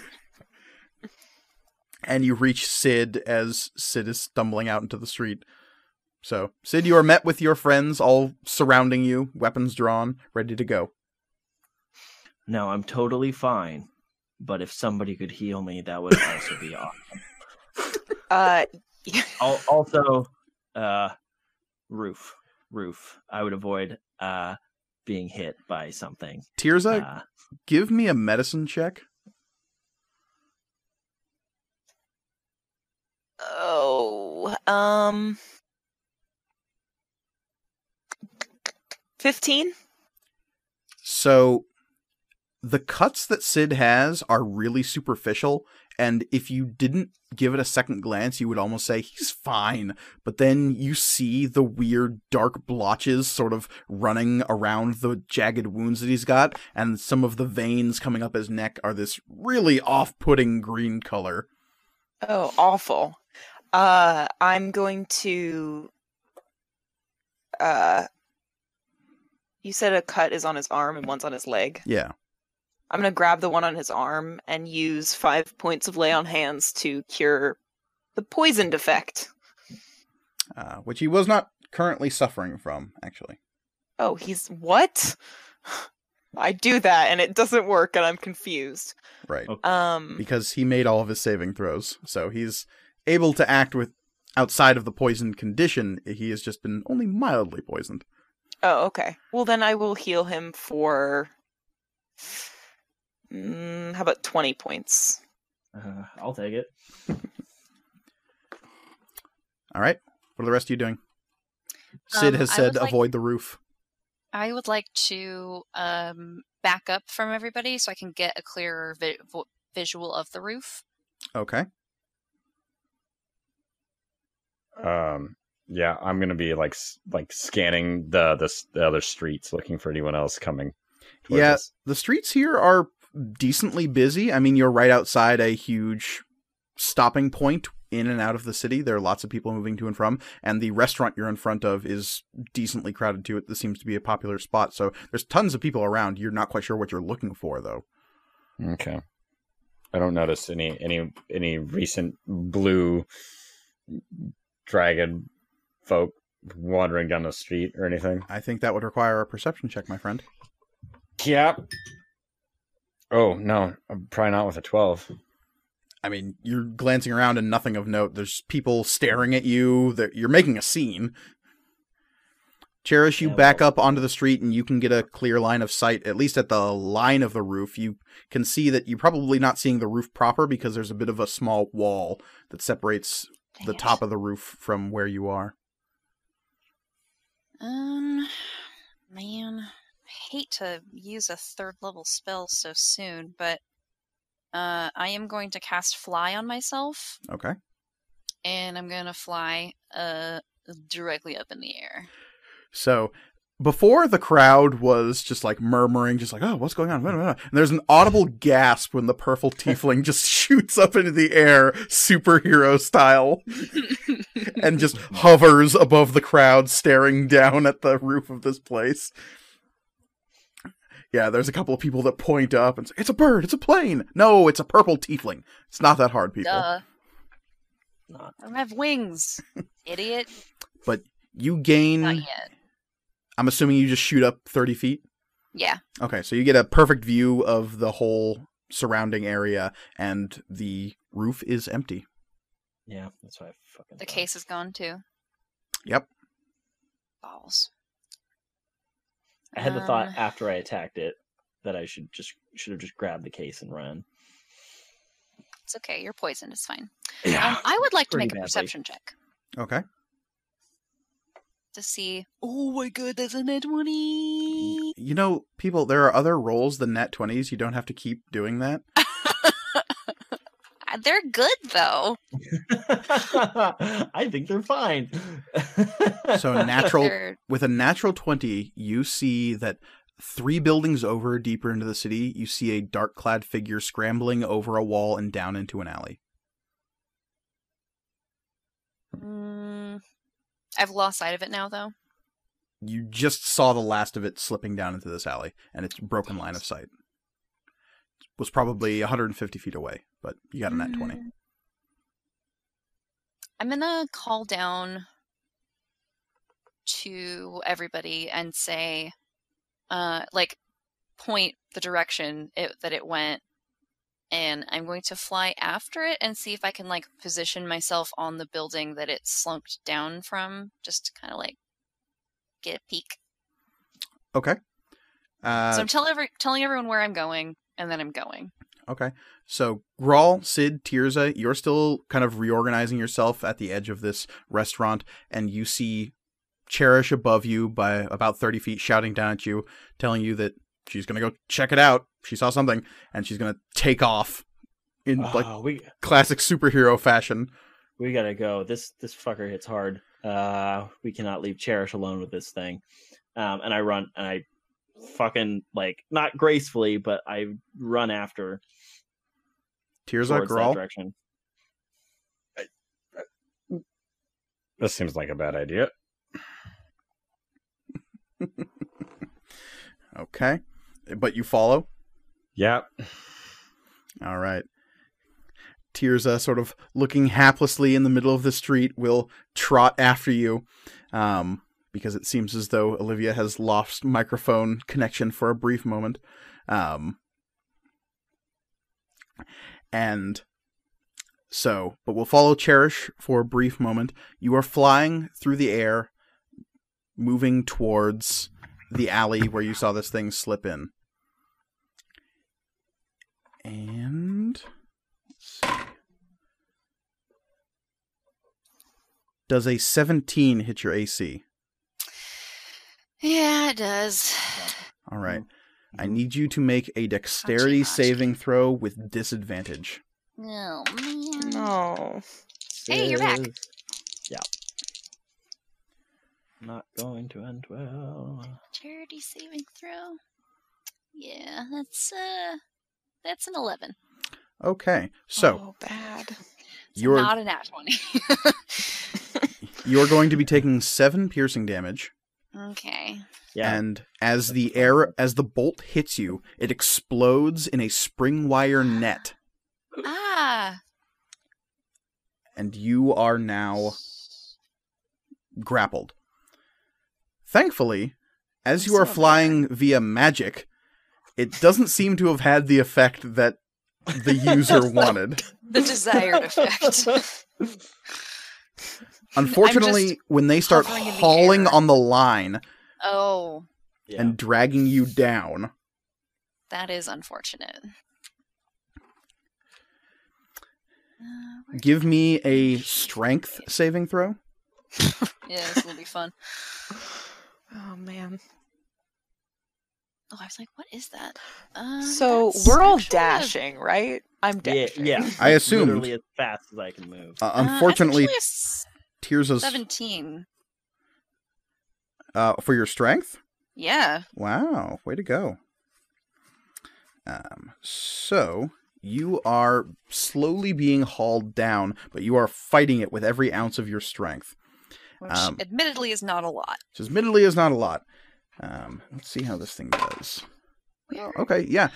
Speaker 1: And you reach Sid as Sid is stumbling out into the street. So, Sid, you are met with your friends all surrounding you, weapons drawn, ready to go.
Speaker 2: No, I'm totally fine. But if somebody could heal me, that would also [LAUGHS] be awesome.
Speaker 3: uh,
Speaker 2: Al- Also, uh, roof, roof. I would avoid uh, being hit by something.
Speaker 1: Tirza,
Speaker 2: Uh,
Speaker 1: give me a medicine check.
Speaker 3: oh, um, fifteen.
Speaker 1: So the cuts that Sid has are really superficial, and if you didn't give it a second glance, you would almost say he's fine. But then you see the weird dark blotches sort of running around the jagged wounds that he's got, and some of the veins coming up his neck are this really off putting green color.
Speaker 3: Oh, awful. Uh, I'm going to. Uh, you said a cut is on his arm and one's on his leg.
Speaker 1: Yeah.
Speaker 3: I'm going to grab the one on his arm and use five points of lay on hands to cure the poison defect.
Speaker 1: Uh, which he was not currently suffering from, actually.
Speaker 3: Oh, he's what? [SIGHS] I do that and it doesn't work and I'm confused.
Speaker 1: Right.
Speaker 3: Um,
Speaker 1: [LAUGHS] because he made all of his saving throws. So he's able to act with outside of the poisoned condition. He has just been only mildly poisoned.
Speaker 3: oh, okay. Well, then I will heal him for. Mm, how about 20 points?
Speaker 2: uh, I'll take it.
Speaker 1: All right. What are the rest of you doing? Sid
Speaker 5: Um,
Speaker 1: has
Speaker 5: I
Speaker 1: said
Speaker 5: would like-
Speaker 1: avoid the roof.
Speaker 5: I would like to um, back up from everybody so I can get a clearer vi- vo- visual of the roof.
Speaker 1: Okay.
Speaker 6: Um, yeah, I'm gonna be like s- like scanning the the, s- the other streets, looking for anyone else coming. towards
Speaker 1: Yeah.
Speaker 6: us.
Speaker 1: The streets here are decently busy. I mean, you're right outside a huge stopping point in and out of the city. There are lots of people moving to and from, and the restaurant you're in front of is decently crowded too. It this seems to be a popular spot, so there's tons of people around. You're not quite sure what you're looking for though.
Speaker 6: Okay. I don't notice any any any recent blue dragon folk wandering down the street or anything.
Speaker 1: I think that would require a perception check, my friend.
Speaker 6: Yep. Oh no, I'm probably not with a twelve.
Speaker 1: I mean, you're glancing around and nothing of note. There's people staring at you. That you're making a scene. Cherish, you
Speaker 2: Yeah,
Speaker 1: back
Speaker 2: well-
Speaker 1: up onto the street and you can get a clear line of sight, at least at the line of the roof. You can see that you're probably not seeing the roof proper because there's a bit of a small wall that separates the top of the roof from where you are.
Speaker 5: Um, man, I hate to use a third level spell so soon, but uh, I am going to cast fly on myself,
Speaker 1: Okay.
Speaker 5: and I'm gonna fly uh directly up in the
Speaker 1: [LAUGHS]
Speaker 5: air. [LAUGHS]
Speaker 1: So before the crowd was just like murmuring, just like, oh, what's going on? Blah, blah, blah. And there's an audible gasp when the purple tiefling just shoots up into the air, superhero style, and just hovers above the crowd, staring down at the roof of this place. Yeah, there's a couple of people that point up and say, it's a bird, it's a plane. No, it's a purple tiefling. It's not that hard, people.
Speaker 5: Duh,
Speaker 2: Not
Speaker 5: I don't have
Speaker 1: [LAUGHS]
Speaker 5: wings, idiot.
Speaker 1: You gain,
Speaker 5: Not yet.
Speaker 1: I'm assuming you just shoot up 30 feet.
Speaker 5: Yeah.
Speaker 1: Okay, so you get a perfect view of the whole surrounding area, and the roof is empty.
Speaker 2: yeah, that's what I fucking
Speaker 5: The
Speaker 2: thought.
Speaker 5: case is gone too.
Speaker 1: Yep.
Speaker 5: Balls.
Speaker 2: I had the thought
Speaker 5: Um,
Speaker 2: after I attacked it that I should just should have just grabbed the case
Speaker 1: [LAUGHS]
Speaker 2: and run. [LAUGHS]
Speaker 5: It's okay. You're poisoned. It's fine. Um,
Speaker 2: Yeah.
Speaker 5: I would like to
Speaker 2: Pretty
Speaker 5: make a
Speaker 2: badly.
Speaker 5: perception check
Speaker 1: Okay.
Speaker 5: to see. Oh my god, that's a net twenty.
Speaker 1: You know, people, there are other rolls than nat 20s. You don't have to keep doing that.
Speaker 5: Uh, They're good though.
Speaker 2: I think they're fine. [LAUGHS]
Speaker 1: So
Speaker 5: I think
Speaker 1: natural
Speaker 5: they're-
Speaker 1: with a natural 20, you see that three buildings over deeper into the city, you see a dark clad figure scrambling over a wall and down into an alley.
Speaker 5: Mm, I've lost sight of it now though.
Speaker 1: You just saw the last of it slipping down into this alley, and it's broken line of sight. was probably 150 feet away, but you got a nat 20.
Speaker 5: Mm. I'm gonna call down to everybody and say, uh, like, point the direction it, that it went, and I'm going to fly after it and see if I can like position myself on the building that it slumped down from, just to kind of like get a peek.
Speaker 1: Okay. Uh,
Speaker 5: so I'm tell every, telling everyone where I'm going, and then I'm going.
Speaker 1: Okay. So Grawl, Sid, Tirza, you're still kind of reorganizing yourself at the edge of this restaurant, and you see Cherish above you by about thirty feet, shouting down at you, telling you that she's gonna go check it out. She saw something, and she's gonna take off in like
Speaker 2: Oh, we
Speaker 1: classic superhero fashion.
Speaker 2: we gotta go. This this fucker hits hard. Uh, we cannot leave Cherish alone with this thing. Um, and I run and I fucking like not gracefully, but I run after
Speaker 1: Tirza,
Speaker 2: towards that
Speaker 1: Grawl.
Speaker 2: direction.
Speaker 6: This seems like a bad idea.
Speaker 1: Okay. But you follow.
Speaker 6: Yep.
Speaker 1: All right. Tirza, sort of looking haplessly in the middle of the street, will trot after you um, because it seems as though Olivia has lost microphone connection for a brief moment. Um, and so, but we'll follow Cherish for a brief moment. You are flying through the air, moving towards the alley where you saw this thing slip in. And let's see. does a 17 hit your AC?
Speaker 5: Yeah, it does.
Speaker 1: All right. I
Speaker 2: Mm-hmm.
Speaker 1: need you to make a dexterity
Speaker 5: much.
Speaker 1: saving throw with disadvantage.
Speaker 5: No. Oh, man.
Speaker 3: No.
Speaker 5: [GASPS] Hey, you're back.
Speaker 2: Yeah. Not going to end well.
Speaker 5: Charity saving throw. Yeah, that's uh that's an eleven.
Speaker 1: Okay. So,
Speaker 3: oh, bad.
Speaker 5: It's
Speaker 1: You're-
Speaker 5: not an at twenty. [LAUGHS]
Speaker 1: you're going to be taking 7 piercing damage
Speaker 5: okay.
Speaker 2: Yeah.
Speaker 1: and as the air as the bolt hits you, it explodes in a spring wire net
Speaker 5: Ah.
Speaker 1: and you are now grappled. Thankfully, as
Speaker 5: I'm
Speaker 1: you are
Speaker 5: so
Speaker 1: flying via magic, it doesn't seem to have had the effect that
Speaker 5: [LAUGHS]
Speaker 1: the user wanted.
Speaker 5: The desired effect.
Speaker 1: Unfortunately, when they start
Speaker 5: hovering in the
Speaker 1: hauling
Speaker 5: air.
Speaker 1: on the line
Speaker 5: [LAUGHS] oh,
Speaker 2: yeah.
Speaker 1: and dragging you down,
Speaker 5: that is unfortunate. Uh, where-
Speaker 1: give me a strength saving
Speaker 5: Uh,
Speaker 1: throw. Uh,
Speaker 5: yeah, this will be fun.
Speaker 3: Oh, man.
Speaker 5: Oh, I was like, what is that? Um,
Speaker 3: So
Speaker 5: that's
Speaker 3: we're all
Speaker 5: actually a-
Speaker 3: dashing, right? I'm
Speaker 2: yeah,
Speaker 3: dashing.
Speaker 2: yeah.
Speaker 1: I assumed.
Speaker 2: Literally as fast as I can move.
Speaker 1: Uh,
Speaker 5: Uh, that's
Speaker 1: unfortunately,
Speaker 5: actually a s-
Speaker 1: tears of
Speaker 5: seventeen.
Speaker 1: uh, for your strength.
Speaker 5: Yeah.
Speaker 1: Wow, way to go. Um, so you are slowly being hauled down, but you are fighting it with every ounce of your strength,
Speaker 5: Which
Speaker 1: Um,
Speaker 5: admittedly is not a lot.
Speaker 1: which admittedly is not a lot. Um, let's see how this thing does. Oh, okay, yeah.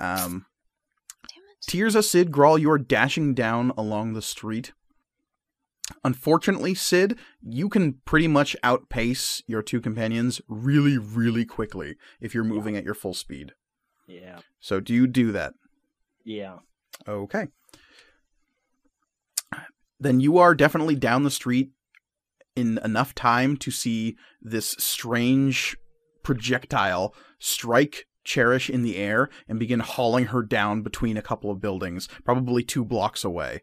Speaker 1: Um,
Speaker 5: Damn it.
Speaker 1: Tears of Sid Grawl, you are dashing down along the street. Unfortunately, Sid, you can pretty much outpace your two companions really, really quickly if you're moving at your full speed.
Speaker 2: Yeah.
Speaker 1: So, do you do that?
Speaker 2: Yeah.
Speaker 1: Okay. Then you are definitely down the street in enough time to see this strange projectile strike Cherish in the air and begin hauling her down between a couple of buildings, probably two blocks away.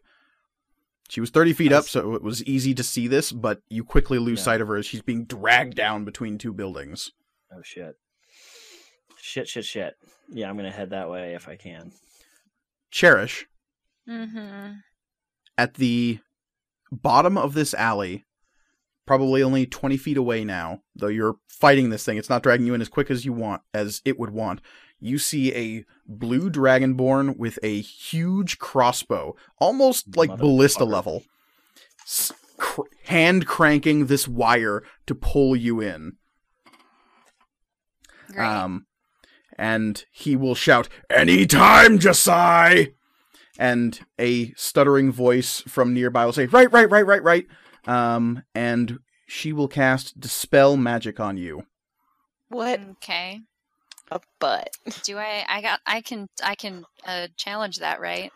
Speaker 1: She was 30 feet up, so it was easy to see this, but you quickly lose
Speaker 2: Yeah.
Speaker 1: sight of her as she's being dragged down between two buildings.
Speaker 2: Oh shit. Shit, shit, shit. Yeah, I'm gonna head that way if I can.
Speaker 1: Cherish,
Speaker 5: Mm-hmm.
Speaker 1: at the bottom of this alley, probably only 20 feet away now, though you're fighting this thing, it's not dragging you in as quick as you want, as it would want. You see a blue dragonborn with a huge crossbow, almost like ballista
Speaker 2: Motherfucker.
Speaker 1: level, s- cr- hand cranking this wire to pull you in.
Speaker 5: Great.
Speaker 1: Um, and he will shout, "Anytime, Josai!" And a stuttering voice from nearby will say, "Right, right, right, right, right." Um, and she will cast dispel magic on you.
Speaker 3: What
Speaker 5: okay.
Speaker 3: a butt.
Speaker 5: Do I? I got. I can. I can uh, challenge that, right?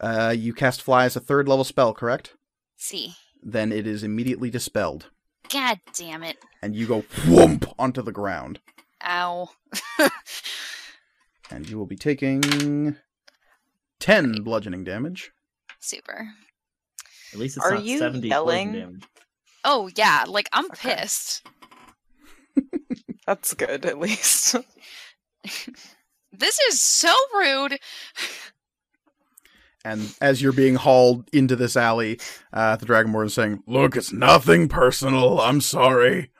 Speaker 1: Uh, you cast fly as a third level spell, correct?
Speaker 5: See.
Speaker 1: Then it is immediately dispelled,
Speaker 5: God damn it!
Speaker 1: and you go whoomp onto the ground,
Speaker 5: Ow.
Speaker 1: and you will be taking ten bludgeoning damage.
Speaker 5: Super.
Speaker 2: At least it's
Speaker 3: Are
Speaker 2: not
Speaker 3: you
Speaker 2: 70
Speaker 3: yelling?
Speaker 2: poison damage.
Speaker 5: Oh yeah. Like I'm
Speaker 3: Okay.
Speaker 5: pissed. [LAUGHS]
Speaker 3: That's good, at least. [LAUGHS]
Speaker 5: This is so rude.
Speaker 1: And as you're being hauled into this alley, uh, the Dragonborn is saying, "Look, it's nothing personal. I'm sorry."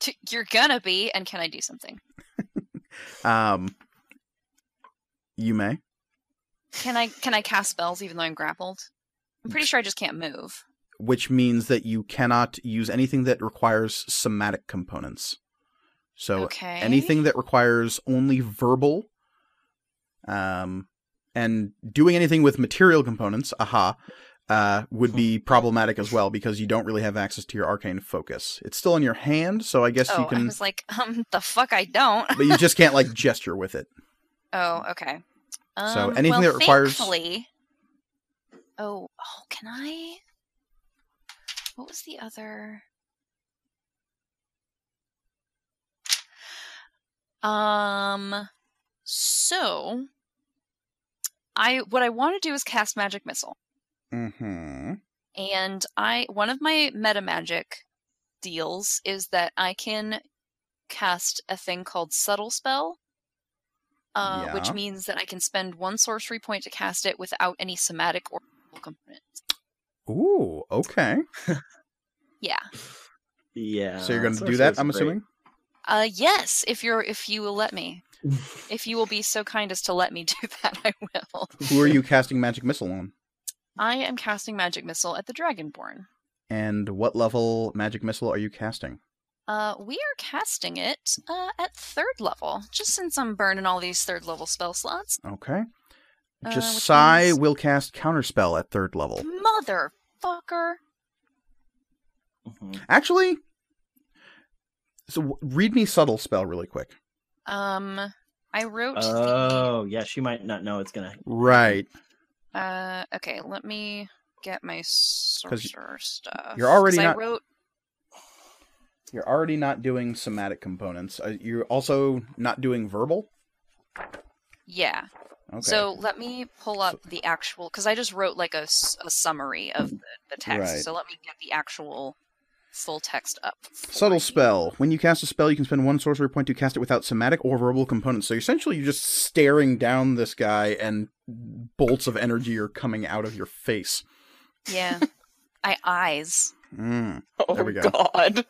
Speaker 5: T- You're gonna be. And can I do something?
Speaker 1: Um, you may.
Speaker 5: Can I? Can I cast spells even though I'm grappled? I'm pretty sure I just can't move.
Speaker 1: Which means that you cannot use anything that requires somatic components. So
Speaker 5: okay.
Speaker 1: anything that requires only verbal, um, and doing anything with material components, aha, uh, would be problematic as well because you don't really have access to your arcane focus. It's still in your hand, so I guess
Speaker 5: Oh,
Speaker 1: you
Speaker 5: I
Speaker 1: can,
Speaker 5: was like, [LAUGHS] um, the fuck, I don't.
Speaker 1: but you just can't like gesture with it.
Speaker 5: Oh, okay. Um,
Speaker 1: So anything
Speaker 5: well,
Speaker 1: that requires-
Speaker 5: Thankfully... Oh, oh, can I? What was the other? Um. So, I what I want to do is cast magic missile,
Speaker 1: Mm-hmm.
Speaker 5: and I one of my meta magic deals is that I can cast a thing called Subtle Spell, uh, which
Speaker 1: Yeah.
Speaker 5: means that I can spend one sorcery point to cast it without any somatic or physical component.
Speaker 1: Ooh, okay.
Speaker 5: Yeah.
Speaker 2: Yeah.
Speaker 1: so you're going to do that, I'm assuming?
Speaker 5: Uh, yes, if you're if you will let me, if you will be so kind as to let me [LAUGHS] do that, I will.
Speaker 1: Who are you casting Magic Missile on?
Speaker 5: I am casting magic missile at the Dragonborn.
Speaker 1: And what level Magic Missile are you casting?
Speaker 5: Uh, we are casting it uh, at third level, just since I'm burning all these third level spell slots.
Speaker 1: Okay.
Speaker 5: Uh, which
Speaker 1: Josai
Speaker 5: means-
Speaker 1: will cast Counterspell at third level.
Speaker 5: Motherfucker!
Speaker 2: Mhm.
Speaker 1: Actually, so w- read me Subtle Spell really quick.
Speaker 5: Um, I wrote
Speaker 2: Oh, yeah. She might not know it's gonna.
Speaker 1: Right.
Speaker 5: the. Uh, okay, let me get my sorcerer stuff.
Speaker 1: you're already
Speaker 5: 'Cause
Speaker 1: not-
Speaker 5: I wrote.
Speaker 1: You're already not doing somatic components. Uh, you're also not doing verbal.
Speaker 5: Yeah.
Speaker 1: Okay.
Speaker 5: So let me pull up the actual because I just wrote like a, s- a summary of the, the text.
Speaker 1: Right.
Speaker 5: So let me get the actual full text up. for
Speaker 1: Subtle
Speaker 5: you.
Speaker 1: spell. When you cast a spell, you can spend one sorcery point to cast it without somatic or verbal components. So essentially, you're just staring down this guy, and bolts of energy are coming out of your face. [LAUGHS]
Speaker 5: Yeah. I eyes.
Speaker 1: Mm.
Speaker 3: Oh
Speaker 1: There we go.
Speaker 3: God.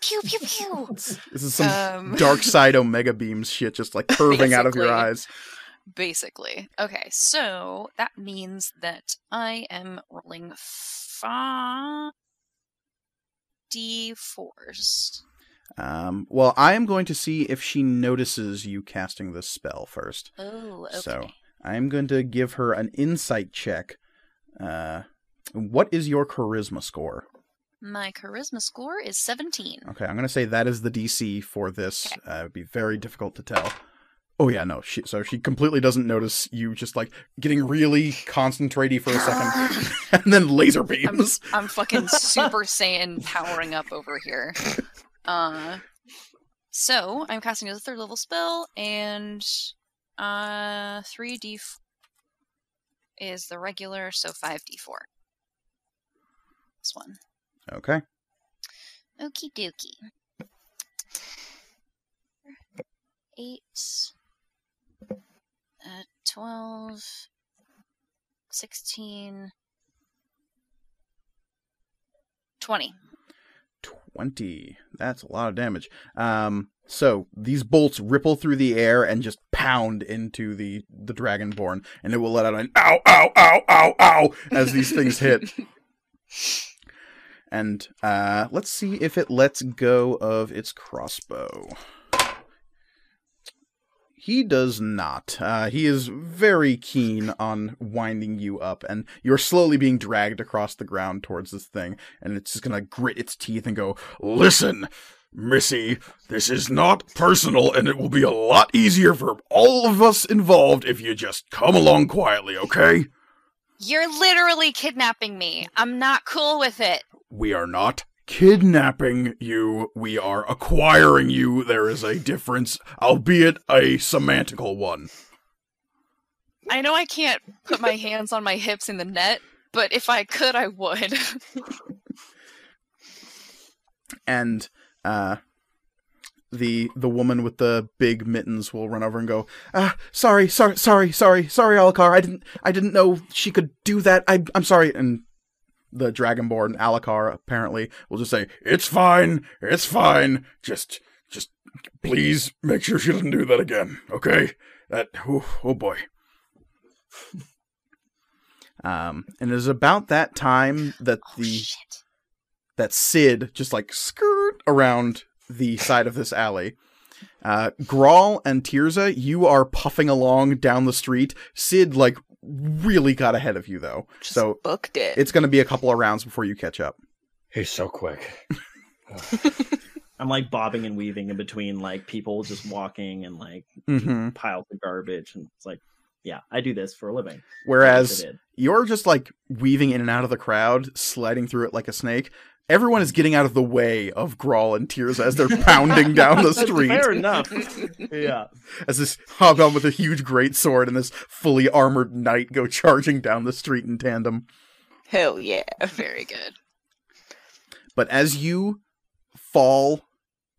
Speaker 5: Pew pew pew.
Speaker 1: This is some
Speaker 5: Um.
Speaker 1: dark side omega beams shit, just
Speaker 5: [LAUGHS]
Speaker 1: like curving out of your
Speaker 5: Basically.
Speaker 1: eyes.
Speaker 5: Basically. Okay, so that means that I am rolling five d4s.
Speaker 1: Um, well, I am going to see if she notices you casting this spell first.
Speaker 5: Oh, okay.
Speaker 1: So I am going to give her an insight check. Uh, what is your charisma score?
Speaker 5: My charisma score is 17.
Speaker 1: Okay, I'm gonna say that is the DC for this.
Speaker 5: Okay.
Speaker 1: Uh, it'd be very difficult to tell. Oh yeah, no. She, so she completely doesn't notice you just like getting really concentrated for a
Speaker 5: [LAUGHS]
Speaker 1: second, [LAUGHS] and then laser
Speaker 5: I'm,
Speaker 1: beams.
Speaker 5: I'm fucking Super Saiyan powering up over here. Uh, so I'm casting as a third level spell, and uh, three d is the regular, so five d four. This one,
Speaker 1: Okay.
Speaker 5: okie dokie. Eight, uh, twelve, sixteen, twenty.
Speaker 1: Twenty. That's a lot of damage. Um. So these bolts ripple through the air and just pound into the the dragonborn, and it will let out an ow ow ow ow ow as these things hit. And uh, let's see if it lets go of its crossbow. He does not. Uh, he is very keen on winding you up, and you're slowly being dragged across the ground towards this thing. And it's just gonna grit its teeth and go, "Listen, Missy, this is not personal, and it will be a lot easier for all of us involved if you just come along quietly, okay?
Speaker 5: You're literally kidnapping me. I'm not cool with it.
Speaker 1: we are not kidnapping you we are acquiring you there is a difference albeit a semantical one
Speaker 5: I know I can't put my hands on my hips in the net, but if I could, I would. [LAUGHS]
Speaker 1: and uh the the woman with the big mittens will run over and go ah sorry sorry sorry sorry sorry alakar i didn't i didn't know she could do that I, i'm sorry and the dragonborn alakar apparently will just say it's fine it's fine just just please make sure she doesn't do that again okay that oh, oh boy [LAUGHS] um and it is about that time that
Speaker 5: Oh,
Speaker 1: the
Speaker 5: shit.
Speaker 1: that Sid just like skirt around the side of this alley. Uh, Grawl and Tirza, you are puffing along down the street. Sid like really got ahead of you though,
Speaker 3: Just
Speaker 1: so
Speaker 3: booked it.
Speaker 1: it's going to be a couple of rounds before you catch up.
Speaker 6: He's so quick.
Speaker 2: I'm like bobbing and weaving in between like people just walking and like
Speaker 1: Mm-hmm.
Speaker 2: piles of garbage and it's like, yeah, I do this for a living.
Speaker 1: Whereas
Speaker 2: I did.
Speaker 1: you're just like weaving in and out of the crowd, sliding through it like a snake. Everyone is getting out of the way of Grawl and Tirza as they're pounding down the street.
Speaker 2: Fair
Speaker 5: [LAUGHS]
Speaker 2: enough. yeah.
Speaker 1: as this hobgoblin with a huge greatsword and this fully armored knight go charging down the street in tandem.
Speaker 3: Hell yeah.
Speaker 5: Very good.
Speaker 1: But as you fall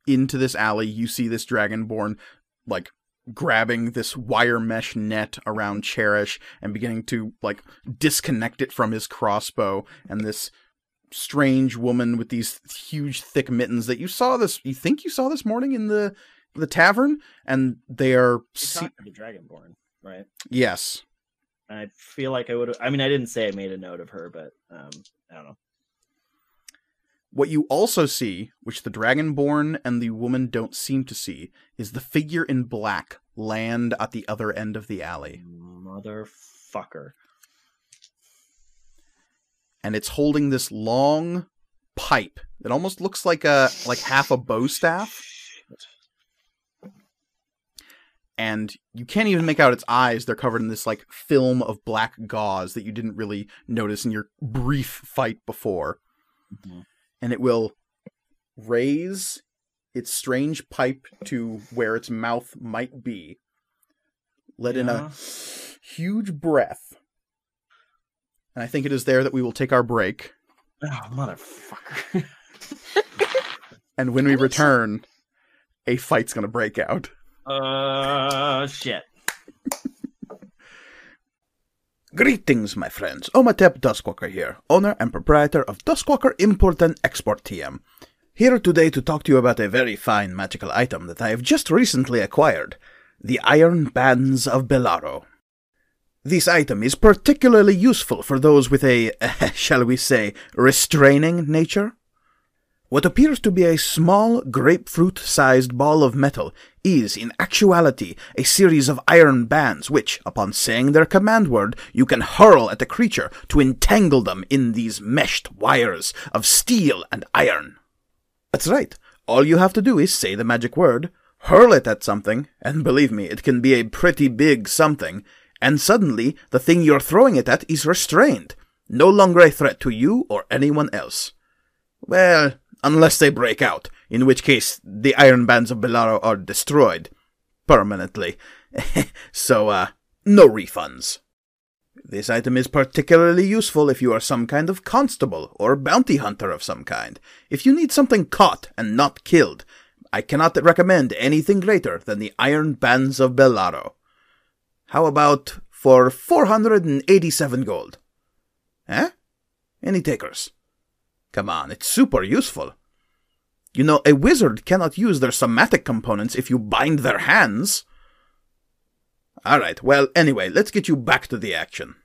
Speaker 1: into this alley. You see this dragonborn like grabbing this wire mesh net around Cherish and beginning to like disconnect it from his crossbow and this strange woman with these huge thick mittens that you saw this you think you saw this morning in the the tavern and they are
Speaker 2: She
Speaker 1: se-
Speaker 2: talked to the Dragonborn, right?
Speaker 1: yes
Speaker 2: And I feel like I would. I mean, I didn't say I made a note of her, but um, I don't know.
Speaker 1: What you also see, which the dragonborn and the woman don't seem to see, is the figure in black land at the other end of the alley,
Speaker 2: Motherfucker.
Speaker 1: and it's holding this long pipe that almost looks like a like half a bow staff, and you can't even make out its eyes. They're covered in this like film of black gauze that you didn't really notice in your brief fight before.
Speaker 2: Mhm.
Speaker 1: and it will raise its strange pipe to where its mouth might be. Let in a huge breath. And I think it is there that we will take our break.
Speaker 2: Oh, motherfucker.
Speaker 1: And when we return, a fight's going to break out.
Speaker 2: uh, shit.
Speaker 1: Greetings, my friends. Omatep Duskwalker here, owner and proprietor of Duskwalker Import and Export TM. Here today to talk to you about a very fine magical item that I have just recently acquired the Iron Bands of Belaro. This item is particularly useful for those with a, [LAUGHS] shall we say, restraining nature. What appears to be a small grapefruit sized ball of metal is, in actuality, a series of iron bands which, upon saying their command word, you can hurl at the creature to entangle them in these meshed wires of steel and iron. That's right. All you have to do is say the magic word, hurl it at something, and believe me, it can be a pretty big something, and suddenly the thing you're throwing it at is restrained, no longer a threat to you or anyone else. Well, unless they break out, in which case the iron bands of Belaro are destroyed permanently. [LAUGHS] so, uh, no refunds. This item is particularly useful if you are some kind of constable or bounty hunter of some kind. If you need something caught and not killed, I cannot recommend anything greater than the Iron Bands of Bellaro. How about for 487 gold? Eh? Any takers? Come on, it's super useful. You know, a wizard cannot use their somatic components if you bind their hands. Alright, well, anyway, let's get you back to the action.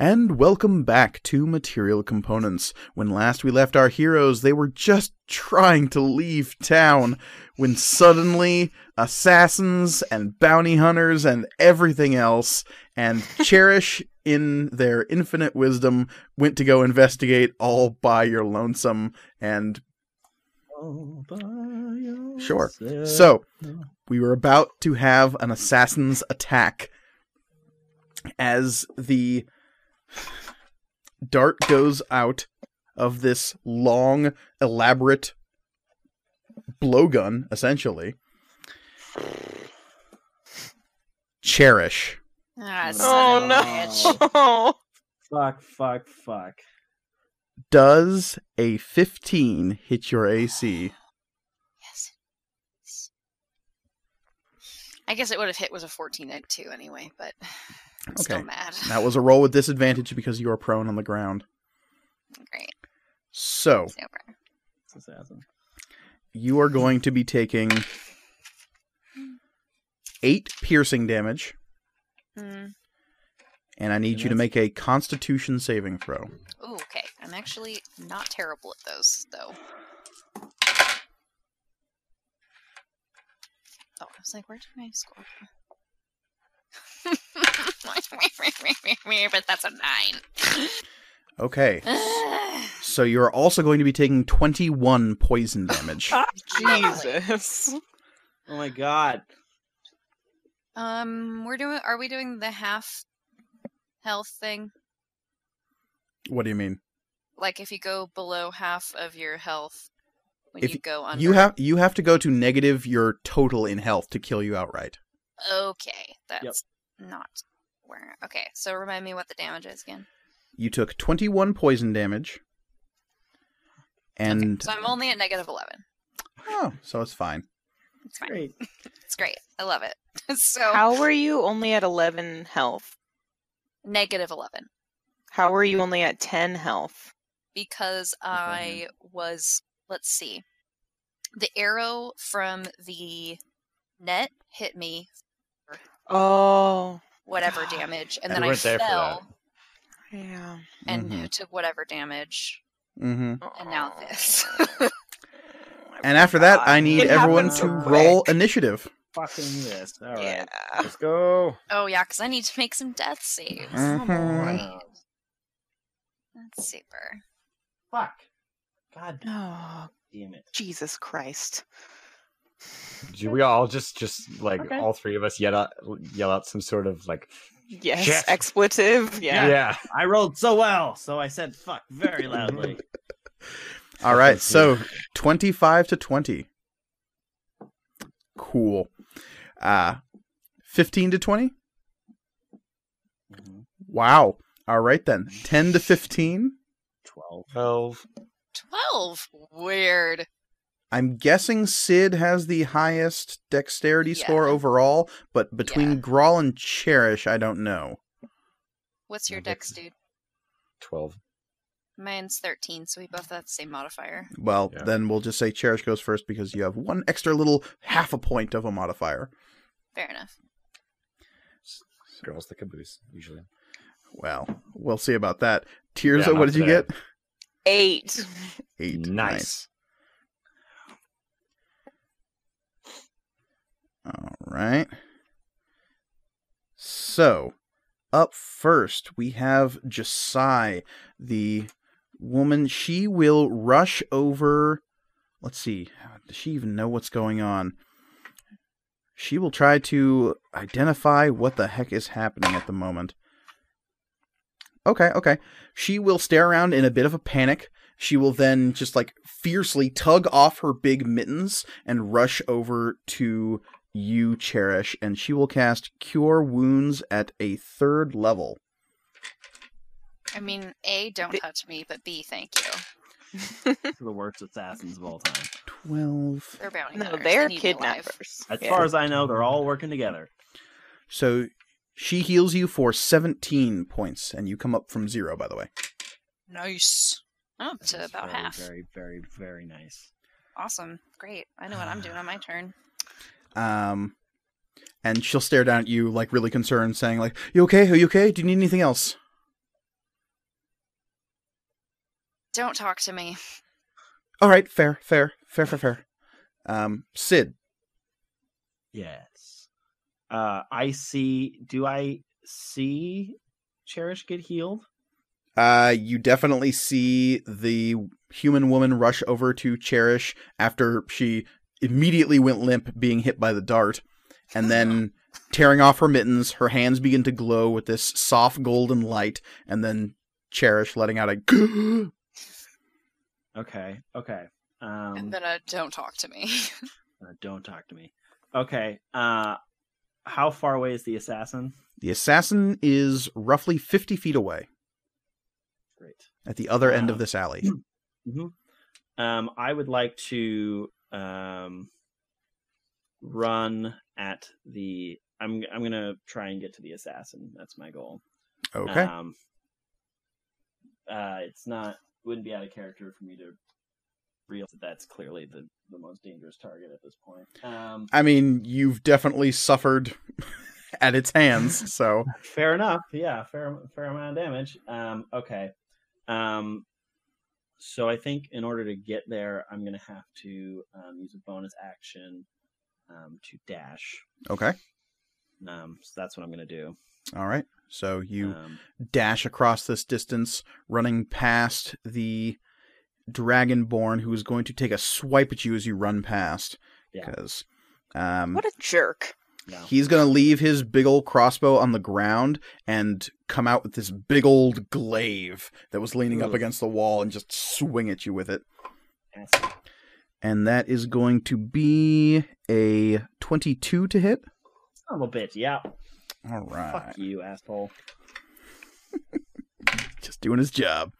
Speaker 1: And welcome back to Material Components. When last we left our heroes, they were just trying to leave town when suddenly assassins and bounty hunters and everything else and [LAUGHS] Cherish, in their infinite wisdom, went to go investigate all by your lonesome. And
Speaker 2: All by
Speaker 1: Sure.
Speaker 2: yourself.
Speaker 1: so we were about to have an assassin's attack as the dart goes out of this long, elaborate blowgun, essentially. Cherish.
Speaker 5: Ah,
Speaker 3: Oh
Speaker 5: son of a bitch.
Speaker 3: no!
Speaker 2: Fuck, fuck, fuck.
Speaker 1: Does a 15 hit your AC?
Speaker 5: Yes. I guess it would have hit was a 14 at 2 anyway, but I'm still
Speaker 1: Okay.
Speaker 5: mad.
Speaker 1: That was a roll with disadvantage because you are prone on the ground.
Speaker 5: Great.
Speaker 1: So,
Speaker 5: [LAUGHS] So bad.
Speaker 2: It's Assassin.
Speaker 1: you are going to be taking 8 piercing damage,
Speaker 5: Mm.
Speaker 1: and I need you to make a constitution saving throw.
Speaker 5: Ooh, okay. I'm actually not terrible at those, though. Oh, I was like, where did I score? [LAUGHS] but that's a nine. [LAUGHS]
Speaker 1: Okay. So, you are also going to be taking 21 poison
Speaker 3: [LAUGHS]
Speaker 1: damage.
Speaker 3: Jesus.
Speaker 2: Oh my god.
Speaker 5: [SIGHS] um, we're doing. Are we doing the half health thing?
Speaker 1: What do you mean?
Speaker 5: Like, if you go below half of your health when
Speaker 1: If
Speaker 5: you go under.
Speaker 1: You have you have to go to negative your total in health to kill you outright.
Speaker 5: Okay, that's not where. Okay, so remind me what the damage is again.
Speaker 1: You took 21 poison damage.
Speaker 5: Okay,
Speaker 1: And
Speaker 5: so I'm only at negative eleven.
Speaker 1: Oh, so it's fine.
Speaker 5: It's fine.
Speaker 2: Great.
Speaker 5: It's great. I love it. [LAUGHS] so
Speaker 3: How were you only at 11 health?
Speaker 5: negative eleven
Speaker 3: How were you only at 10 health?
Speaker 5: because I was let's see, the arrow from the net hit me
Speaker 3: Oh,
Speaker 5: whatever damage, and
Speaker 6: You
Speaker 5: then I
Speaker 6: weren't there for that.
Speaker 5: fell
Speaker 3: yeah.
Speaker 5: and took whatever damage,
Speaker 1: Mm-hmm.
Speaker 5: and now this. [LAUGHS]
Speaker 1: And after that, I need
Speaker 2: It
Speaker 1: everyone
Speaker 2: happened
Speaker 1: to
Speaker 2: so
Speaker 1: roll initiative.
Speaker 2: Fucking this. All right.
Speaker 3: Yeah.
Speaker 6: Let's go.
Speaker 5: oh yeah, because I need to make some death saves.
Speaker 1: Mhm.
Speaker 5: Right. That's super.
Speaker 2: Fuck. God
Speaker 3: Oh,
Speaker 2: damn it.
Speaker 3: Jesus Christ.
Speaker 6: Do we all just just like
Speaker 2: Okay.
Speaker 6: all three of us yell out yell out some sort of like
Speaker 3: Yes,
Speaker 6: Shit.
Speaker 3: expletive. Yeah.
Speaker 6: yeah.
Speaker 2: I rolled so well, so I said fuck very loudly.
Speaker 1: All right, so 25 to 20. Cool. Uh 15 to 20?
Speaker 5: Mm-hmm.
Speaker 1: Wow. All right then. 10 to 15?
Speaker 2: 12.
Speaker 6: Twelve.
Speaker 5: Twelve. Weird.
Speaker 1: I'm guessing Sid has the highest dexterity
Speaker 5: Yeah.
Speaker 1: score overall, but between Grawl and Cherish, I don't know.
Speaker 5: What's your
Speaker 6: Yeah,
Speaker 5: dex, dude?
Speaker 6: Twelve.
Speaker 5: Mine's thirteen, so we both have the same modifier.
Speaker 1: Well,
Speaker 6: Yeah.
Speaker 1: then we'll just say Cherish goes first because you have one extra little half a point of a modifier.
Speaker 5: Fair enough.
Speaker 6: Girls the caboose, usually.
Speaker 1: Well, we'll see about that. Tears,
Speaker 6: Yeah,
Speaker 1: what
Speaker 6: not
Speaker 1: did you
Speaker 6: today.
Speaker 1: get?
Speaker 3: Eight.
Speaker 1: Eight.
Speaker 6: Nice.
Speaker 1: nice. All right. So, up first, we have Jasai, the woman. She will rush over. Let's see. Does she even know what's going on? She will try to identify what the heck is happening at the moment. Okay, okay. She will stare around in a bit of a panic. She will then just like fiercely tug off her big mittens and rush over to you, Cherish, and she will cast Cure Wounds at a third level.
Speaker 5: I mean, A, don't
Speaker 3: Th-
Speaker 5: touch me, but B, thank you.
Speaker 2: To the worst assassins of all time.
Speaker 1: 12.
Speaker 5: They're
Speaker 3: [LAUGHS]
Speaker 5: bounty
Speaker 3: No,
Speaker 5: hunters. They
Speaker 3: they're
Speaker 5: need me alive.
Speaker 3: kidnappers.
Speaker 2: As
Speaker 3: Yeah.
Speaker 2: far as I know, they're all working together.
Speaker 1: So she heals you for 17 points, and you come up from zero, by the way.
Speaker 5: Nice. I'm up
Speaker 2: This
Speaker 5: to
Speaker 2: is
Speaker 5: about
Speaker 2: very,
Speaker 5: half.
Speaker 2: Very, very, very nice.
Speaker 5: Awesome. Great. I know what I'm doing on my turn.
Speaker 1: Um, and she'll stare down at you, like really concerned, saying, like, You okay? Are you okay? Do you need anything else?
Speaker 5: Don't talk to me.
Speaker 1: All right, fair, fair, fair, fair, fair. Um, Sid,
Speaker 2: Yes. Uh, I see. Do I see Cherish get healed?
Speaker 1: Uh, you definitely see the human woman rush over to Cherish after she immediately went limp, being hit by the dart, and then tearing off her mittens. Her hands begin to glow with this soft golden light, and then Cherish letting out a
Speaker 2: Okay. Okay. Um,
Speaker 5: and then a don't talk to me. [LAUGHS]
Speaker 2: uh, don't talk to me. Okay. Uh, how far away is the assassin?
Speaker 1: The assassin is roughly fifty feet away
Speaker 2: Great.
Speaker 1: at the other end of this alley.
Speaker 2: Mm-hmm. Um, I would like to um, run at the. I'm I'm gonna try and get to the assassin. That's my goal.
Speaker 1: Okay.
Speaker 2: Um, uh, it's not wouldn't be out of character for me to realize that that's clearly the the most dangerous target at this point. Um,
Speaker 1: I mean, you've definitely suffered [LAUGHS] at its hands, so
Speaker 2: [LAUGHS] fair enough. Yeah, fair fair amount of damage. Um, okay. Um, so I think in order to get there, I'm gonna have to um, use a bonus action um, to dash.
Speaker 1: okay.
Speaker 2: Um, so that's what I'm gonna do.
Speaker 1: All right. So you
Speaker 2: Um,
Speaker 1: dash across this distance, running past the dragonborn who is going to take a swipe at you as you run past.
Speaker 2: Yeah.
Speaker 1: Because um,
Speaker 3: [LAUGHS] What a jerk.
Speaker 2: no.
Speaker 1: he's going to leave his big old crossbow on the ground and come out with this big old glaive that was leaning up
Speaker 2: Ugh.
Speaker 1: against the wall and just swing at you with it.
Speaker 2: Yes.
Speaker 1: And that is going to be a 22 to hit.
Speaker 2: Son of a bitch. Yeah.
Speaker 1: All right.
Speaker 2: Fuck you, asshole.
Speaker 1: Just doing his job.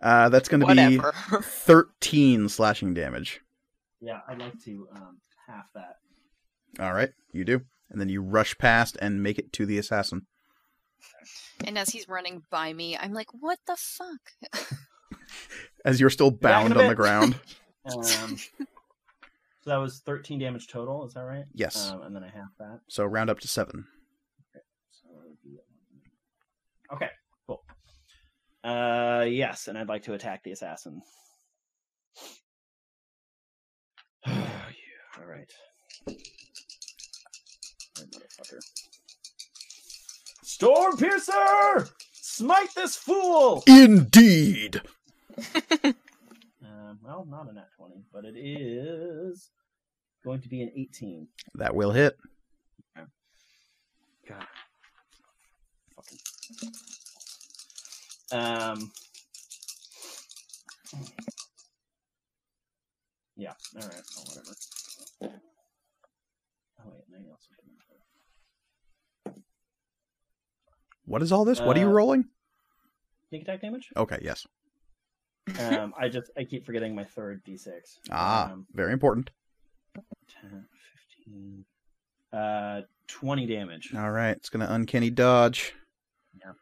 Speaker 1: Uh, that's going to be
Speaker 3: Whatever. [LAUGHS]
Speaker 1: 13 slashing damage.
Speaker 2: Yeah, I'd like to um, half that.
Speaker 1: All right, you do, and then you rush past and make it to the assassin.
Speaker 5: And as he's running by me, I'm like, what the fuck?
Speaker 1: As you're still
Speaker 2: back in a
Speaker 1: bound on the
Speaker 2: bit. [LAUGHS]
Speaker 1: ground.
Speaker 2: Um, so that was 13 damage total. Is that right?
Speaker 1: Yes.
Speaker 2: Um, and then I half that.
Speaker 1: So round up to seven.
Speaker 2: So it would be- Okay, cool. Uh, yes, and I'd like to attack the assassin. [SIGHS] yeah, all right. All right, motherfucker. Storm Piercer! Smite
Speaker 1: [LAUGHS]
Speaker 2: this fool!
Speaker 1: Indeed.
Speaker 2: Um, well, not a nat 20, but it is going to be an 18.
Speaker 1: That will hit.
Speaker 2: God. Fucking. Um. Yeah. All right. Oh, whatever. Oh wait, maybe also.
Speaker 1: What is all this? what are you
Speaker 2: Uh,
Speaker 1: rolling?
Speaker 2: Sneak attack damage.
Speaker 1: Okay, yes.
Speaker 2: Um, I just I keep forgetting my third d6.
Speaker 1: Ah,
Speaker 2: Um,
Speaker 1: very important.
Speaker 2: 10, 15, uh, 20 damage.
Speaker 1: All right, it's going to uncanny dodge.
Speaker 2: Yeah.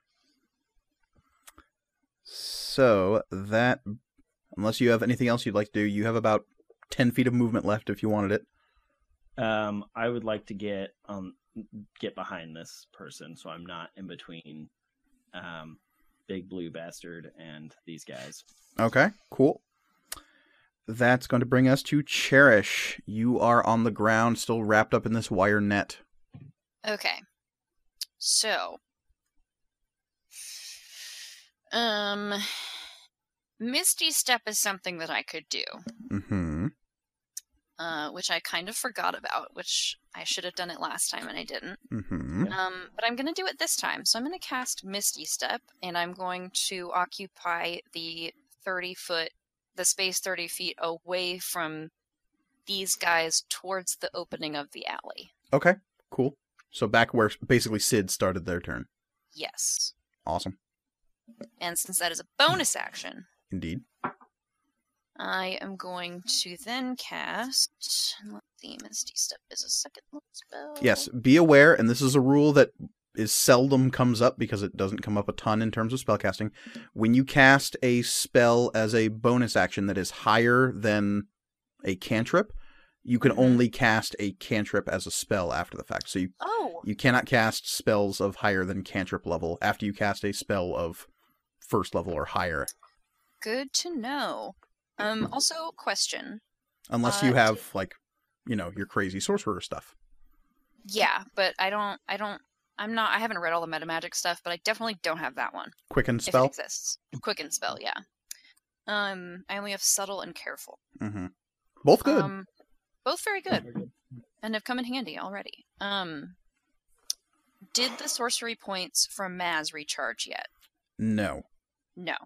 Speaker 1: So that, unless you have anything else you'd like to do, you have about ten feet of movement left if you wanted it.
Speaker 2: Um, I would like to get um get behind this person, so I'm not in between, um, big blue bastard and these guys.
Speaker 1: Okay, cool. That's going to bring us to Cherish. You are on the ground, still wrapped up in this wire net.
Speaker 5: okay. So. Um. Misty Step is something that I could do,
Speaker 1: Mm-hmm.
Speaker 5: uh, which I kind of forgot about, which I should have done it last time and I didn't.
Speaker 1: Mm-hmm.
Speaker 5: Um, but I'm going to do it this time. So I'm going to cast Misty Step, and I'm going to occupy the 30 foot, the space 30 feet away from these guys towards the opening of the alley.
Speaker 1: Okay, cool. So back where basically Sid started their turn.
Speaker 5: Yes.
Speaker 1: Awesome,
Speaker 5: And since that is a bonus action,
Speaker 1: indeed.
Speaker 5: I am going to then cast. and Let's see, Misty Step is a second level spell.
Speaker 1: Yes, be aware, and this is a rule that is seldom comes up because it doesn't come up a ton in terms of spellcasting. When you cast a spell as a bonus action that is higher than a cantrip, you can
Speaker 5: Mhm.
Speaker 1: only cast a cantrip as a spell after the fact. So you
Speaker 5: Oh,
Speaker 1: You cannot cast spells of higher than cantrip level after you cast a spell of first level or higher,
Speaker 5: good to know. Um, also, question.
Speaker 1: unless
Speaker 5: Uh,
Speaker 1: you have
Speaker 5: do-
Speaker 1: like, you know, your crazy sorcerer stuff.
Speaker 5: Yeah, but I don't. I don't. I'm not. I haven't read all the meta magic stuff, but I definitely don't have that one.
Speaker 1: Quicken
Speaker 5: If it
Speaker 1: spell.
Speaker 5: exists, quicken spell. Yeah. Um, I only have subtle and careful.
Speaker 1: hmm Both good.
Speaker 5: Um, both very good.
Speaker 2: Very good.
Speaker 5: and have come in handy already. Um, did the sorcery points from Maz recharge yet?
Speaker 1: no,
Speaker 5: No.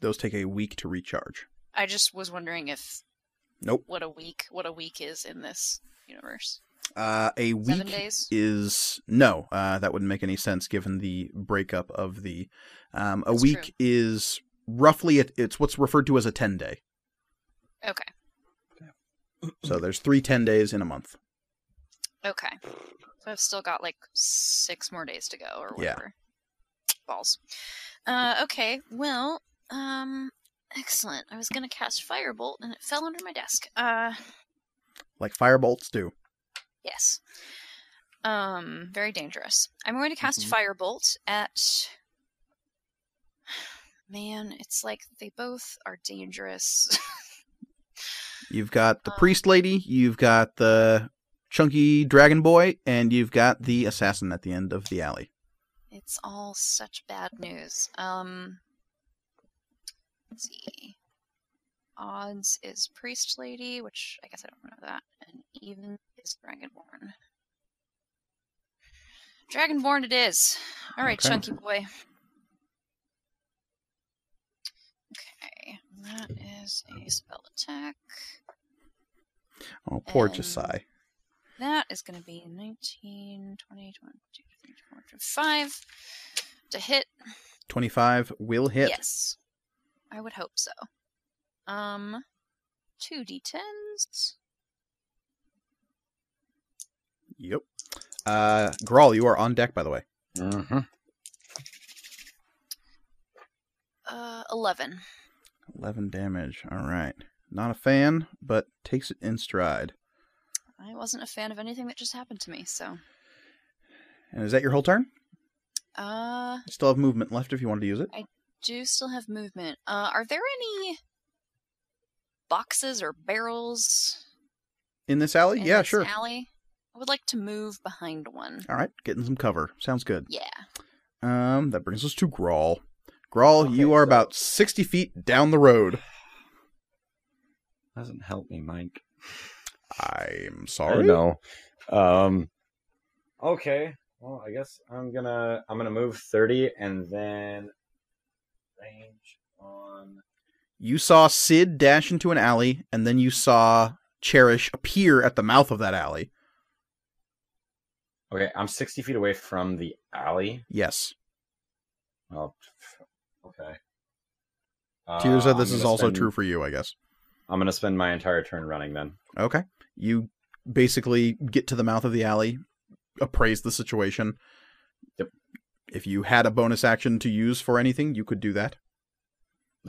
Speaker 1: those take a week to recharge.
Speaker 5: I just was wondering if
Speaker 1: Nope.
Speaker 5: what a week what a week is in this universe.
Speaker 1: Uh, a week
Speaker 5: Seven days.
Speaker 1: is no. Uh, that wouldn't make any sense given the breakup of the. Um, a
Speaker 5: That's
Speaker 1: week
Speaker 5: true.
Speaker 1: is roughly it, it's what's referred to as a ten day.
Speaker 5: Okay.
Speaker 1: So
Speaker 5: Mm-hmm.
Speaker 1: there's three 10 days in a month.
Speaker 5: Okay. So I've still got like six more days to go or
Speaker 1: Yeah.
Speaker 5: whatever. Balls. Uh, okay. Well, um, excellent. I was gonna cast firebolt and it fell under my desk. Uh,
Speaker 1: Like firebolts do.
Speaker 5: Yes. Um, very dangerous. I'm going to cast
Speaker 1: Mhm.
Speaker 5: Firebolt at. [SIGHS] Man, it's like they both are dangerous. [LAUGHS]
Speaker 1: You've got the
Speaker 5: Um,
Speaker 1: priest lady, you've got the chunky dragon boy, and you've got the assassin at the end of the alley.
Speaker 5: it's all such bad news. Um, let's see. Odds is Priest Lady, which I guess I don't know that, and even is Dragonborn. Dragonborn it is. All right,
Speaker 1: Okay.
Speaker 5: Chunky Boy. Okay, that is a spell attack.
Speaker 1: Oh, poor
Speaker 5: Um,
Speaker 1: Josiah.
Speaker 5: That is going to be 19, 20, 22, 25 to hit.
Speaker 1: 25 will hit.
Speaker 5: Yes. I would hope so. Um two d10s.
Speaker 1: Yep. Uh, Grawl, you are on deck, by the way.
Speaker 6: Mm-hmm.
Speaker 5: Uh, 11.
Speaker 1: 11 damage. All right. Not a fan, but takes it in stride.
Speaker 5: I wasn't a fan of anything that just happened to me, so.
Speaker 1: And is that your whole turn?
Speaker 5: Uh,
Speaker 1: You still have movement left if you wanted to use it.
Speaker 5: do still have movement. Uh, are there any boxes or barrels
Speaker 1: In this alley?
Speaker 5: in
Speaker 1: Uh, yeah,
Speaker 5: this
Speaker 1: sure.
Speaker 5: alley? I would like to move behind one.
Speaker 1: All right. Getting some cover. Sounds good.
Speaker 5: Yeah.
Speaker 1: Um, that brings us to Grawl. Grawl, you
Speaker 6: Okay,
Speaker 1: are
Speaker 6: so-
Speaker 1: about 60 feet down the road.
Speaker 4: Doesn't help me, Mike.
Speaker 1: I'm
Speaker 6: I
Speaker 1: sorry.
Speaker 6: know. Um, okay. Well, I guess I'm gonna I'm gonna move thirty and then range on.
Speaker 1: You saw Sid dash into an alley, and then you saw Cherish appear at the mouth of that alley.
Speaker 6: Okay, I'm sixty feet away from the alley.
Speaker 1: Yes.
Speaker 6: Oh, okay. Uh,
Speaker 1: Tirza,
Speaker 6: I'm
Speaker 1: this is
Speaker 6: gonna
Speaker 1: also
Speaker 6: spend-
Speaker 1: true for you, I guess.
Speaker 6: I'm gonna spend my entire turn running then.
Speaker 1: Okay. You basically get to the mouth of the alley, appraise the situation.
Speaker 6: Yep.
Speaker 1: If you had a bonus action to use for anything, you could do that.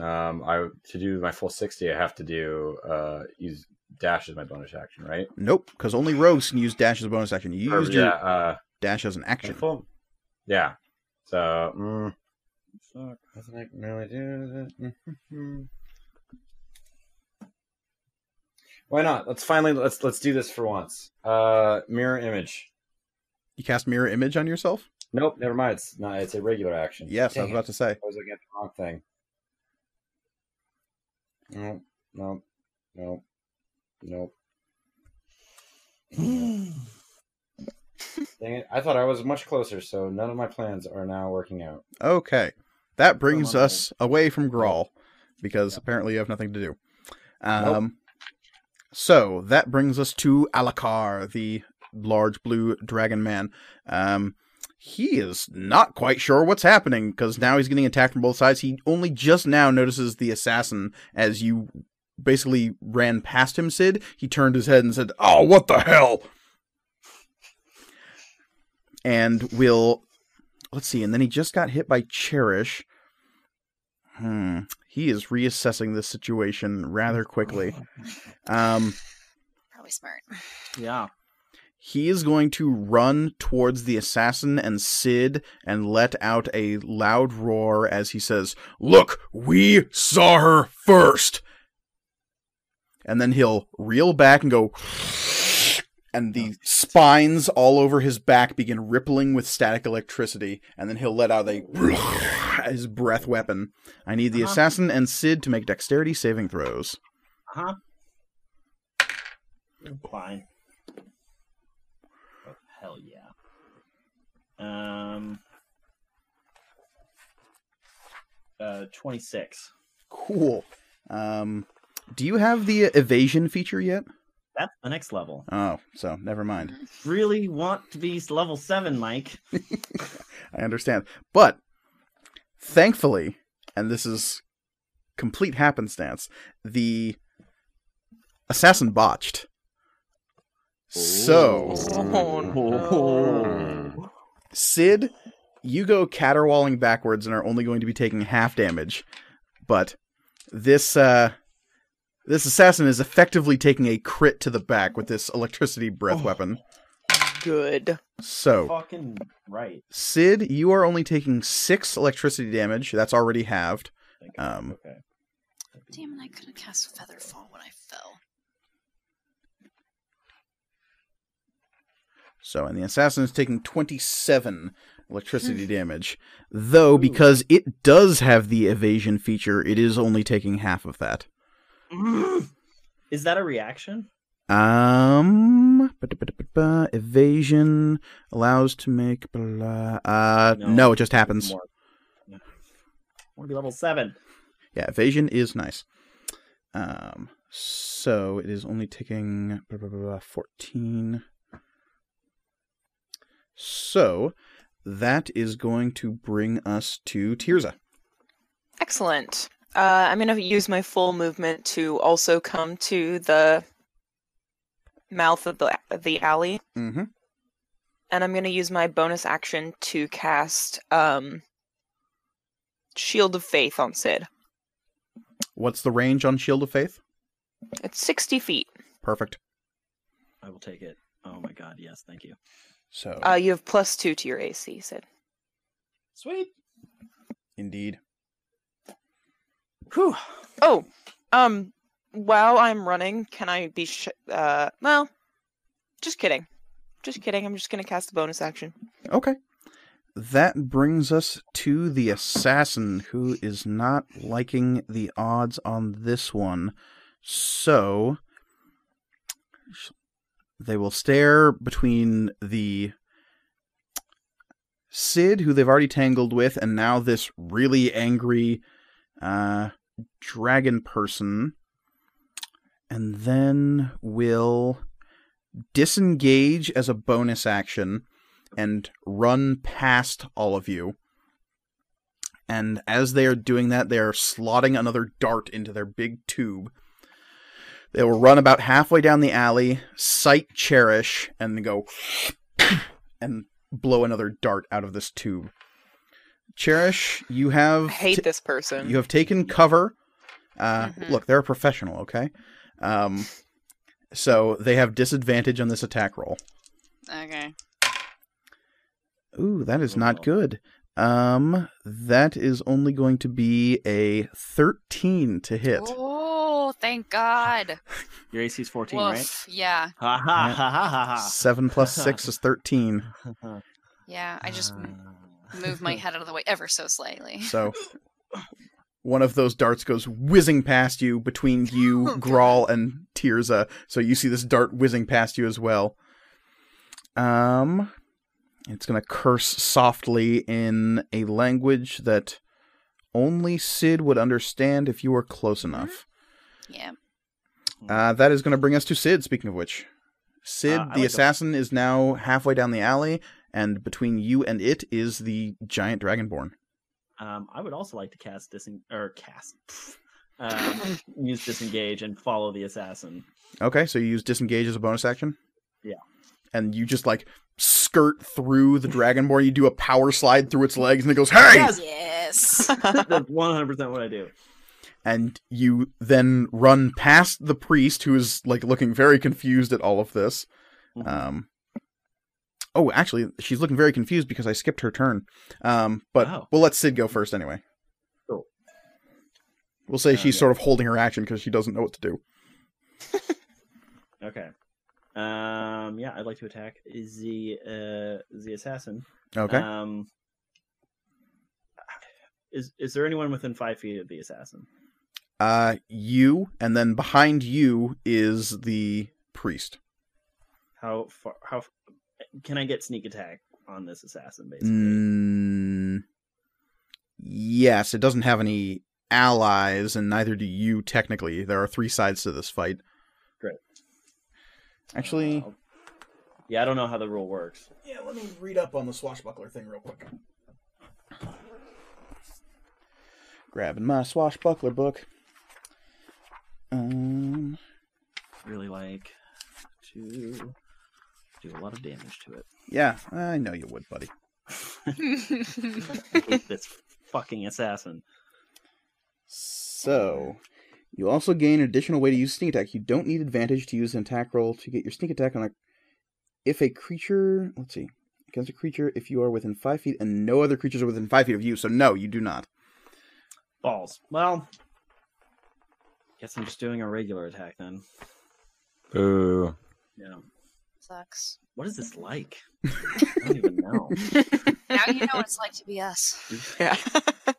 Speaker 6: Um, I to do my full sixty, I have to do uh use dash as my bonus action, right?
Speaker 1: Nope, because only rogues can use dash as a bonus action. You
Speaker 6: Or,
Speaker 1: used
Speaker 6: yeah.
Speaker 1: your
Speaker 6: Uh,
Speaker 1: dash as an
Speaker 6: my
Speaker 1: action.
Speaker 6: full- yeah. So. Mm, fuck, doesn't it really do that? [LAUGHS] Why not? Let's finally let's let's do this for once. Uh, mirror image.
Speaker 1: You cast mirror image on yourself?
Speaker 6: Nope, never mind. It's not. It's a regular action.
Speaker 1: Yes, I was
Speaker 6: Dang it.
Speaker 1: about to say.
Speaker 6: I was looking at the wrong thing. Nope, nope, nope, nope. Dang it. I thought I was much closer, so none of my plans are now working out.
Speaker 1: Okay. That brings
Speaker 6: on,
Speaker 1: us away from Grawl because apparently you have nothing to do. Um, So that brings us to Alakar, the large blue dragon man. Um, he is not quite sure what's happening because now he's getting attacked from both sides. He only just now notices the assassin as you basically ran past him, Sid. He turned his head and said, Oh, what the hell? And will let's see, and then he just got hit by Cherish. Hmm. He is reassessing this situation rather quickly. Um,
Speaker 5: Probably smart.
Speaker 2: Yeah.
Speaker 1: he is going to run towards the assassin and Sid and let out a loud roar as he says, Look, we saw her first. And then he'll reel back and go, [SIGHS] and the spines all over his back begin rippling with static electricity. And then he'll let out a [SIGHS] his breath weapon. I need the
Speaker 2: Uh-huh.
Speaker 1: assassin and Sid to make dexterity saving throws.
Speaker 2: Uh huh. Fine. Oh, hell yeah. Um. Uh, twenty six.
Speaker 1: Cool. Um, do you have the uh, evasion feature yet?
Speaker 2: That's the next level.
Speaker 1: Oh, so never mind.
Speaker 2: Really want to be level seven, Mike?
Speaker 1: I understand. But thankfully, and this is complete happenstance, the assassin botched. So,
Speaker 2: Oh.
Speaker 1: Sid, you go caterwauling backwards and are only going to be taking half damage. But this uh this assassin is effectively taking a crit to the back with this electricity breath
Speaker 2: Oh.
Speaker 1: weapon.
Speaker 3: Good.
Speaker 1: So,
Speaker 2: Fucking right.
Speaker 1: Sid, you are only taking six electricity damage. That's already halved.
Speaker 2: Thank
Speaker 1: Um,
Speaker 2: okay.
Speaker 5: Damn it, I could have cast Feather Fall when I fell.
Speaker 1: So, and the assassin is taking 27 electricity damage. Though, because it does have the evasion feature, it is only taking half of that.
Speaker 2: [CLEARS THROAT] Is that a reaction?
Speaker 1: Um, ba-da-ba-da-ba-da, evasion allows to make. Blah, uh, no.
Speaker 2: No.
Speaker 1: it just happens.
Speaker 2: More. Yeah. Want to be level seven?
Speaker 1: Yeah, evasion is nice. Um, so it is only taking blah, blah, blah, blah, 14. So that is going to bring us to Tirza.
Speaker 3: Excellent. Uh, I'm gonna use my full movement to also come to the mouth of the the alley,
Speaker 1: Mm-hmm.
Speaker 3: and I'm gonna use my bonus action to cast um, Shield of Faith on Sid.
Speaker 1: What's the range on Shield of Faith?
Speaker 3: It's 60 feet.
Speaker 1: Perfect.
Speaker 2: I will take it. Oh my god, yes, thank you.
Speaker 1: So
Speaker 3: Uh, you have plus two to your AC, Sid.
Speaker 2: Sweet.
Speaker 1: indeed.
Speaker 2: Whew.
Speaker 3: Oh, um, while I'm running, can I be? Sh- uh, well, just kidding, just kidding. I'm just gonna cast the bonus action.
Speaker 1: Okay. That brings us to the assassin who is not liking the odds on this one. So they will stare between the Sid, who they've already tangled with, and now this really angry uh, dragon person. And then will disengage as a bonus action and run past all of you. And as they are doing that, they are slotting another dart into their big tube. They will run about halfway down the alley, sight cherish, and go [SNIFFS] and blow another dart out of this tube. Cherish, you have
Speaker 3: I hate
Speaker 1: t-
Speaker 3: this person.
Speaker 1: you have taken cover. Uh,
Speaker 5: Mhm.
Speaker 1: Look, they're a professional, okay? Um, so they have disadvantage on this attack roll.
Speaker 5: Okay.
Speaker 1: Ooh, that is
Speaker 2: Oh,
Speaker 1: not
Speaker 2: well.
Speaker 1: good. Um, that is only going to be a thirteen to hit.
Speaker 5: Oh, thank God.
Speaker 2: Your AC's 14, right?
Speaker 5: Woof. Yeah.
Speaker 2: Ha ha ha ha
Speaker 1: Seven plus six is thirteen.
Speaker 2: ha ha.
Speaker 5: Yeah. I just m-
Speaker 2: Ah.
Speaker 5: move my head out of the way ever so [LAUGHS] slightly.
Speaker 1: So one of those darts goes whizzing past you between you,
Speaker 5: Oh, God.
Speaker 1: Grawl, and Tirza. So you see this dart whizzing past you as well. Um, it's gonna curse softly in a language that only Sid would understand if you were close enough.
Speaker 5: Yeah.
Speaker 1: Uh, that is going to bring us to Sid, speaking of which. Sid,
Speaker 2: Uh, I
Speaker 1: the
Speaker 2: like the-
Speaker 1: assassin, is now halfway down the alley, and between you and it is the giant dragonborn.
Speaker 2: Um, I would also like to cast disen or cast pff,
Speaker 1: [LAUGHS]
Speaker 2: um, use disengage and follow the assassin.
Speaker 1: Okay, so you use disengage as a bonus action?
Speaker 2: Yeah.
Speaker 1: And you just like skirt through the dragonborn. You do a power slide through its legs, and it goes, Hey!
Speaker 5: [LAUGHS] Yes.
Speaker 2: That's one hundred percent what I do.
Speaker 1: And you then run past the priest, who is like looking very confused at all of this.
Speaker 2: Mhm.
Speaker 1: Um, oh, actually, she's looking very confused because I skipped her turn. Um, but
Speaker 2: Oh.
Speaker 1: we'll let Sid go first anyway.
Speaker 2: Cool.
Speaker 1: We'll say
Speaker 2: Uh,
Speaker 1: she's
Speaker 2: yeah.
Speaker 1: sort of holding her action because she doesn't know what to do.
Speaker 2: Okay. Um, yeah, I'd like to attack the uh, the assassin.
Speaker 1: Okay.
Speaker 2: Um, is is there anyone within five feet of the assassin?
Speaker 1: Uh, you, and then behind you is the priest.
Speaker 2: How far? How f- can I get sneak attack on this assassin? Basically,
Speaker 1: Mm, yes, it doesn't have any allies, and neither do you technically. There are three sides to this fight.
Speaker 2: Great.
Speaker 1: Actually,
Speaker 2: Uh, yeah, I don't know how the rule works.
Speaker 1: yeah, let me read up on the swashbuckler thing real quick. Grabbing my swashbuckler book. Um,
Speaker 2: Really like to do a lot of damage to it.
Speaker 1: yeah, I know you would, buddy.
Speaker 2: I hate this fucking assassin.
Speaker 1: So, you also gain an additional way to use sneak attack. You don't need advantage to use an attack roll to get your sneak attack on a. If a creature, let's see, against a creature, if you are within five feet, and no other creatures are within five feet of you, so no, you do not.
Speaker 2: Balls. Well, guess I'm just doing a regular attack then.
Speaker 4: Ooh.
Speaker 2: Yeah.
Speaker 5: Sucks.
Speaker 2: What is this like? I don't even know.
Speaker 3: [LAUGHS]
Speaker 5: Now [LAUGHS] you know what it's like to be us.
Speaker 3: yeah.
Speaker 2: I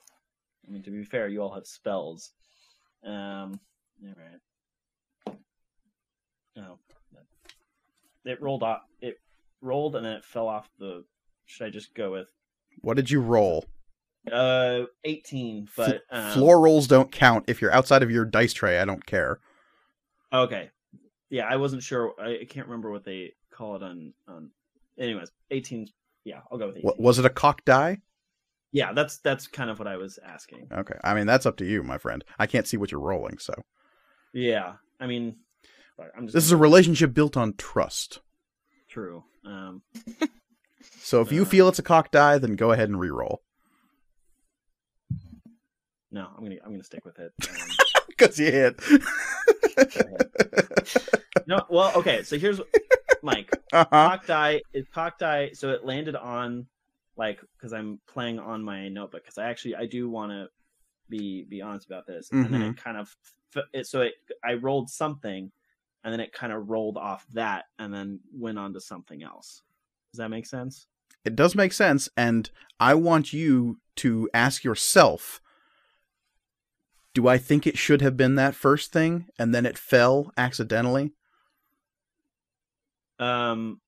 Speaker 2: mean, to be fair, you all have spells. Um, all right. Oh, it rolled off. It rolled and then it fell off the. Should I just go with
Speaker 1: What did you roll?
Speaker 2: uh 18? But um,
Speaker 1: Floor rolls don't count. If you're outside of your dice tray, I don't care.
Speaker 2: Okay. Yeah, I wasn't sure. I, I can't remember what they call it on. on anyways, 18. 's- Yeah, I'll go with 18.
Speaker 1: What, was it a cock die?
Speaker 2: Yeah, that's that's kind of what I was asking.
Speaker 1: Okay. I mean, that's up to you, my friend. I can't see what you're rolling, so.
Speaker 2: Yeah, I mean, fuck, I'm just
Speaker 1: This is a relationship built on trust.
Speaker 2: true. Um,
Speaker 1: So if you
Speaker 2: Uh.
Speaker 1: feel it's a cocked die, then go ahead and re-roll. [LAUGHS]
Speaker 2: no, I'm gonna I'm gonna stick
Speaker 1: [LAUGHS]
Speaker 2: with it. Um,
Speaker 1: Because you hit. [LAUGHS]
Speaker 2: no, well, okay. So
Speaker 1: [LAUGHS]
Speaker 2: here's Mike.
Speaker 1: uh-huh.
Speaker 2: Cocked eye. It cocked eye. So it landed on like because I'm playing on my notebook because I actually I do want to be be honest about this. And
Speaker 1: Mm-hmm.
Speaker 2: then it kind of f- it, so it I rolled something, and then it kind of rolled off that, and then went on to something else. Does that make sense?
Speaker 1: It does make sense, and I want you to ask yourself, do I think it should have been that first thing, and then it fell accidentally?
Speaker 2: Um,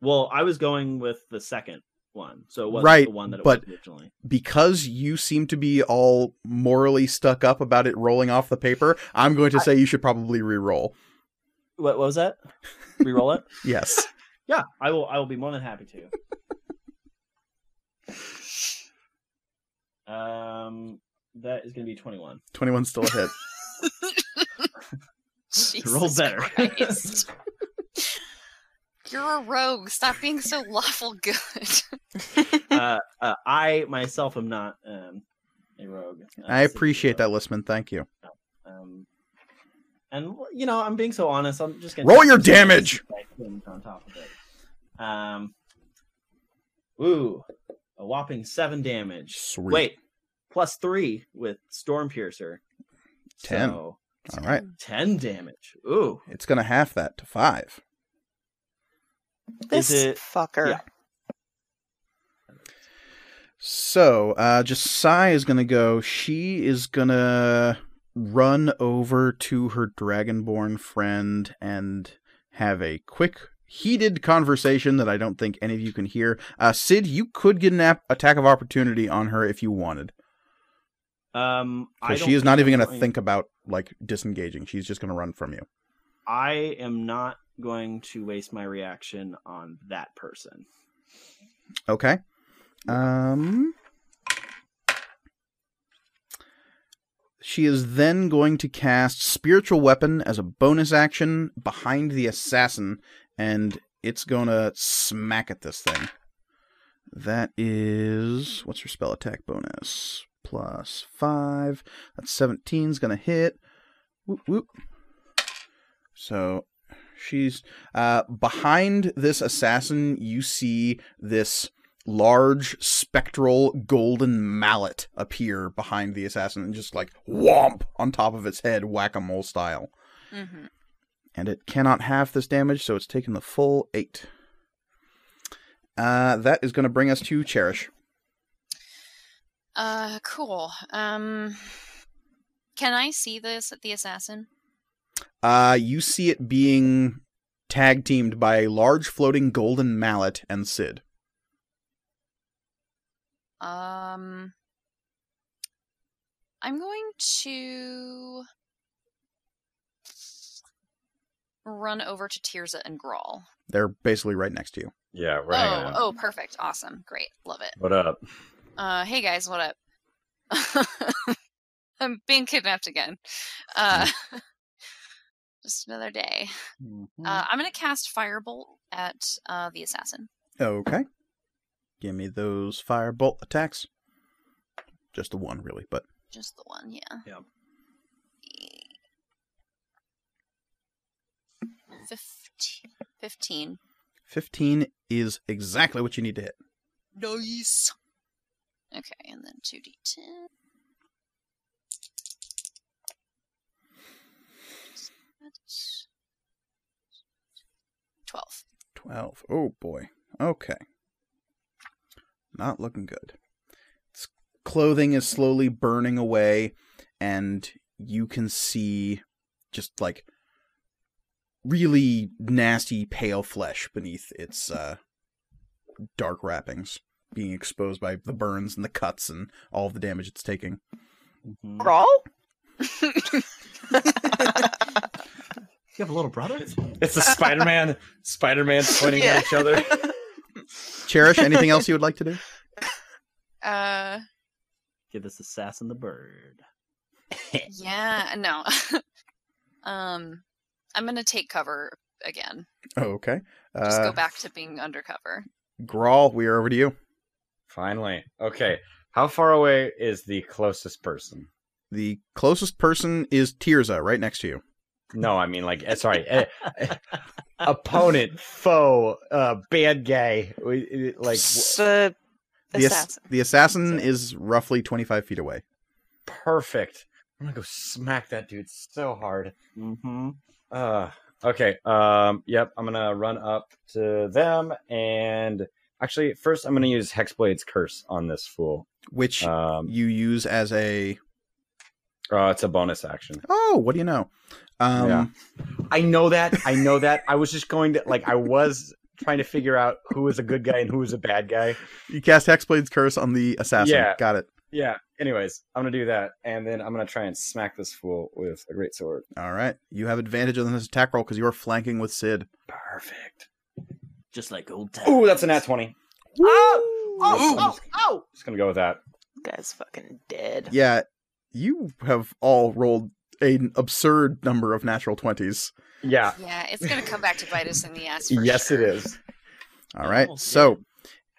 Speaker 2: well, I was going with the second one, so it wasn't
Speaker 1: Right,
Speaker 2: the one that it
Speaker 1: but-
Speaker 2: was originally.
Speaker 1: Because you seem to be all morally stuck up about it rolling off the paper, I'm going to say you should probably re-roll.
Speaker 2: What, what was that? Reroll it.
Speaker 1: Yes.
Speaker 2: Yeah, I will. I will be more than happy to. um, that is going to be twenty-one.
Speaker 1: [LAUGHS] 21's still a hit.
Speaker 5: Jesus
Speaker 2: roll better.
Speaker 5: Christ. You're a rogue. Stop being so lawful good.
Speaker 2: uh, uh, I myself am not um, a rogue. Uh,
Speaker 1: I appreciate
Speaker 2: so,
Speaker 1: that, Listman. Thank you.
Speaker 2: Um, and you know, I'm being so honest. I'm just gonna
Speaker 1: Roll your damage!
Speaker 2: Like, things On top of it. Um. Ooh, a whopping seven damage.
Speaker 1: Sweet.
Speaker 2: Wait, plus three with storm piercer.
Speaker 1: Ten.
Speaker 2: So,
Speaker 1: All right.
Speaker 2: ten damage. Ooh.
Speaker 1: It's going to half that to five.
Speaker 3: This
Speaker 2: it-
Speaker 3: fucker.
Speaker 2: yeah.
Speaker 1: So, uh, just Sai is gonna go. She is gonna run over to her dragonborn friend and have a quick, heated conversation that I don't think any of you can hear. Uh, Sid, you could get an app- attack of opportunity on her if you wanted.
Speaker 2: Um, I
Speaker 1: So
Speaker 2: don't
Speaker 1: she is not
Speaker 2: think
Speaker 1: even
Speaker 2: I'm
Speaker 1: gonna
Speaker 2: going-
Speaker 1: think about like disengaging. She's just gonna run from you.
Speaker 2: I am not going to waste my reaction on that person.
Speaker 1: Okay. Um She is then going to cast spiritual weapon as a bonus action behind the assassin and it's going to smack at this thing. That is what's her spell attack bonus? Plus 5. That's 17's going to hit. Whoop whoop. So she's uh, behind this assassin, you see this large spectral golden mallet appear behind the assassin and just like whomp on top of its head, whack a mole style.
Speaker 5: hmm
Speaker 1: And it cannot half this damage, so it's taking the full eight. Uh, that is going to bring us to Cherish.
Speaker 5: Uh, cool. Um, can I see this the assassin?
Speaker 1: Uh, you see it being tag teamed by a large floating golden mallet and Sid.
Speaker 5: Um, I'm going to run over to Tirza and Grawl.
Speaker 1: They're basically right next to you.
Speaker 6: Yeah, we're hanging
Speaker 5: Oh,
Speaker 6: out.
Speaker 5: oh, perfect, awesome, great, love it.
Speaker 6: What up?
Speaker 5: Uh, hey guys, what up? [LAUGHS] I'm being kidnapped again. Uh, [LAUGHS] just another day.
Speaker 2: Mm.
Speaker 5: Uh, I'm gonna cast Firebolt at uh, the assassin.
Speaker 1: Okay. Give me those firebolt attacks. Just the one, really, but
Speaker 5: Just the one, yeah.
Speaker 2: Yep.
Speaker 5: Fifteen. Fifteen.
Speaker 1: 15 is exactly what you need to hit.
Speaker 5: Nice. Okay, and then two d ten. Twelve.
Speaker 1: 12. Oh, boy. Okay. Not looking good. Its clothing is slowly burning away, and you can see just like really nasty pale flesh beneath its uh, dark wrappings being exposed by the burns and the cuts and all the damage it's taking.
Speaker 2: Mhm.
Speaker 3: Grawl?
Speaker 2: You have a little brother?
Speaker 6: It's the
Speaker 5: [LAUGHS]
Speaker 6: Spider Man. Spider Man
Speaker 3: [LAUGHS]
Speaker 6: pointing
Speaker 3: Yeah.
Speaker 6: at each other.
Speaker 1: Cherish, anything else you would like to do?
Speaker 5: Uh,
Speaker 2: [LAUGHS] Give this assassin the bird.
Speaker 5: yeah, no. [LAUGHS] um, I'm gonna take cover again.
Speaker 1: Oh, okay.
Speaker 5: Just
Speaker 1: Uh,
Speaker 5: go back to being undercover.
Speaker 1: Grawl, we are over to you.
Speaker 6: Finally. Okay. How far away is the closest person?
Speaker 1: The closest person is Tirza, right next to you.
Speaker 6: No, I mean like eh, sorry, eh, eh, [LAUGHS] opponent, foe, uh, bad guy. We- it- Like w-
Speaker 3: the
Speaker 1: The, ass-
Speaker 3: assassin.
Speaker 1: the assassin is roughly 25 feet away.
Speaker 6: perfect. I'm gonna go smack that dude so hard.
Speaker 2: [LAUGHS] Mm-hmm.
Speaker 6: Uh, okay. Um, yep. I'm gonna run up to them and actually first I'm gonna use Hexblade's curse on this fool.
Speaker 1: which
Speaker 6: Um,
Speaker 1: you use as a
Speaker 6: uh, it's a bonus action.
Speaker 1: oh what do you know um
Speaker 6: Yeah. I know that. I know that. I was just going to like I was trying to figure out who is a good guy and who is a bad guy.
Speaker 1: you cast hexblade's curse on the assassin
Speaker 6: Yeah.
Speaker 1: got it
Speaker 6: Yeah. Anyways, I'm gonna do that, and then I'm gonna try and smack this fool with a great sword.
Speaker 1: all right you have advantage on this attack roll because you're flanking with sid
Speaker 6: Perfect.
Speaker 2: Just like old times.
Speaker 6: Ooh, that's an at twenty. Oh,
Speaker 1: oh,
Speaker 6: oh, oh! Just gonna go with that.
Speaker 3: You guy's fucking dead.
Speaker 1: yeah you have all rolled an absurd number of natural 20s
Speaker 6: Yeah.
Speaker 5: Yeah, it's gonna come back to bite us in the ass. For
Speaker 6: Yes,
Speaker 5: sure.
Speaker 6: it is.
Speaker 1: all right
Speaker 2: Oh,
Speaker 1: so
Speaker 2: damn.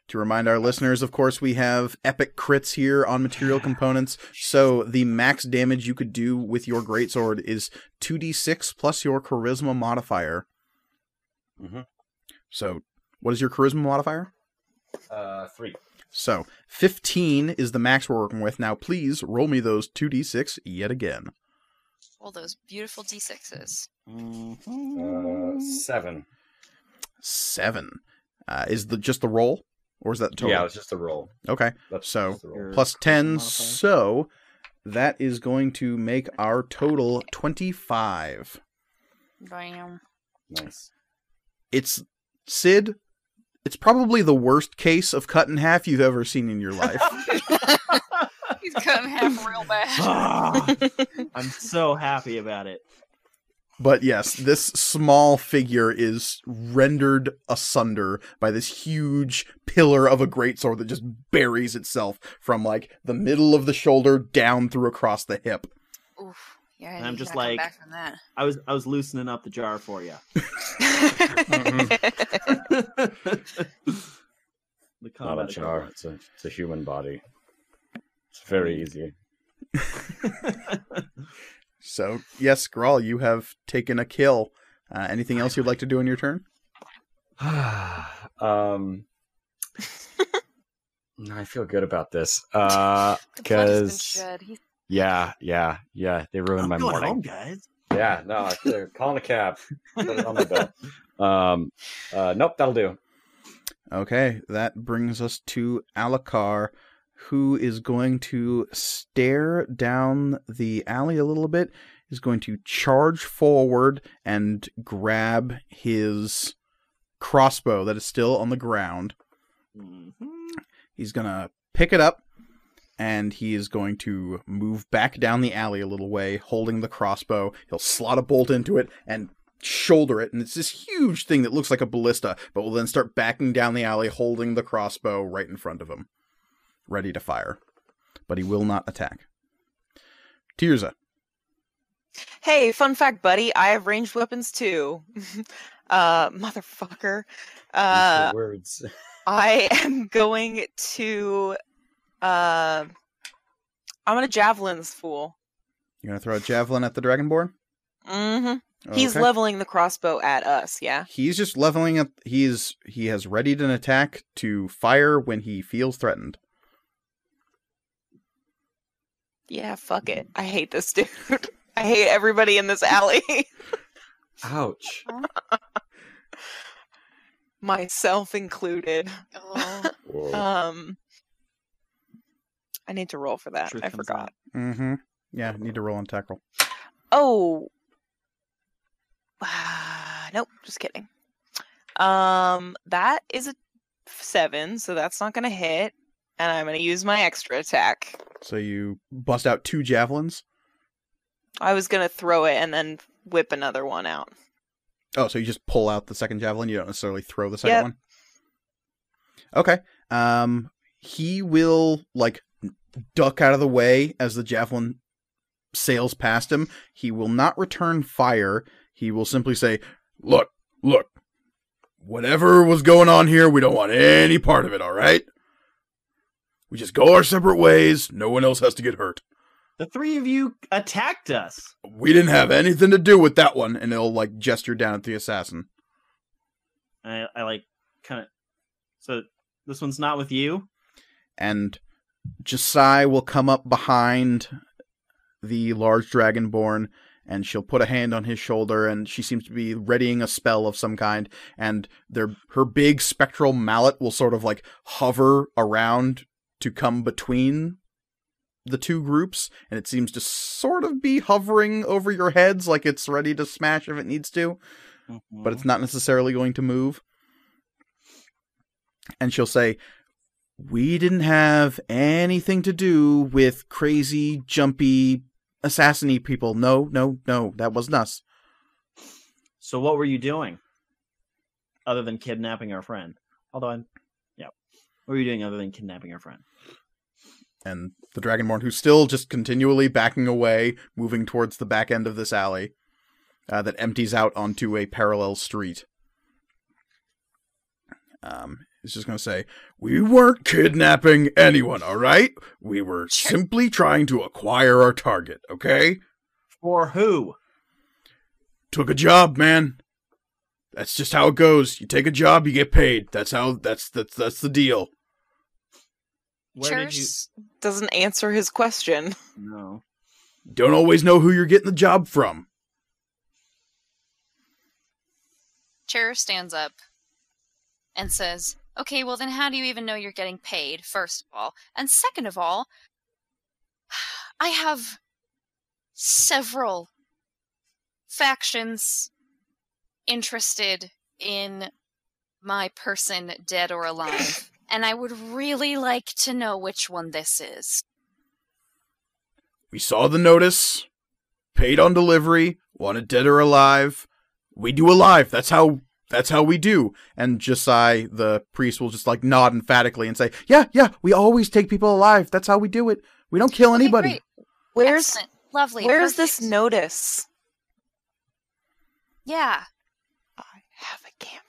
Speaker 1: to remind our listeners of course we have epic crits here on material components so the max damage you could do with your greatsword is 2d6 plus your charisma modifier
Speaker 6: Mhm.
Speaker 1: so what is your charisma modifier
Speaker 6: Uh, three.
Speaker 1: So, 15 is the max we're working with. Now, please roll me those 2d6 yet again.
Speaker 5: All those beautiful d6s.
Speaker 6: Uh,
Speaker 2: Mm-hmm.
Speaker 6: [LAUGHS] seven.
Speaker 1: 7. Uh, is the just the roll? Or is that the total?
Speaker 6: Yeah, it was just a roll.
Speaker 1: Okay.
Speaker 6: That's
Speaker 1: So,
Speaker 6: just a roll.
Speaker 2: Your
Speaker 1: Plus 10.
Speaker 2: modifier.
Speaker 1: So, that is going to make our total 25.
Speaker 5: Bam.
Speaker 6: nice.
Speaker 1: It's, Sid, it's probably the worst case of cut in half you've ever seen in your
Speaker 2: [LAUGHS]
Speaker 1: life.
Speaker 5: He's cutting half real
Speaker 6: [LAUGHS]
Speaker 5: bad.
Speaker 2: Ah, [LAUGHS] I'm so happy about it.
Speaker 1: But yes, this small figure is rendered asunder by this huge pillar of a greatsword that just buries itself from like the middle of the shoulder down through across the hip.
Speaker 5: Oof. Yeah,
Speaker 2: And I'm
Speaker 5: you
Speaker 2: just
Speaker 5: gotta come
Speaker 2: like-
Speaker 5: back from that.
Speaker 2: I was I was loosening up the jar for you.
Speaker 3: [LAUGHS]
Speaker 2: the
Speaker 6: Not
Speaker 2: combat
Speaker 6: a jar. It's a, it's a human body. It's very easy. [SIGHS]
Speaker 1: So yes, Grawl, you have taken a kill. Uh, anything else you'd like to do in your turn?
Speaker 6: um, no, I feel good about this. Uh,
Speaker 5: The blood has been
Speaker 6: 'Cause-
Speaker 5: shed. He's
Speaker 6: yeah, yeah, yeah. They ruined
Speaker 2: I'm
Speaker 6: my
Speaker 2: going
Speaker 6: morning.
Speaker 2: home, guys.
Speaker 6: Yeah, no, it's, uh, calling a cab. Put it on my bill. Um, uh, nope, that'll do.
Speaker 1: Okay, that brings us to Alucar, who is going to stare down the alley a little bit, is going to charge forward and grab his crossbow that is still on the ground.
Speaker 2: Mhm.
Speaker 1: He's going to pick it up and he is going to move back down the alley a little way, holding the crossbow. He'll slot a bolt into it and shoulder it, and it's this huge thing that looks like a ballista, but will then start backing down the alley, holding the crossbow right in front of him, ready to fire. But he will not attack. Tirza.
Speaker 3: Hey, fun fact, buddy, I have ranged weapons too. [LAUGHS] uh, motherfucker. Uh,
Speaker 6: These words. [LAUGHS]
Speaker 3: I am [LAUGHS] going to. Uh, I'm gonna javelin this fool.
Speaker 1: You're going to throw a javelin at the dragonborn?
Speaker 3: hmm He's
Speaker 1: Okay.
Speaker 3: leveling the crossbow at us. Yeah.
Speaker 1: He's just leveling up. He is he has readied an attack to fire when he feels threatened.
Speaker 3: Yeah. Fuck it. I hate this [LAUGHS] dude. I hate everybody in this alley. [LAUGHS]
Speaker 6: Ouch.
Speaker 3: Myself included.
Speaker 5: [LAUGHS] oh,
Speaker 6: Whoa.
Speaker 3: Um. I need to roll for that.
Speaker 2: Truth
Speaker 3: I
Speaker 2: comes
Speaker 3: forgot.
Speaker 2: out.
Speaker 1: Mm-hmm. Yeah, need to roll on tackle.
Speaker 3: Oh. [SIGHS] Ah, nope, just kidding. Um that is a 7, so that's not going to hit and I'm going to use my extra attack.
Speaker 1: So you bust out two javelins.
Speaker 3: I was going to throw it and then whip another one out.
Speaker 1: Oh, so you just pull out the second javelin. You don't necessarily throw the second
Speaker 3: Yep.
Speaker 1: one. Okay. Um, he will like duck out of the way as the javelin sails past him. He will not return fire. He will simply say, "Look, look. Whatever was going on here, we don't want any part of it, all right? We just go our separate ways. No one else has to get hurt.
Speaker 2: The three of you attacked us.
Speaker 1: We didn't have anything to do with that one." And it'll like gesture down at the assassin.
Speaker 2: I, I like kind of. So this one's not with you.
Speaker 1: and Jasai will come up behind the large dragonborn and she'll put a hand on his shoulder and she seems to be readying a spell of some kind and their her big spectral mallet will sort of like hover around to come between the two groups and it seems to sort of be hovering over your heads like it's ready to smash if it needs to
Speaker 2: Mm-hmm.
Speaker 1: but it's not necessarily going to move. And she'll say, We didn't have anything to do with crazy, jumpy, assassiny people. No, no, no, that wasn't us.
Speaker 2: So what were you doing, other than kidnapping our friend? Although I'm, yeah, what were you doing other than kidnapping our friend?
Speaker 1: And the Dragonborn, who's still just continually backing away, moving towards the back end of this alley uh, that empties out onto a parallel street, um, is just going to say, We weren't kidnapping anyone, all right? We were simply trying to acquire our target, okay?
Speaker 2: For who?
Speaker 1: took a job, man. That's just how it goes. You take a job, you get paid. That's how that's that's that's the deal.
Speaker 2: Where did you?
Speaker 5: Cheers.
Speaker 3: Doesn't answer his question.
Speaker 2: No.
Speaker 1: Don't always know who you're getting the job from.
Speaker 5: Chair stands up and says, Okay, well, then how do you even know you're getting paid, first of all? And second of all, [SIGHS] I have several factions interested in my person, dead or alive. And I would really like to know which one this is.
Speaker 1: We saw the notice. Paid on delivery, wanted dead or alive. We do alive. That's how that's how we do. And Josai the priest will just like nod emphatically and say, "Yeah, yeah, we always take people alive. That's how we do it. We don't kill
Speaker 5: Okay,
Speaker 1: anybody."
Speaker 5: great.
Speaker 3: Where's
Speaker 5: Excellent. lovely?
Speaker 3: where's this
Speaker 5: perfect.
Speaker 3: notice?
Speaker 5: Yeah.
Speaker 3: I have a gambit.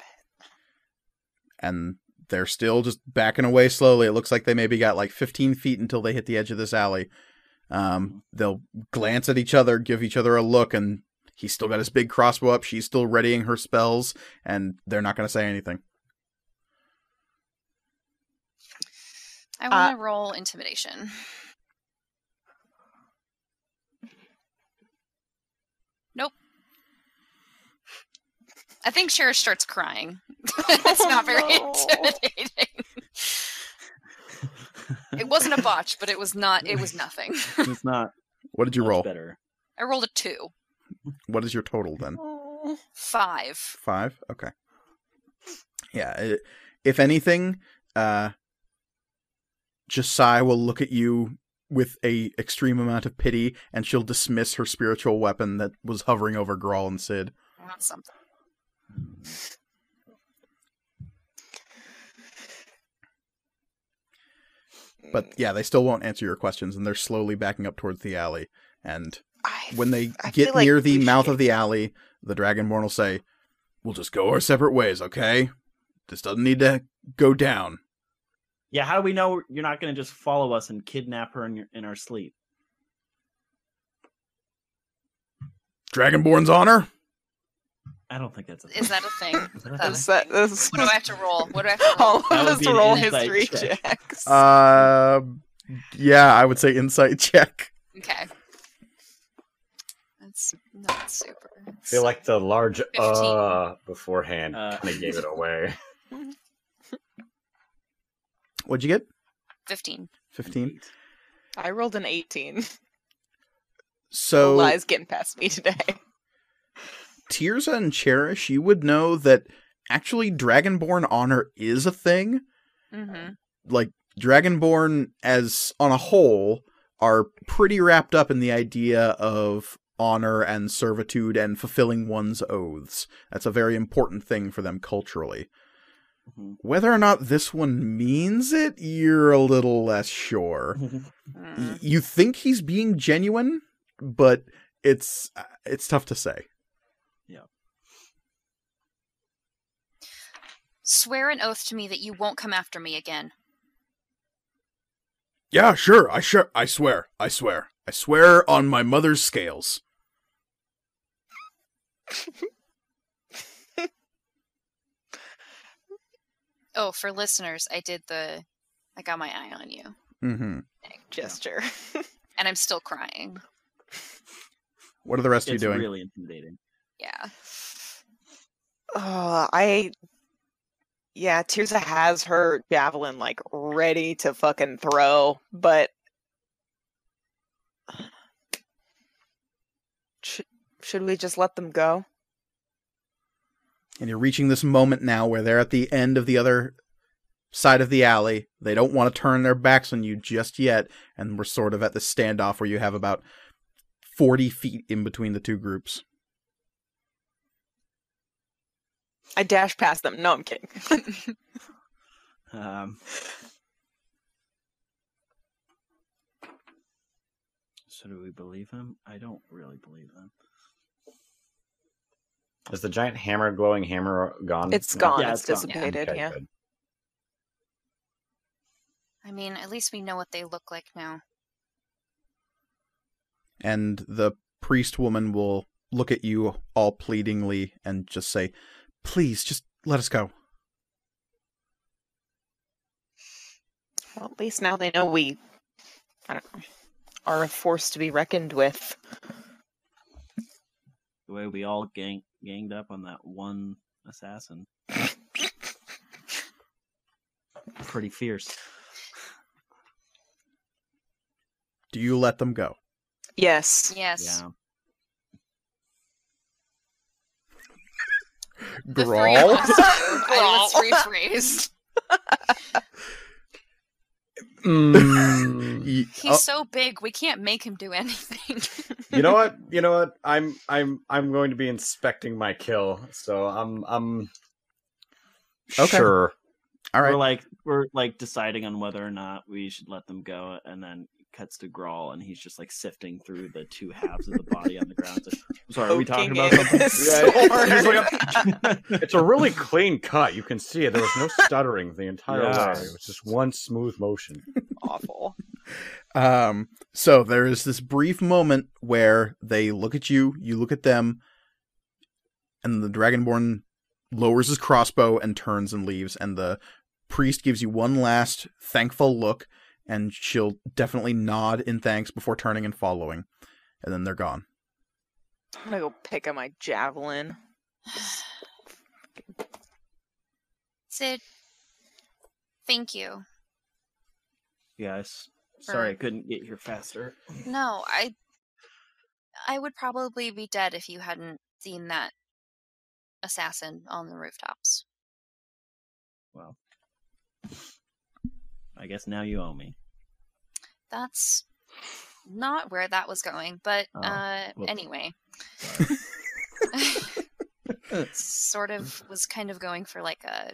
Speaker 1: and they're still just backing away slowly. It looks like they maybe got like 15 feet until they hit the edge of this alley. Um, they'll glance at each other, give each other a look, and he's still got his big crossbow up. She's still readying her spells, and they're not going to say anything.
Speaker 5: I want to roll intimidation. Nope. I think Sheriff starts crying. [LAUGHS] it's not very
Speaker 3: Oh, no.
Speaker 5: intimidating. it wasn't a botch, but it was not. It was nothing.
Speaker 2: [LAUGHS] It's not.
Speaker 1: What did [LAUGHS] you
Speaker 2: much
Speaker 1: roll?
Speaker 2: Better.
Speaker 5: I rolled a two,
Speaker 1: What is your total then?
Speaker 3: Oh.
Speaker 5: five.
Speaker 1: Five? Okay. Yeah. i if anything, uh, Josiah will look at you with a extreme amount of pity, and she'll dismiss her spiritual weapon that was hovering over Grawl and Sid.
Speaker 5: That's something.
Speaker 1: But
Speaker 3: Mm.
Speaker 1: yeah, they still won't answer your questions, and they're slowly backing up towards the alley. And
Speaker 3: I
Speaker 1: when they
Speaker 3: I feel
Speaker 1: get
Speaker 3: like
Speaker 1: near the
Speaker 3: we
Speaker 1: mouth
Speaker 3: should-
Speaker 1: of the alley, the Dragonborn will say, "We'll just go our separate ways, okay? This doesn't need to go down."
Speaker 2: Yeah. How do we know you're not going to just follow us and kidnap her in, your, in our sleep?
Speaker 1: Dragonborn's honor.
Speaker 2: I don't think that's a. Thing.
Speaker 5: Is that a thing?
Speaker 2: Is that a
Speaker 5: Uh,
Speaker 2: thing?
Speaker 3: Is that- this-
Speaker 5: What do I have to roll? What do I have to
Speaker 3: [LAUGHS] all
Speaker 5: roll?
Speaker 3: of
Speaker 2: That would
Speaker 3: us
Speaker 2: be an
Speaker 3: roll
Speaker 2: insight
Speaker 3: history
Speaker 2: check.
Speaker 3: checks.
Speaker 1: Uh, yeah, I would say insight [LAUGHS] check.
Speaker 5: Okay. That's not super.
Speaker 6: I feel like the large
Speaker 5: 15.
Speaker 6: uh beforehand
Speaker 2: Uh.
Speaker 6: kind of gave it away.
Speaker 1: What'd you get?
Speaker 5: fifteen.
Speaker 1: Fifteen.
Speaker 3: I rolled an 18.
Speaker 1: So
Speaker 3: Lies getting past me today. [LAUGHS]
Speaker 1: Tirza and Cherish, you would know that actually Dragonborn honor is a thing.
Speaker 5: Mm-hmm.
Speaker 1: like Dragonborn as on a whole are pretty wrapped up in the idea of honor and servitude and fulfilling one's oaths. That's a very important thing for them culturally.
Speaker 2: Mhm.
Speaker 1: Whether or not this one means it, you're a little less sure. Y-
Speaker 5: Mm.
Speaker 1: You think he's being genuine, but it's uh, it's tough to say.
Speaker 5: Swear an oath to me that you won't come after me again.
Speaker 1: Yeah, sure. I sure I swear. I swear. I swear on my mother's scales.
Speaker 5: Oh, for listeners, I did the. I got my eye on you,
Speaker 1: Mm-hmm.
Speaker 3: Gesture.
Speaker 5: and I'm still crying.
Speaker 1: What are the rest of you
Speaker 2: It's
Speaker 1: doing?
Speaker 2: really intimidating.
Speaker 5: Yeah.
Speaker 3: Oh, I. Yeah, Tirza has her javelin like ready to fucking throw, but should should we just let them go?
Speaker 1: and you're reaching this moment now where they're at the end of the other side of the alley. They don't want to turn their backs on you just yet, and we're sort of at the standoff where you have about 40 feet in between the two groups.
Speaker 3: I dash past them. No, I'm kidding. [LAUGHS]
Speaker 2: Um, so do we believe him? I don't really believe him.
Speaker 6: Is the giant hammer, glowing hammer, gone?
Speaker 3: It's
Speaker 6: now?
Speaker 3: gone.
Speaker 2: Yeah,
Speaker 3: it's,
Speaker 2: it's gone.
Speaker 5: Yeah.
Speaker 3: dissipated.
Speaker 6: Okay,
Speaker 3: Yeah.
Speaker 6: good.
Speaker 5: I mean, at least we know what they look like now.
Speaker 1: And the priest woman will look at you all pleadingly and just say, Please, just let us go.
Speaker 3: Well, at least now they know we. I don't know. Are a force to be reckoned with.
Speaker 2: The way we all gang- ganged up on that one assassin. Pretty fierce.
Speaker 1: Do you let them go?
Speaker 5: [LAUGHS]
Speaker 3: Yes. [LAUGHS]
Speaker 5: Yes.
Speaker 2: Yeah.
Speaker 5: The three of
Speaker 1: Grawl?
Speaker 5: us do. I was
Speaker 3: Grawl.
Speaker 5: rephrased.
Speaker 4: Mm.
Speaker 1: Ye-
Speaker 5: He's
Speaker 1: uh,
Speaker 5: so big, we can't make him do anything.
Speaker 6: [LAUGHS] Oh. you know what? You know what? I'm I'm I'm going to be inspecting my kill, so I'm I'm
Speaker 1: Okay.
Speaker 6: sure.
Speaker 1: all
Speaker 2: We're
Speaker 1: right.
Speaker 2: like we're like deciding on whether or not we should let them go, and then it cuts to Grawl, and he's just like sifting through the two halves of the body on the ground. It's like, I'm sorry, are we talking
Speaker 3: Poking
Speaker 2: about
Speaker 3: it.
Speaker 2: something? [LAUGHS]
Speaker 6: He's
Speaker 3: Sword. [LAUGHS]
Speaker 6: It's a really clean cut. You can see it. There was no stuttering the entire
Speaker 2: Yeah.
Speaker 6: way. It was just one smooth motion.
Speaker 3: Awful.
Speaker 1: Um, so there is this brief moment where they look at you, you look at them, and the Dragonborn lowers his crossbow and turns and leaves, and the priest gives you one last thankful look, and she'll definitely nod in thanks before turning and following, and then they're gone.
Speaker 3: I'm gonna go pick up my javelin.
Speaker 5: [LAUGHS] Sid, thank you.
Speaker 2: Yes.
Speaker 5: Or-
Speaker 2: Sorry, I couldn't get here faster.
Speaker 5: No, I. I would probably be dead if you hadn't seen that assassin on the rooftops.
Speaker 2: Well, I guess now you owe
Speaker 3: [LAUGHS]
Speaker 2: me.
Speaker 5: That's not where that was going, but
Speaker 2: Oh,
Speaker 5: uh,
Speaker 2: whoops.
Speaker 5: anyway. [LAUGHS] sort of was kind of going for like a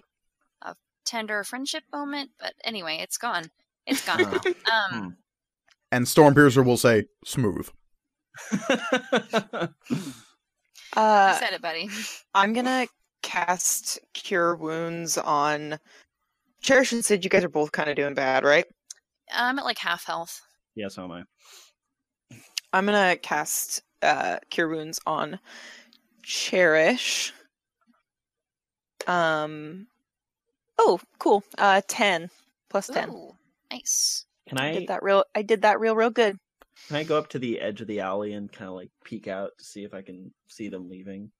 Speaker 5: a tender friendship moment, but anyway, it's gone. It's gone.
Speaker 2: Oh.
Speaker 5: um,
Speaker 1: And Stormpiercer will say, smooth.
Speaker 5: you
Speaker 3: Uh,
Speaker 5: said it, buddy.
Speaker 3: I'm gonna cast Cure Wounds on Cherish and Sid. You guys are both kind of doing bad, right?
Speaker 5: I'm at like half health.
Speaker 2: [LAUGHS] yes, oh my.
Speaker 3: I'm gonna cast uh, Cure Wounds on Cherish. Um. Oh, cool. Uh, ten plus ten.
Speaker 5: Ooh, nice.
Speaker 2: Can
Speaker 3: I
Speaker 2: I
Speaker 3: did that real. I did that real, real good.
Speaker 2: can I go up to the edge of the alley and kind of like peek out to see if I can see them leaving?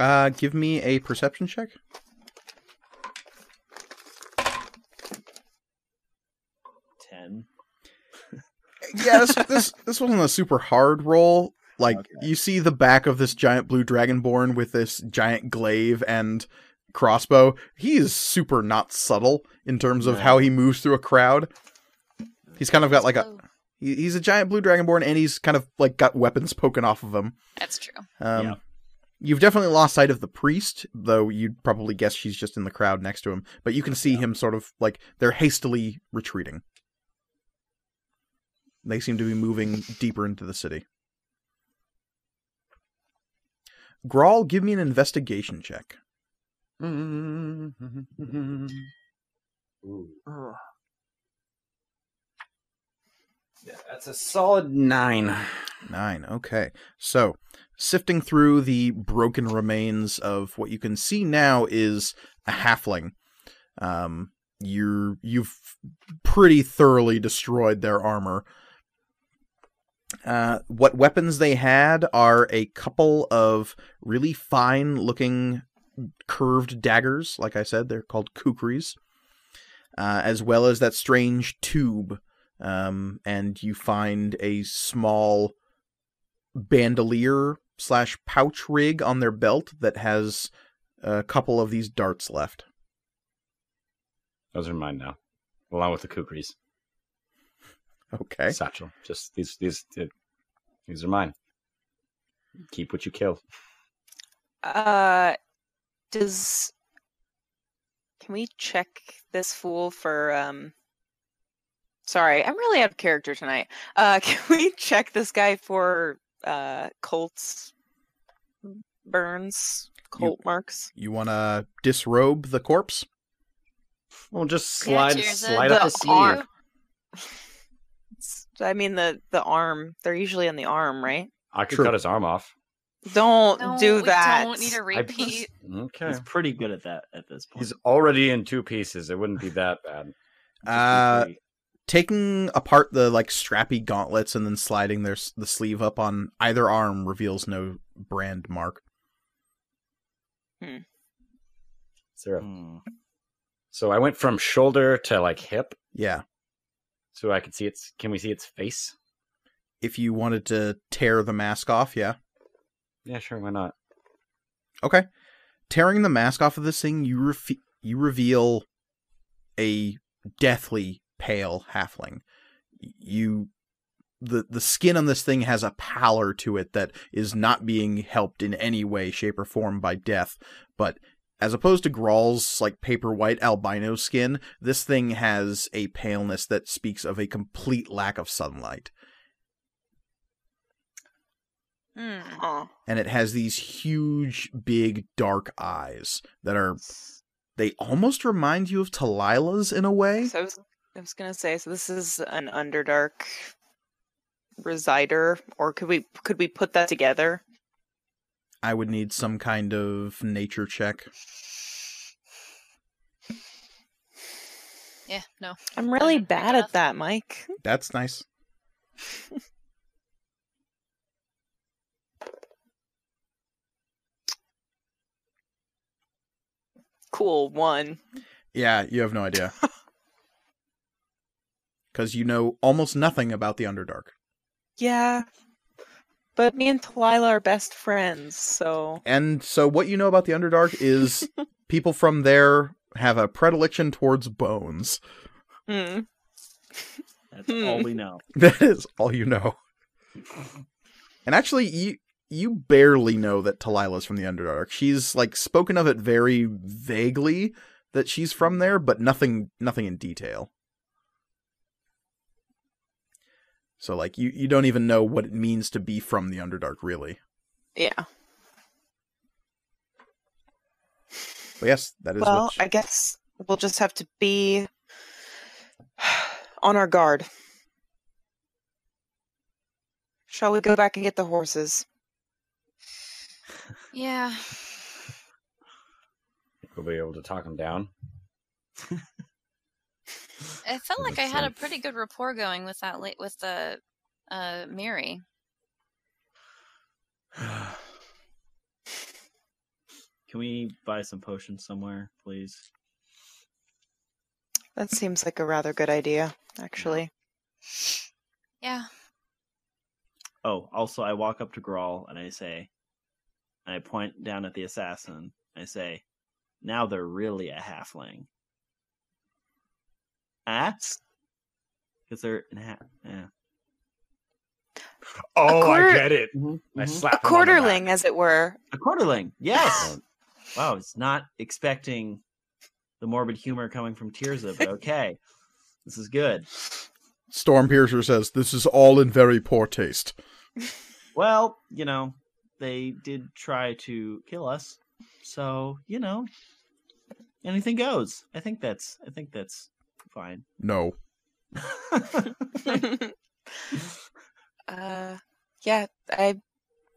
Speaker 1: Uh, give me a perception check.
Speaker 2: Ten.
Speaker 1: yeah, this, this this wasn't a super hard roll. Like
Speaker 2: Okay.
Speaker 1: you see the back of this giant blue dragonborn with this giant glaive and crossbow. He is super not subtle in terms of
Speaker 2: No.
Speaker 1: how he moves through a crowd. He's kind of got like a
Speaker 5: Blue.
Speaker 1: he- he's a giant blue dragonborn and he's kind of like got weapons poking off of him.
Speaker 5: That's true.
Speaker 1: Um,
Speaker 2: Yeah.
Speaker 1: You've definitely lost sight of the priest, though you'd probably guess she's just in the crowd next to him. But you can see him sort of like they're hastily retreating. They seem to be moving deeper into the city. Grawl, give me an investigation check.
Speaker 6: Mm-hmm. Ooh.
Speaker 2: Ugh.
Speaker 6: Yeah, that's a solid nine.
Speaker 1: Nine. Okay. So, sifting through the broken remains of what you can see now is a halfling. Um, you're you've pretty thoroughly destroyed their armor. Uh, what weapons they had are a couple of really fine looking curved daggers. Like I said, they're called kukris, uh, as well as that strange tube um, and you find a small bandolier slash pouch rig on their belt that has a couple of these darts left.
Speaker 6: Those are mine now, along with the kukris
Speaker 1: Okay.
Speaker 6: satchel. Just these, these, these are mine. Keep what you kill.
Speaker 3: Uh, does can we check this fool for um? Sorry, I'm really out of character tonight. Uh, [LAUGHS] can we check this guy for uh Colt's burns, Colt marks?
Speaker 1: You want to disrobe the corpse?
Speaker 6: Well, just
Speaker 5: Yeah,
Speaker 6: slide,
Speaker 5: cheers,
Speaker 6: slide
Speaker 5: uh,
Speaker 6: up
Speaker 5: the
Speaker 6: the sleeve.
Speaker 5: arm.
Speaker 3: It's- [LAUGHS] I mean the the arm. They're usually on the arm, right?
Speaker 6: I could
Speaker 1: True.
Speaker 6: cut his arm off.
Speaker 3: Don't
Speaker 5: No,
Speaker 3: do
Speaker 5: we
Speaker 3: that.
Speaker 5: Don't need a
Speaker 6: I-
Speaker 5: repeat.
Speaker 6: Okay.
Speaker 2: He's pretty good at that at this point.
Speaker 6: He's already in two pieces. It wouldn't be that bad.
Speaker 1: Uh,
Speaker 2: He's
Speaker 1: taking apart the like strappy gauntlets and then sliding their s- the sleeve up on either arm reveals no brand mark.
Speaker 6: Is there a-
Speaker 2: pretty- Hmm.
Speaker 6: So I went from shoulder to like hip,
Speaker 1: Yeah.
Speaker 6: so I could see its. Can we see its face?
Speaker 1: If you wanted to tear the mask off, yeah.
Speaker 6: Yeah, sure. Why not?
Speaker 1: Okay. Tearing the mask off of this thing, you refe you reveal a deathly pale halfling. You the the skin on this thing has a pallor to it that is not being helped in any way shape or form by death, but as opposed to Grawl's like paper white albino skin, this thing has a paleness that speaks of a complete lack of sunlight.
Speaker 5: Hmm.
Speaker 3: Huh.
Speaker 1: and it has these huge, big, dark eyes that are. They almost remind you of Talila's in a way.
Speaker 3: So I was, I was gonna say, so this is an Underdark resider, or could we could we put that together?
Speaker 1: I would need some kind of nature check.
Speaker 5: Yeah, no.
Speaker 3: I'm really
Speaker 5: Doesn't pick
Speaker 3: bad
Speaker 5: up.
Speaker 3: at that, Mike.
Speaker 1: That's nice.
Speaker 3: Cool one.
Speaker 1: Yeah, you have no idea. Because you know almost nothing about the Underdark.
Speaker 3: Yeah, but me and Talila are best friends, so
Speaker 1: And so, what you know about the Underdark is people from there have a predilection towards bones.
Speaker 3: Hmm.
Speaker 2: That's
Speaker 3: Hmm.
Speaker 2: all we know.
Speaker 1: [LAUGHS] That is all you know. And actually, you you barely know that Talila's from the Underdark. She's like spoken of it very vaguely that she's from there, but nothing nothing in detail. So like you you don't even know what it means to be from the Underdark really.
Speaker 3: yeah.
Speaker 1: But yes, that is
Speaker 3: Well,
Speaker 1: what
Speaker 3: I guess we'll just have to be on our guard. Shall we go back and get the horses?
Speaker 5: Yeah.
Speaker 6: Think We'll be able to talk him down.
Speaker 5: I felt like I
Speaker 6: Let's
Speaker 5: had
Speaker 6: see.
Speaker 5: a pretty good rapport going with that late with the uh Mary.
Speaker 2: Can we buy some potions somewhere, please?
Speaker 3: That seems like a rather good idea, actually.
Speaker 5: Yeah.
Speaker 2: Oh, also, I walk up to Grawl and I say, and I point down at the assassin. I say, now they're really a halfling. Ah? Because they're in ha- yeah.
Speaker 6: Oh,
Speaker 3: quarter-
Speaker 6: I get it. I
Speaker 3: A
Speaker 6: slapped him on the back.
Speaker 3: quarterling, as it
Speaker 5: [LAUGHS]
Speaker 3: were. [LAUGHS]
Speaker 2: A quarterling. Yes. wow, it's not expecting the morbid humor coming from Tirza, but okay. This is good.
Speaker 1: Stormpiercer says this is all in very poor taste.
Speaker 2: Well, you know, they did try to kill us. So, you know, anything goes. I think that's I think that's fine. [LAUGHS]
Speaker 1: No.
Speaker 3: uh, yeah, I.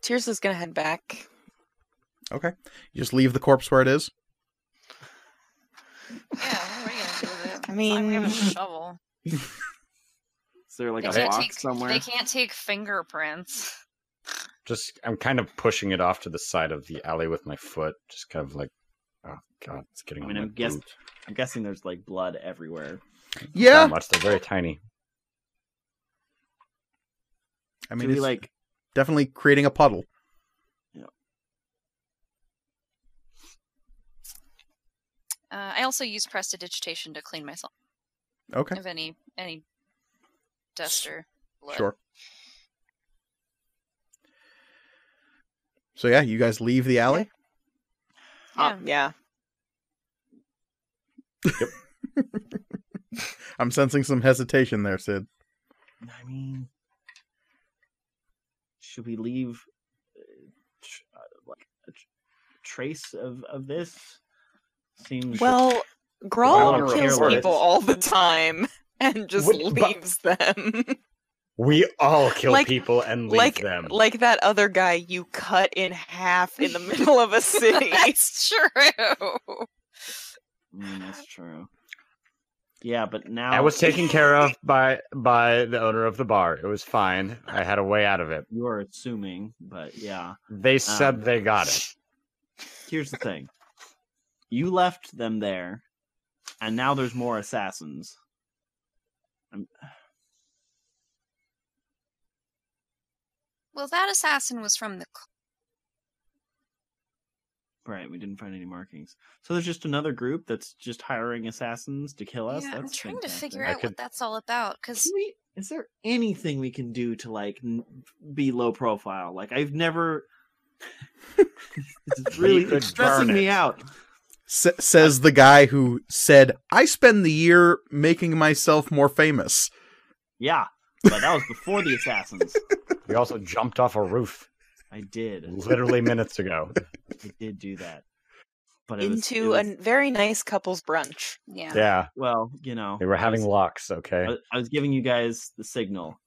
Speaker 3: Tears is gonna head back.
Speaker 1: You just leave the corpse where it is.
Speaker 5: Yeah, what are we gonna do with
Speaker 3: [LAUGHS]
Speaker 5: it?
Speaker 3: I
Speaker 5: I'm
Speaker 3: mean,
Speaker 5: gonna shovel.
Speaker 2: Is there like
Speaker 5: They
Speaker 2: a
Speaker 5: can't
Speaker 2: box
Speaker 5: take-
Speaker 2: somewhere?
Speaker 5: They can't take fingerprints.
Speaker 6: Just, I'm kind of pushing it off to the side of the alley with my foot. Just kind of like, oh god, it's getting
Speaker 2: I
Speaker 6: on
Speaker 2: mean,
Speaker 6: my
Speaker 2: I'm guess-
Speaker 6: boot.
Speaker 2: I'm guessing there's like blood everywhere.
Speaker 6: Not
Speaker 1: Yeah.
Speaker 6: much. They're very tiny.
Speaker 1: I
Speaker 2: I
Speaker 1: mean,
Speaker 2: mean,
Speaker 1: it's
Speaker 2: like
Speaker 1: definitely creating a puddle.
Speaker 5: Uh, I also use prestidigitation to clean myself
Speaker 1: Okay.
Speaker 5: of any any dust or blood.
Speaker 1: Sure. So yeah, you guys leave the alley.
Speaker 5: [LAUGHS] Yeah.
Speaker 3: yeah.
Speaker 1: [LAUGHS] I'm sensing some hesitation there, Sid.
Speaker 2: I mean, should we leave uh, tr- uh, like a tr- trace of of this? Seems
Speaker 3: Well,
Speaker 6: Wow,
Speaker 3: Grawl
Speaker 6: you're
Speaker 3: kills
Speaker 2: careless.
Speaker 3: people all the time [LAUGHS] and just
Speaker 6: What- but-
Speaker 3: leaves
Speaker 6: [LAUGHS]
Speaker 3: them.
Speaker 6: We all kill
Speaker 3: Like-
Speaker 6: people and leave
Speaker 3: like
Speaker 6: them.
Speaker 3: like that other guy you cut in half
Speaker 5: [LAUGHS]
Speaker 3: in the middle of a city.
Speaker 5: That's true.
Speaker 2: Mm, that's true. Yeah, but now
Speaker 6: I was taken
Speaker 3: [LAUGHS]
Speaker 6: care of by by the owner of the bar. It was fine. I had a way out of it.
Speaker 2: you're assuming, but yeah.
Speaker 6: They said they got
Speaker 3: [LAUGHS]
Speaker 6: it.
Speaker 2: Here's the thing: you left them there, and now there's more assassins. I'm,
Speaker 5: Well, that assassin was from the. cl-
Speaker 2: right, we didn't find any markings. So there's just another group that's just hiring assassins to kill us.
Speaker 5: yeah, I'm
Speaker 2: that's
Speaker 5: trying to
Speaker 2: fantastic.
Speaker 5: figure
Speaker 6: I
Speaker 5: out
Speaker 6: could-
Speaker 5: what that's all about because
Speaker 2: Can we- is there anything we can do to like n- be low profile? Like I've never. [LAUGHS] it's really
Speaker 6: could
Speaker 2: it's stressing
Speaker 6: burn
Speaker 2: me
Speaker 6: it.
Speaker 2: out.
Speaker 1: S- says the guy who said, "I spend the year making myself more famous."
Speaker 2: Yeah, but that was before the assassins.
Speaker 6: We also jumped off a roof
Speaker 2: I did.
Speaker 6: literally minutes
Speaker 3: [LAUGHS]
Speaker 6: ago.
Speaker 2: I did do that. But it was, it
Speaker 3: into
Speaker 2: was-
Speaker 3: a very nice couple's brunch.
Speaker 5: yeah,
Speaker 6: Yeah,
Speaker 2: well, you know,
Speaker 6: they were
Speaker 2: I
Speaker 6: having
Speaker 2: was-
Speaker 6: locks. Okay,
Speaker 2: I, I was giving you guys the signal.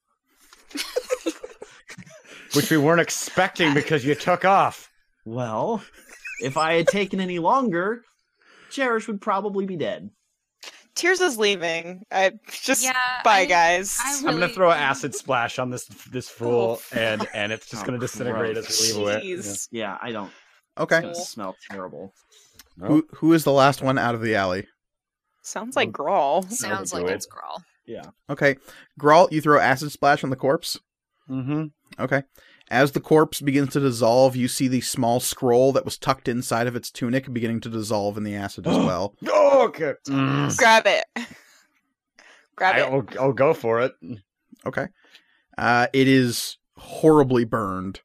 Speaker 6: which we weren't expecting because you took off.
Speaker 2: Well, if I had taken any longer, Cherish would probably be dead.
Speaker 3: Tears is leaving. I just
Speaker 5: yeah.
Speaker 3: bye
Speaker 5: I-
Speaker 3: guys.
Speaker 5: I
Speaker 6: I'm gonna
Speaker 5: really-
Speaker 6: throw an acid splash on this this fool,
Speaker 3: Oh,
Speaker 6: and and it's just
Speaker 2: Oh,
Speaker 6: gonna disintegrate as we leave away. Yeah.
Speaker 3: Jeez.
Speaker 2: Yeah, I don't. It's
Speaker 1: Okay.
Speaker 2: gonna smell terrible.
Speaker 1: Who who is the last one out of the alley?
Speaker 3: Sounds
Speaker 1: Oh.
Speaker 3: like Grawl.
Speaker 5: Sounds
Speaker 6: That'll
Speaker 5: like
Speaker 6: do it.
Speaker 5: it's Grawl.
Speaker 1: Okay. Grawl, you throw acid splash on the corpse.
Speaker 6: Mm-hmm.
Speaker 1: Okay. As the corpse begins to dissolve, you see the small scroll that was tucked inside of its tunic beginning to dissolve in the acid as well.
Speaker 6: Oh, okay.
Speaker 3: Grab it. [LAUGHS] Grab
Speaker 6: I,
Speaker 3: it.
Speaker 6: will I'll go for it.
Speaker 1: Uh, it is horribly burned,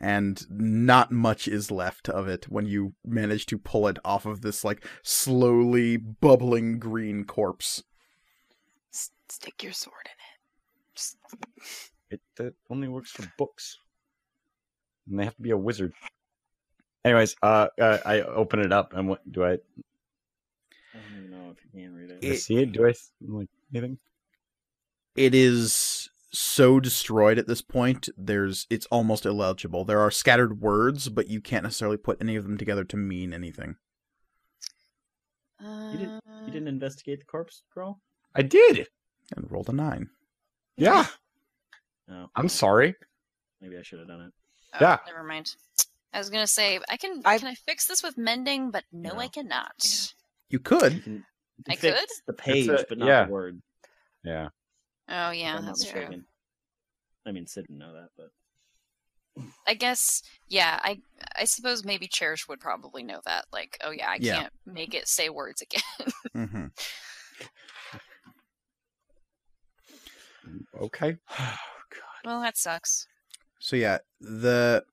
Speaker 1: and not much is left of it when you manage to pull it off of this like slowly bubbling green corpse.
Speaker 3: S- stick your sword in it. Just-
Speaker 6: It that only works for books, and they have to be a wizard. Anyways, uh, uh I open it up, and what do I,
Speaker 2: I don't even know if you can read
Speaker 6: do I
Speaker 1: It-
Speaker 6: see it? Do I s- like anything?
Speaker 1: It is so destroyed at this point. There's it's almost illegible. There are scattered words, but you can't necessarily put any of them together to mean anything.
Speaker 2: didn't- You didn't investigate the corpse, girl?
Speaker 6: I did.
Speaker 1: And rolled a nine.
Speaker 6: Yeah,
Speaker 2: No.
Speaker 6: I'm sorry.
Speaker 2: Maybe I should have done it.
Speaker 5: Oh,
Speaker 6: Yeah.
Speaker 5: Never mind. I was gonna say I can.
Speaker 3: I-
Speaker 5: Can I fix this with mending? But no,
Speaker 2: No.
Speaker 5: I cannot.
Speaker 1: You could.
Speaker 2: [LAUGHS] You can, you
Speaker 5: I
Speaker 2: can fix
Speaker 5: could?
Speaker 2: the page,
Speaker 6: a-
Speaker 2: but not
Speaker 6: yeah.
Speaker 2: the word.
Speaker 6: Yeah.
Speaker 5: Oh
Speaker 2: if
Speaker 5: yeah,
Speaker 2: I'm not
Speaker 5: that's true.
Speaker 2: mistaken. I mean, Sid didn't know that, but
Speaker 5: I guess yeah. I I suppose maybe Cherish would probably know that. Like oh yeah, I
Speaker 1: Yeah.
Speaker 5: can't make it say words again. [LAUGHS]
Speaker 1: Mm-hmm.
Speaker 6: Okay. [SIGHS]
Speaker 5: well, that sucks.
Speaker 1: So yeah, the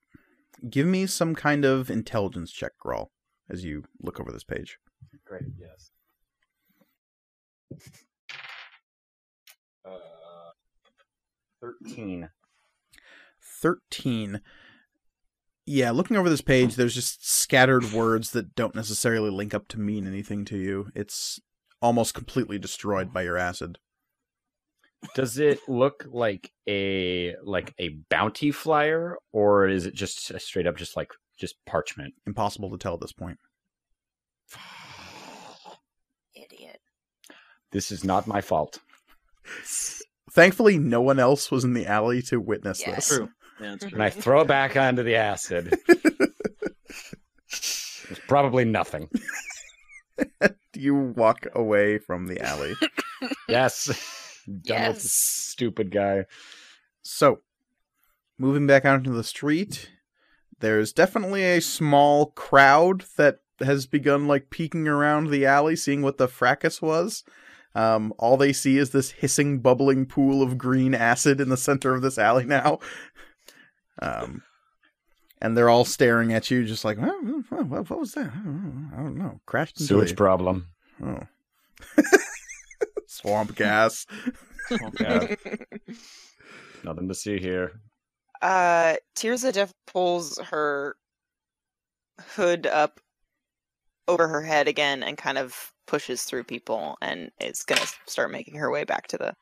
Speaker 1: give me some kind of intelligence check, Grawl, as you look over this page.
Speaker 6: Great, yes. Uh, 13.
Speaker 1: 13 yeah looking over this page there's just scattered words that don't necessarily link up to mean anything to you it's almost completely destroyed by your acid
Speaker 6: Does it look like a like a bounty flyer or is it just a straight up just like just parchment?
Speaker 1: impossible to tell at this point
Speaker 3: Idiot.
Speaker 6: This is not my fault.
Speaker 1: thankfully no one else was in the alley to witness
Speaker 3: Yes.
Speaker 1: this
Speaker 2: True. Yeah, that's true.
Speaker 6: And I throw it back onto the acid. It's probably nothing.
Speaker 1: you walk away from the alley
Speaker 6: Yes. [LAUGHS] Done with
Speaker 5: Yes.
Speaker 6: this stupid guy.
Speaker 1: So, moving back out into the street, there's definitely a small crowd that has begun like peeking around the alley, seeing what the fracas was. Um, all they see is this hissing, bubbling pool of green acid in the center of this alley now. Um, and they're all staring at you, just like, "Huh? Huh? what what was that? I don't know. I don't know. Crashed into
Speaker 6: Sewage
Speaker 1: the-
Speaker 6: problem.
Speaker 1: oh. [LAUGHS] swamp gas.
Speaker 6: Yeah. Nothing to see here.
Speaker 3: [LAUGHS] Uh, Tirza def- pulls her hood up over her head again and kind of pushes through people and is gonna s- start making her way back to the.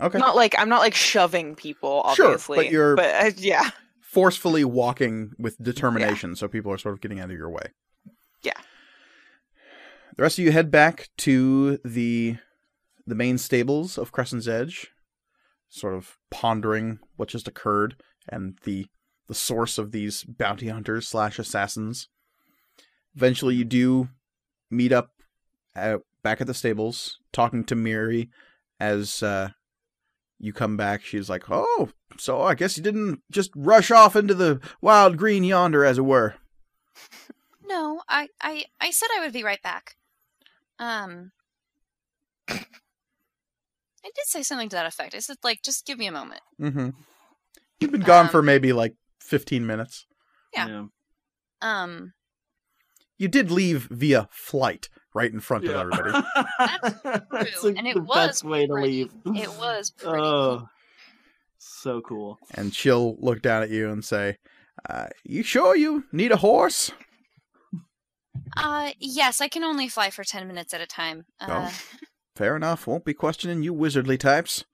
Speaker 1: Okay.
Speaker 3: Not like I'm not like shoving people,
Speaker 1: Sure, but
Speaker 3: obviously.
Speaker 1: you're-
Speaker 3: But uh, yeah,
Speaker 1: forcefully walking with determination so people are sort of getting out of your way.
Speaker 3: Yeah.
Speaker 1: The rest of you head back to the the main stables of Crescent's Edge, sort of pondering what just occurred and the the source of these bounty hunters slash assassins. Eventually you do meet up at, back at the stables, talking to Miri as uh, you come back. She's like, "Oh, so I guess you didn't just rush off into the wild green yonder, as it were.
Speaker 5: No, I, I, I said I would be right back. Um, I did say something to that effect. I said, like, just give me a moment.
Speaker 1: Mm-hmm. You've been gone
Speaker 5: Um,
Speaker 1: for maybe like 15 minutes.
Speaker 5: Yeah. Um,
Speaker 1: You did leave via flight right in front of everybody.
Speaker 5: That's
Speaker 2: [LAUGHS] That's
Speaker 5: true,
Speaker 2: like
Speaker 5: and it
Speaker 2: the
Speaker 5: was
Speaker 2: best way to
Speaker 5: pretty.
Speaker 2: leave.
Speaker 5: It was pretty.
Speaker 2: [LAUGHS] Oh, so cool.
Speaker 1: and she'll look down at you and say, uh, You sure you need a horse?
Speaker 5: Uh, yes, I can only fly for 10 minutes at a time.
Speaker 1: Oh.
Speaker 5: Uh, [LAUGHS]
Speaker 1: Fair enough. Won't be questioning you wizardly types.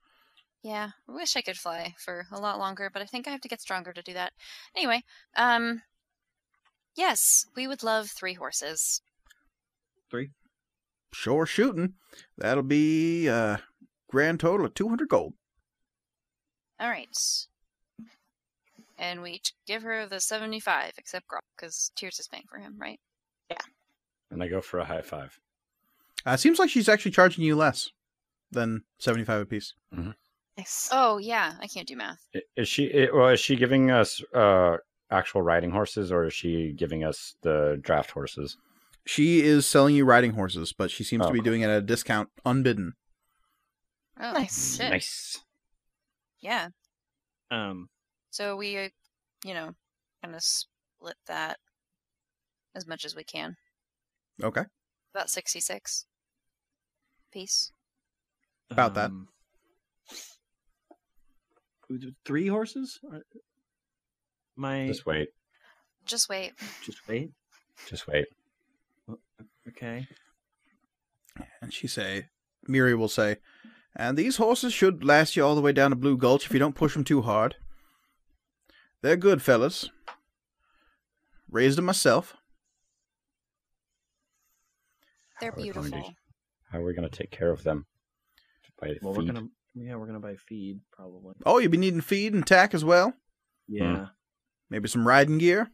Speaker 5: yeah, I wish I could fly for a lot longer, but I think I have to get stronger to do that. Anyway, um, yes, we would love three horses.
Speaker 1: Sure shooting. That'll be uh, grand total of 200 gold.
Speaker 5: All right. And we each give her the 75, except Grog, because Tears is paying for him, right?
Speaker 6: And I go for a high five.
Speaker 1: Uh, seems like she's actually charging you less than 75 apiece.
Speaker 3: nice.
Speaker 5: Oh, yeah, I can't do math.
Speaker 6: I- Is she? i- Well, is she giving us uh, actual riding horses, or is she giving us the draft horses?
Speaker 1: She is selling you riding horses, but she seems
Speaker 6: Oh,
Speaker 1: to be
Speaker 6: cool.
Speaker 1: doing it at a discount unbidden.
Speaker 5: Oh,
Speaker 3: Nice.
Speaker 5: Shit.
Speaker 6: Nice.
Speaker 5: Yeah.
Speaker 2: Um,
Speaker 5: So we, uh, you know, kind of split that as much as we can.
Speaker 1: Okay.
Speaker 5: About 66 piece.
Speaker 1: About that.
Speaker 2: um, Three horses? Uh, My
Speaker 6: Just wait.
Speaker 5: Just wait.
Speaker 2: just wait.
Speaker 6: Just wait.
Speaker 2: Okay.
Speaker 1: And she say, Miri will say, and these horses should last you all the way down to Blue Gulch if you don't push them too hard. They're good fellas. Raised them myself.
Speaker 5: They're
Speaker 6: How are we going to-
Speaker 5: beautiful.
Speaker 6: How are we going to take care of them? By
Speaker 2: Well,
Speaker 6: feed?
Speaker 2: we're gonna yeah, we're gonna buy feed probably.
Speaker 1: Oh, you'll be needing feed and tack as well.
Speaker 2: Yeah.
Speaker 1: Maybe some riding gear.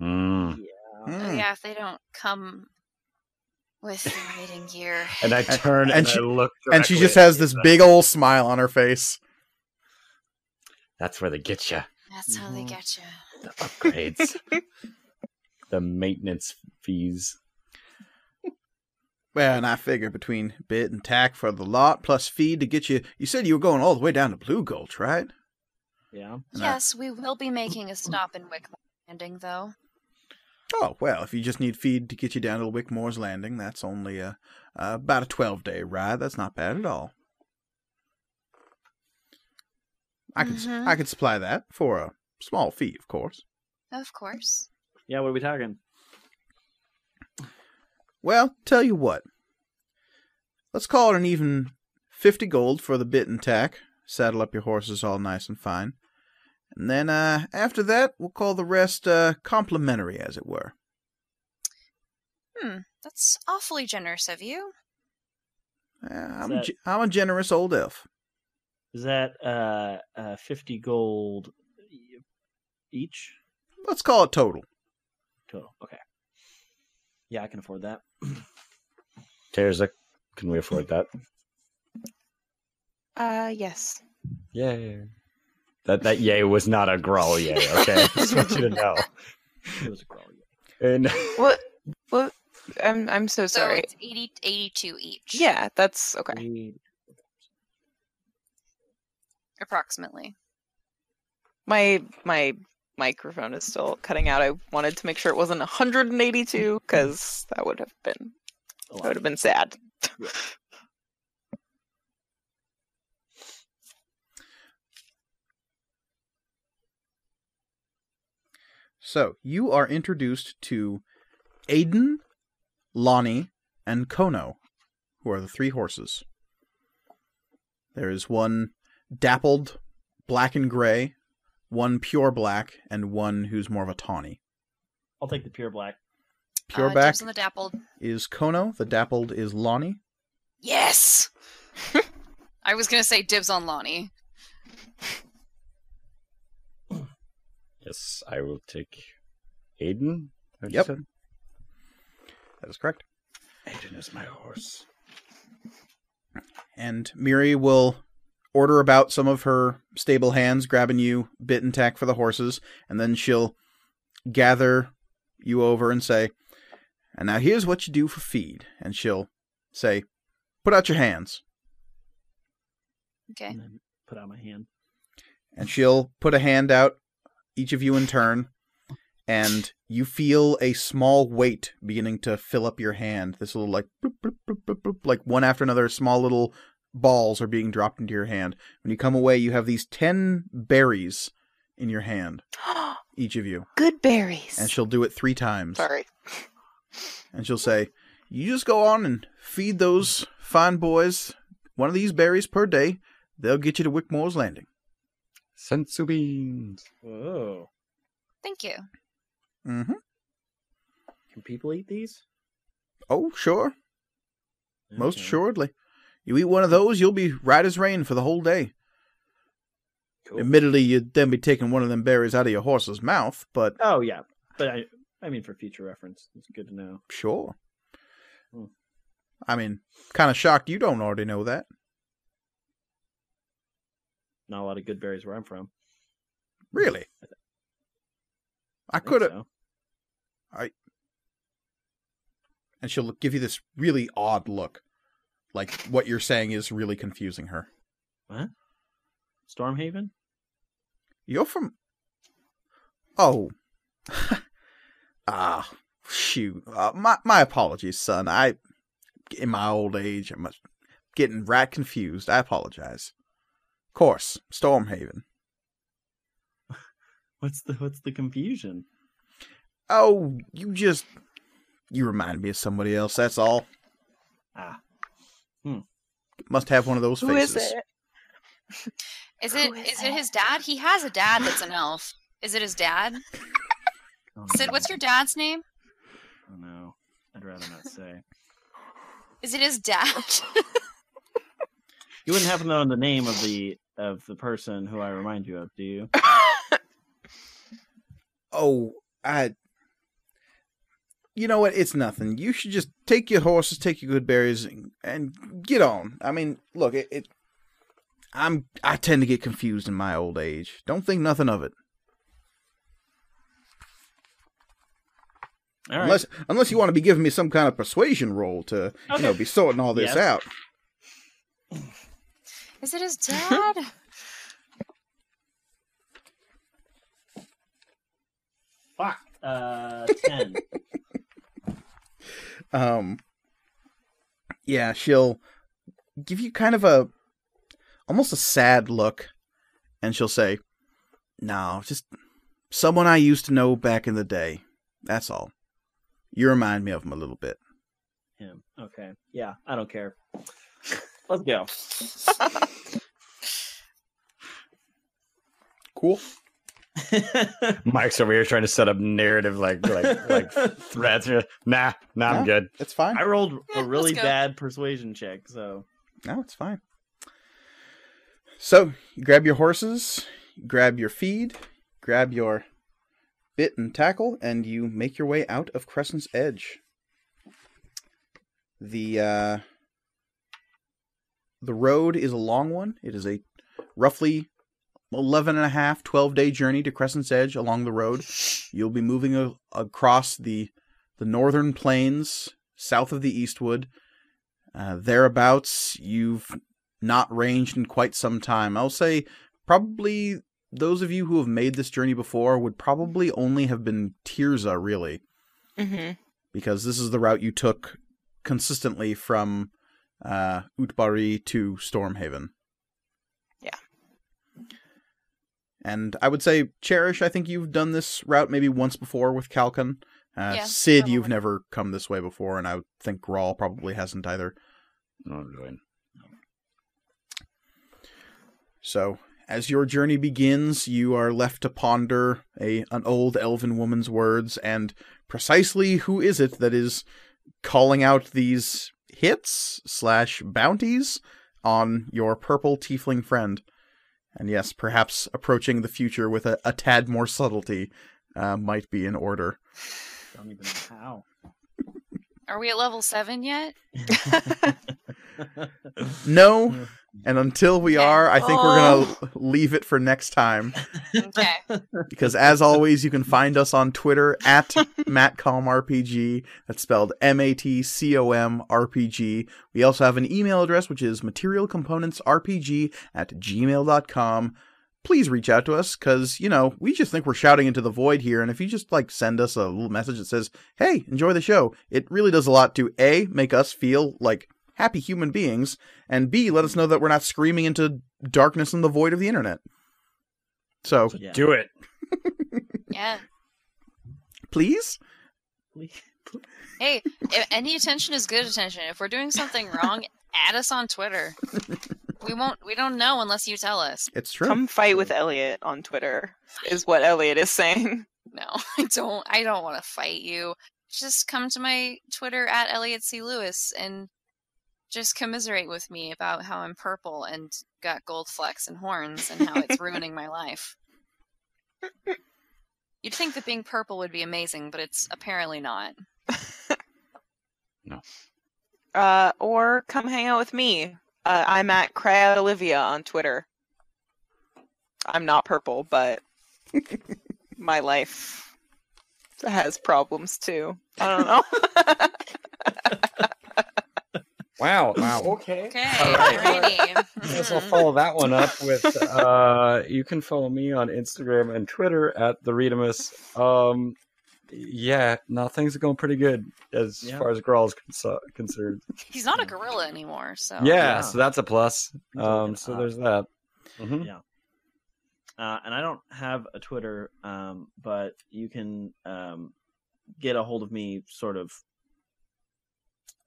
Speaker 6: Mm.
Speaker 5: Oh,
Speaker 1: Mm.
Speaker 5: yeah, if they don't come with the riding gear.
Speaker 6: And I turn
Speaker 1: and
Speaker 6: and,
Speaker 1: she-
Speaker 6: I look.
Speaker 1: And she
Speaker 6: directly
Speaker 1: just
Speaker 6: at
Speaker 1: has
Speaker 6: you,
Speaker 1: this
Speaker 6: so-
Speaker 1: big old smile on her face.
Speaker 6: That's where they get you.
Speaker 5: That's how
Speaker 1: Mm-hmm.
Speaker 5: they
Speaker 2: Mhm.
Speaker 5: get you.
Speaker 6: The
Speaker 1: [LAUGHS]
Speaker 6: upgrades, the maintenance fees.
Speaker 1: Well, and I figure between bit and tack for the lot plus feed to get you. You said you were going all the way down to Blue Gulch, right?
Speaker 2: Yeah.
Speaker 1: And I-
Speaker 5: Yes, we will be making a stop in Wickmore Landing, though.
Speaker 1: Oh well, if you just need feed to get you down to Wickmore's Landing, that's only a, uh, about a twelve day ride. That's not bad at all. I could s
Speaker 5: Mhm.
Speaker 1: I could supply that for a small fee, of course.
Speaker 5: Of course.
Speaker 2: Yeah, what are we talking?
Speaker 1: Well, tell you what. Let's call it an even 50 gold for the bit and tack. Saddle up your horses all nice and fine. And then uh, after that, we'll call the rest uh, complimentary, as it were.
Speaker 5: Hmm, that's awfully generous of you.
Speaker 1: Uh, I'm,
Speaker 2: that-
Speaker 1: a, ge- I'm a generous old elf.
Speaker 2: Is that uh, uh 50 gold e- each
Speaker 1: Let's call it total.
Speaker 2: total? Okay. Yeah, I can afford that.
Speaker 4: Taylor's like, can we afford that?
Speaker 3: Uh, yes.
Speaker 4: Yeah. That that yay was not a growl yay.
Speaker 1: [LAUGHS]
Speaker 4: Okay, just want you to know.
Speaker 2: It was a crawl.
Speaker 4: And
Speaker 3: What? What? I'm I'm so
Speaker 5: So
Speaker 3: sorry.
Speaker 5: it's 80, 82 each.
Speaker 3: Yeah, that's okay.
Speaker 2: We-
Speaker 5: Approximately.
Speaker 3: My my microphone is still cutting out. I wanted to make sure it wasn't 182 because that would have been
Speaker 2: a
Speaker 3: that
Speaker 2: lot.
Speaker 3: would have been sad.
Speaker 1: So you are introduced to Aiden, Lonnie, and Kono, who are the three horses. There is one dappled, black and gray, one pure black, and one who's more of a tawny.
Speaker 2: I'll take the pure black.
Speaker 1: Pure
Speaker 5: uh,
Speaker 1: back
Speaker 5: dibs on the dappled.
Speaker 1: is Kono, the dappled is Lonnie.
Speaker 5: Yes! I was going to say dibs on Lonnie.
Speaker 4: yes, I will take Aiden. What'd you
Speaker 1: Yep.
Speaker 4: say?
Speaker 1: That is correct.
Speaker 4: Aiden is my horse.
Speaker 1: And Miri will order about some of her stable hands, grabbing you bit and tack for the horses, and then she'll gather you over and say, And now here's what you do for feed. And she'll say, Put out your hands.
Speaker 5: Okay.
Speaker 1: Mm.
Speaker 2: And then put out my hand.
Speaker 1: And she'll put a hand out, each of you in turn, and you feel a small weight beginning to fill up your hand. This little, like, bloop, bloop, bloop, bloop, bloop, like one after another, small little balls are being dropped into your hand. When you come away, you have these 10 berries in your hand, each of you.
Speaker 3: [GASPS] Good berries.
Speaker 1: And she'll do it three times.
Speaker 3: Sorry.
Speaker 1: And she'll say, You just go on and feed those fine boys one of these berries per day. They'll get you to Wickmore's Landing.
Speaker 4: Sensu beans.
Speaker 2: Whoa.
Speaker 5: Thank you.
Speaker 1: Mm hmm.
Speaker 2: Can people eat these?
Speaker 1: Oh, sure. Most
Speaker 2: Okay,
Speaker 1: assuredly. You eat one of those, you'll be right as rain for the whole day.
Speaker 2: cool.
Speaker 1: Admittedly, you'd then be taking one of them berries out of your horse's mouth, but
Speaker 2: Oh yeah, but I I mean for future reference, it's good to know.
Speaker 1: sure.
Speaker 2: Hmm.
Speaker 1: I mean, kind of shocked you don't already know that.
Speaker 2: Not a lot of good berries where I'm from.
Speaker 1: Really? I
Speaker 2: think
Speaker 1: could have.
Speaker 2: so.
Speaker 1: And she'll give you this really odd look. Like what you're saying is really confusing her.
Speaker 2: Stormhaven.
Speaker 1: You're from. Oh. [LAUGHS] ah, shoot. Uh, my my apologies, son. I, in my old age, I'm getting right confused. I apologize. Course, Stormhaven.
Speaker 2: What's the what's the confusion?
Speaker 1: Oh, you just you remind me of somebody else. That's all.
Speaker 2: Ah,
Speaker 1: Must have one of those
Speaker 3: Who
Speaker 1: faces.
Speaker 3: is it?
Speaker 5: Is
Speaker 3: Who
Speaker 5: it
Speaker 3: is
Speaker 5: is it his dad? He has a dad that's an elf. Is it his dad?
Speaker 2: oh,
Speaker 5: Sid,
Speaker 2: no.
Speaker 5: what's your dad's name?
Speaker 2: Oh no, I'd rather not say.
Speaker 5: Is it his dad? [LAUGHS]
Speaker 2: You wouldn't happen to know the name of the of the person who I remind you of, do you?
Speaker 1: Oh, I. You know what? It's nothing. You should just take your horses, take your good berries, and, and get on. I mean, look, it, it. I'm. I tend to get confused in my old age. Don't think nothing of it,
Speaker 2: All right.
Speaker 1: unless unless you want to be giving me some kind of persuasion roll to you know
Speaker 2: Okay.
Speaker 1: be sorting all this
Speaker 2: Yes.
Speaker 1: out. [LAUGHS]
Speaker 5: is it his dad?
Speaker 2: Fuck. Uh, ten.
Speaker 1: um yeah she'll give you kind of a almost a sad look and she'll say no just someone i used to know back in the day that's all you remind me of him a little bit
Speaker 2: Him. Okay. Yeah, I don't care. Let's [LAUGHS] go.
Speaker 1: cool
Speaker 6: Mike's over here trying to set up narrative like [LAUGHS] like like threats. Nah, nah,
Speaker 1: Nah.
Speaker 6: I'm good.
Speaker 1: it's fine
Speaker 2: I rolled
Speaker 5: Yeah,
Speaker 2: a
Speaker 5: let's
Speaker 2: really
Speaker 5: go.
Speaker 2: bad persuasion check, so
Speaker 1: no it's fine so you grab your horses grab your feed grab your bit and tackle and you make your way out of crescent's edge the uh the road is a long one it is a roughly 11 and a half 12 day journey to crescent's edge along the road you'll be moving a- across the the northern plains south of the eastwood uh, thereabouts you've not ranged in quite some time i'll say probably those of you who have made this journey before would probably only have been tirza really
Speaker 3: Mm-hmm.
Speaker 1: because this is the route you took consistently from uh, Utbari to Stormhaven.
Speaker 3: Yeah.
Speaker 1: And I would say, Cherish, I think you've done this route maybe once before with Kalkan. Uh,
Speaker 5: Yeah,
Speaker 1: Sid, you've
Speaker 5: probably.
Speaker 1: never come this way before, and I would think Grawl probably hasn't either.
Speaker 6: No, I'm doing.
Speaker 1: So, as your journey begins, you are left to ponder a an old elven woman's words and precisely who is it that is calling out these hits slash bounties on your purple tiefling friend. And yes, perhaps approaching the future with a, a tad more subtlety uh, might be in order.
Speaker 2: don't even know how.
Speaker 5: Are we at level seven yet?
Speaker 2: [LAUGHS]
Speaker 1: No, and until we
Speaker 5: Okay.
Speaker 1: are, I think we're gonna leave it for next time.
Speaker 5: Okay.
Speaker 1: because as always you can find us on twitter at matcomrpg that's spelled m-a-t-c-o-m-r-p-g we also have an email address which is materialcomponentsrpg at gmail.com please reach out to us because you know we just think we're shouting into the void here and if you just like send us a little message that says hey enjoy the show it really does a lot to a make us feel like happy human beings and b let us know that we're not screaming into darkness and the void of the internet so
Speaker 2: Yeah.
Speaker 6: Do it.
Speaker 5: Yeah.
Speaker 1: please
Speaker 5: Hey, if any attention is good attention. If we're doing something wrong, add us on Twitter. We won't. We don't know unless you tell us.
Speaker 1: It's true.
Speaker 3: Come fight with Elliot on Twitter is what Elliot is saying. [LAUGHS]
Speaker 5: No, [LAUGHS] I don't. I don't want to fight you. Just come to my Twitter at Elliot C Lewis and just commiserate with me about how I'm purple and got gold flecks and horns and how it's ruining my life. You'd think that being purple would be amazing, but it's apparently not.
Speaker 3: Uh, or come hang out with me. Uh, I'm at Cryo Olivia on Twitter. I'm not purple,
Speaker 1: [LAUGHS]
Speaker 3: but my life has problems too. I don't know.
Speaker 6: Wow. [LAUGHS] Wow.
Speaker 2: [LAUGHS]
Speaker 6: Okay.
Speaker 5: Okay,
Speaker 6: right.
Speaker 5: alrighty.
Speaker 6: I guess I'll
Speaker 5: Mhm.
Speaker 6: follow that one up with uh, you can follow me on Instagram and Twitter at the Readimus. Um, yeah, no, things are going pretty good as
Speaker 2: Yeah.
Speaker 6: far as Grawl is conso- concerned.
Speaker 5: He's not a gorilla anymore, so
Speaker 6: yeah,
Speaker 2: Oh, yeah.
Speaker 6: so that's a plus.
Speaker 2: Things are looking
Speaker 6: Um, so
Speaker 2: up.
Speaker 6: there's that. Mhm.
Speaker 2: uh, and I don't have a Twitter, um, but you can um, get a hold of me sort of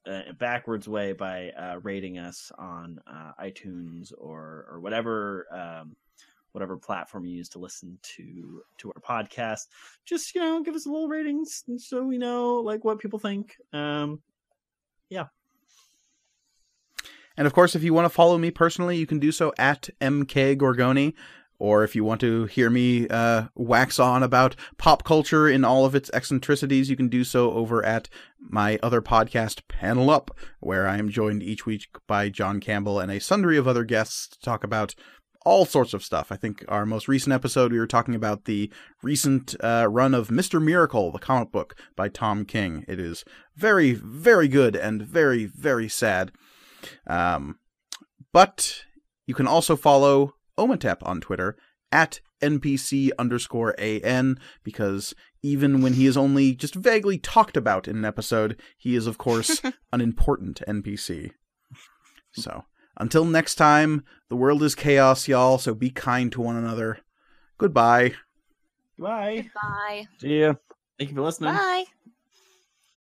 Speaker 2: uh, backwards way by uh, rating us on uh, iTunes or or whatever um, whatever platform you use to listen to to our podcast. Just you know, give us a little ratings so we know like what people think. Um,
Speaker 1: And of course, if you want to follow me personally, you can do so at MK Gorgoni. Or if you want to hear me uh, wax on about pop culture in all of its eccentricities, you can do so over at my other podcast, Panel Up, where I am joined each week by John Campbell and a sundry of other guests to talk about all sorts of stuff. I think our most recent episode, we were talking about the recent uh, run of Mr. Miracle, the comic book by Tom King. It is very, very good and very, very sad. Um, but you can also follow Omatep on Twitter at NPC underscore AN because even when he is only just vaguely talked about in an episode, he is, of course, an important NPC. So until next time, the world is chaos, y'all, so be kind to one another. Goodbye.
Speaker 2: Bye.
Speaker 5: Goodbye.
Speaker 4: See ya.
Speaker 2: Thank you for listening.
Speaker 3: [LAUGHS] Bye.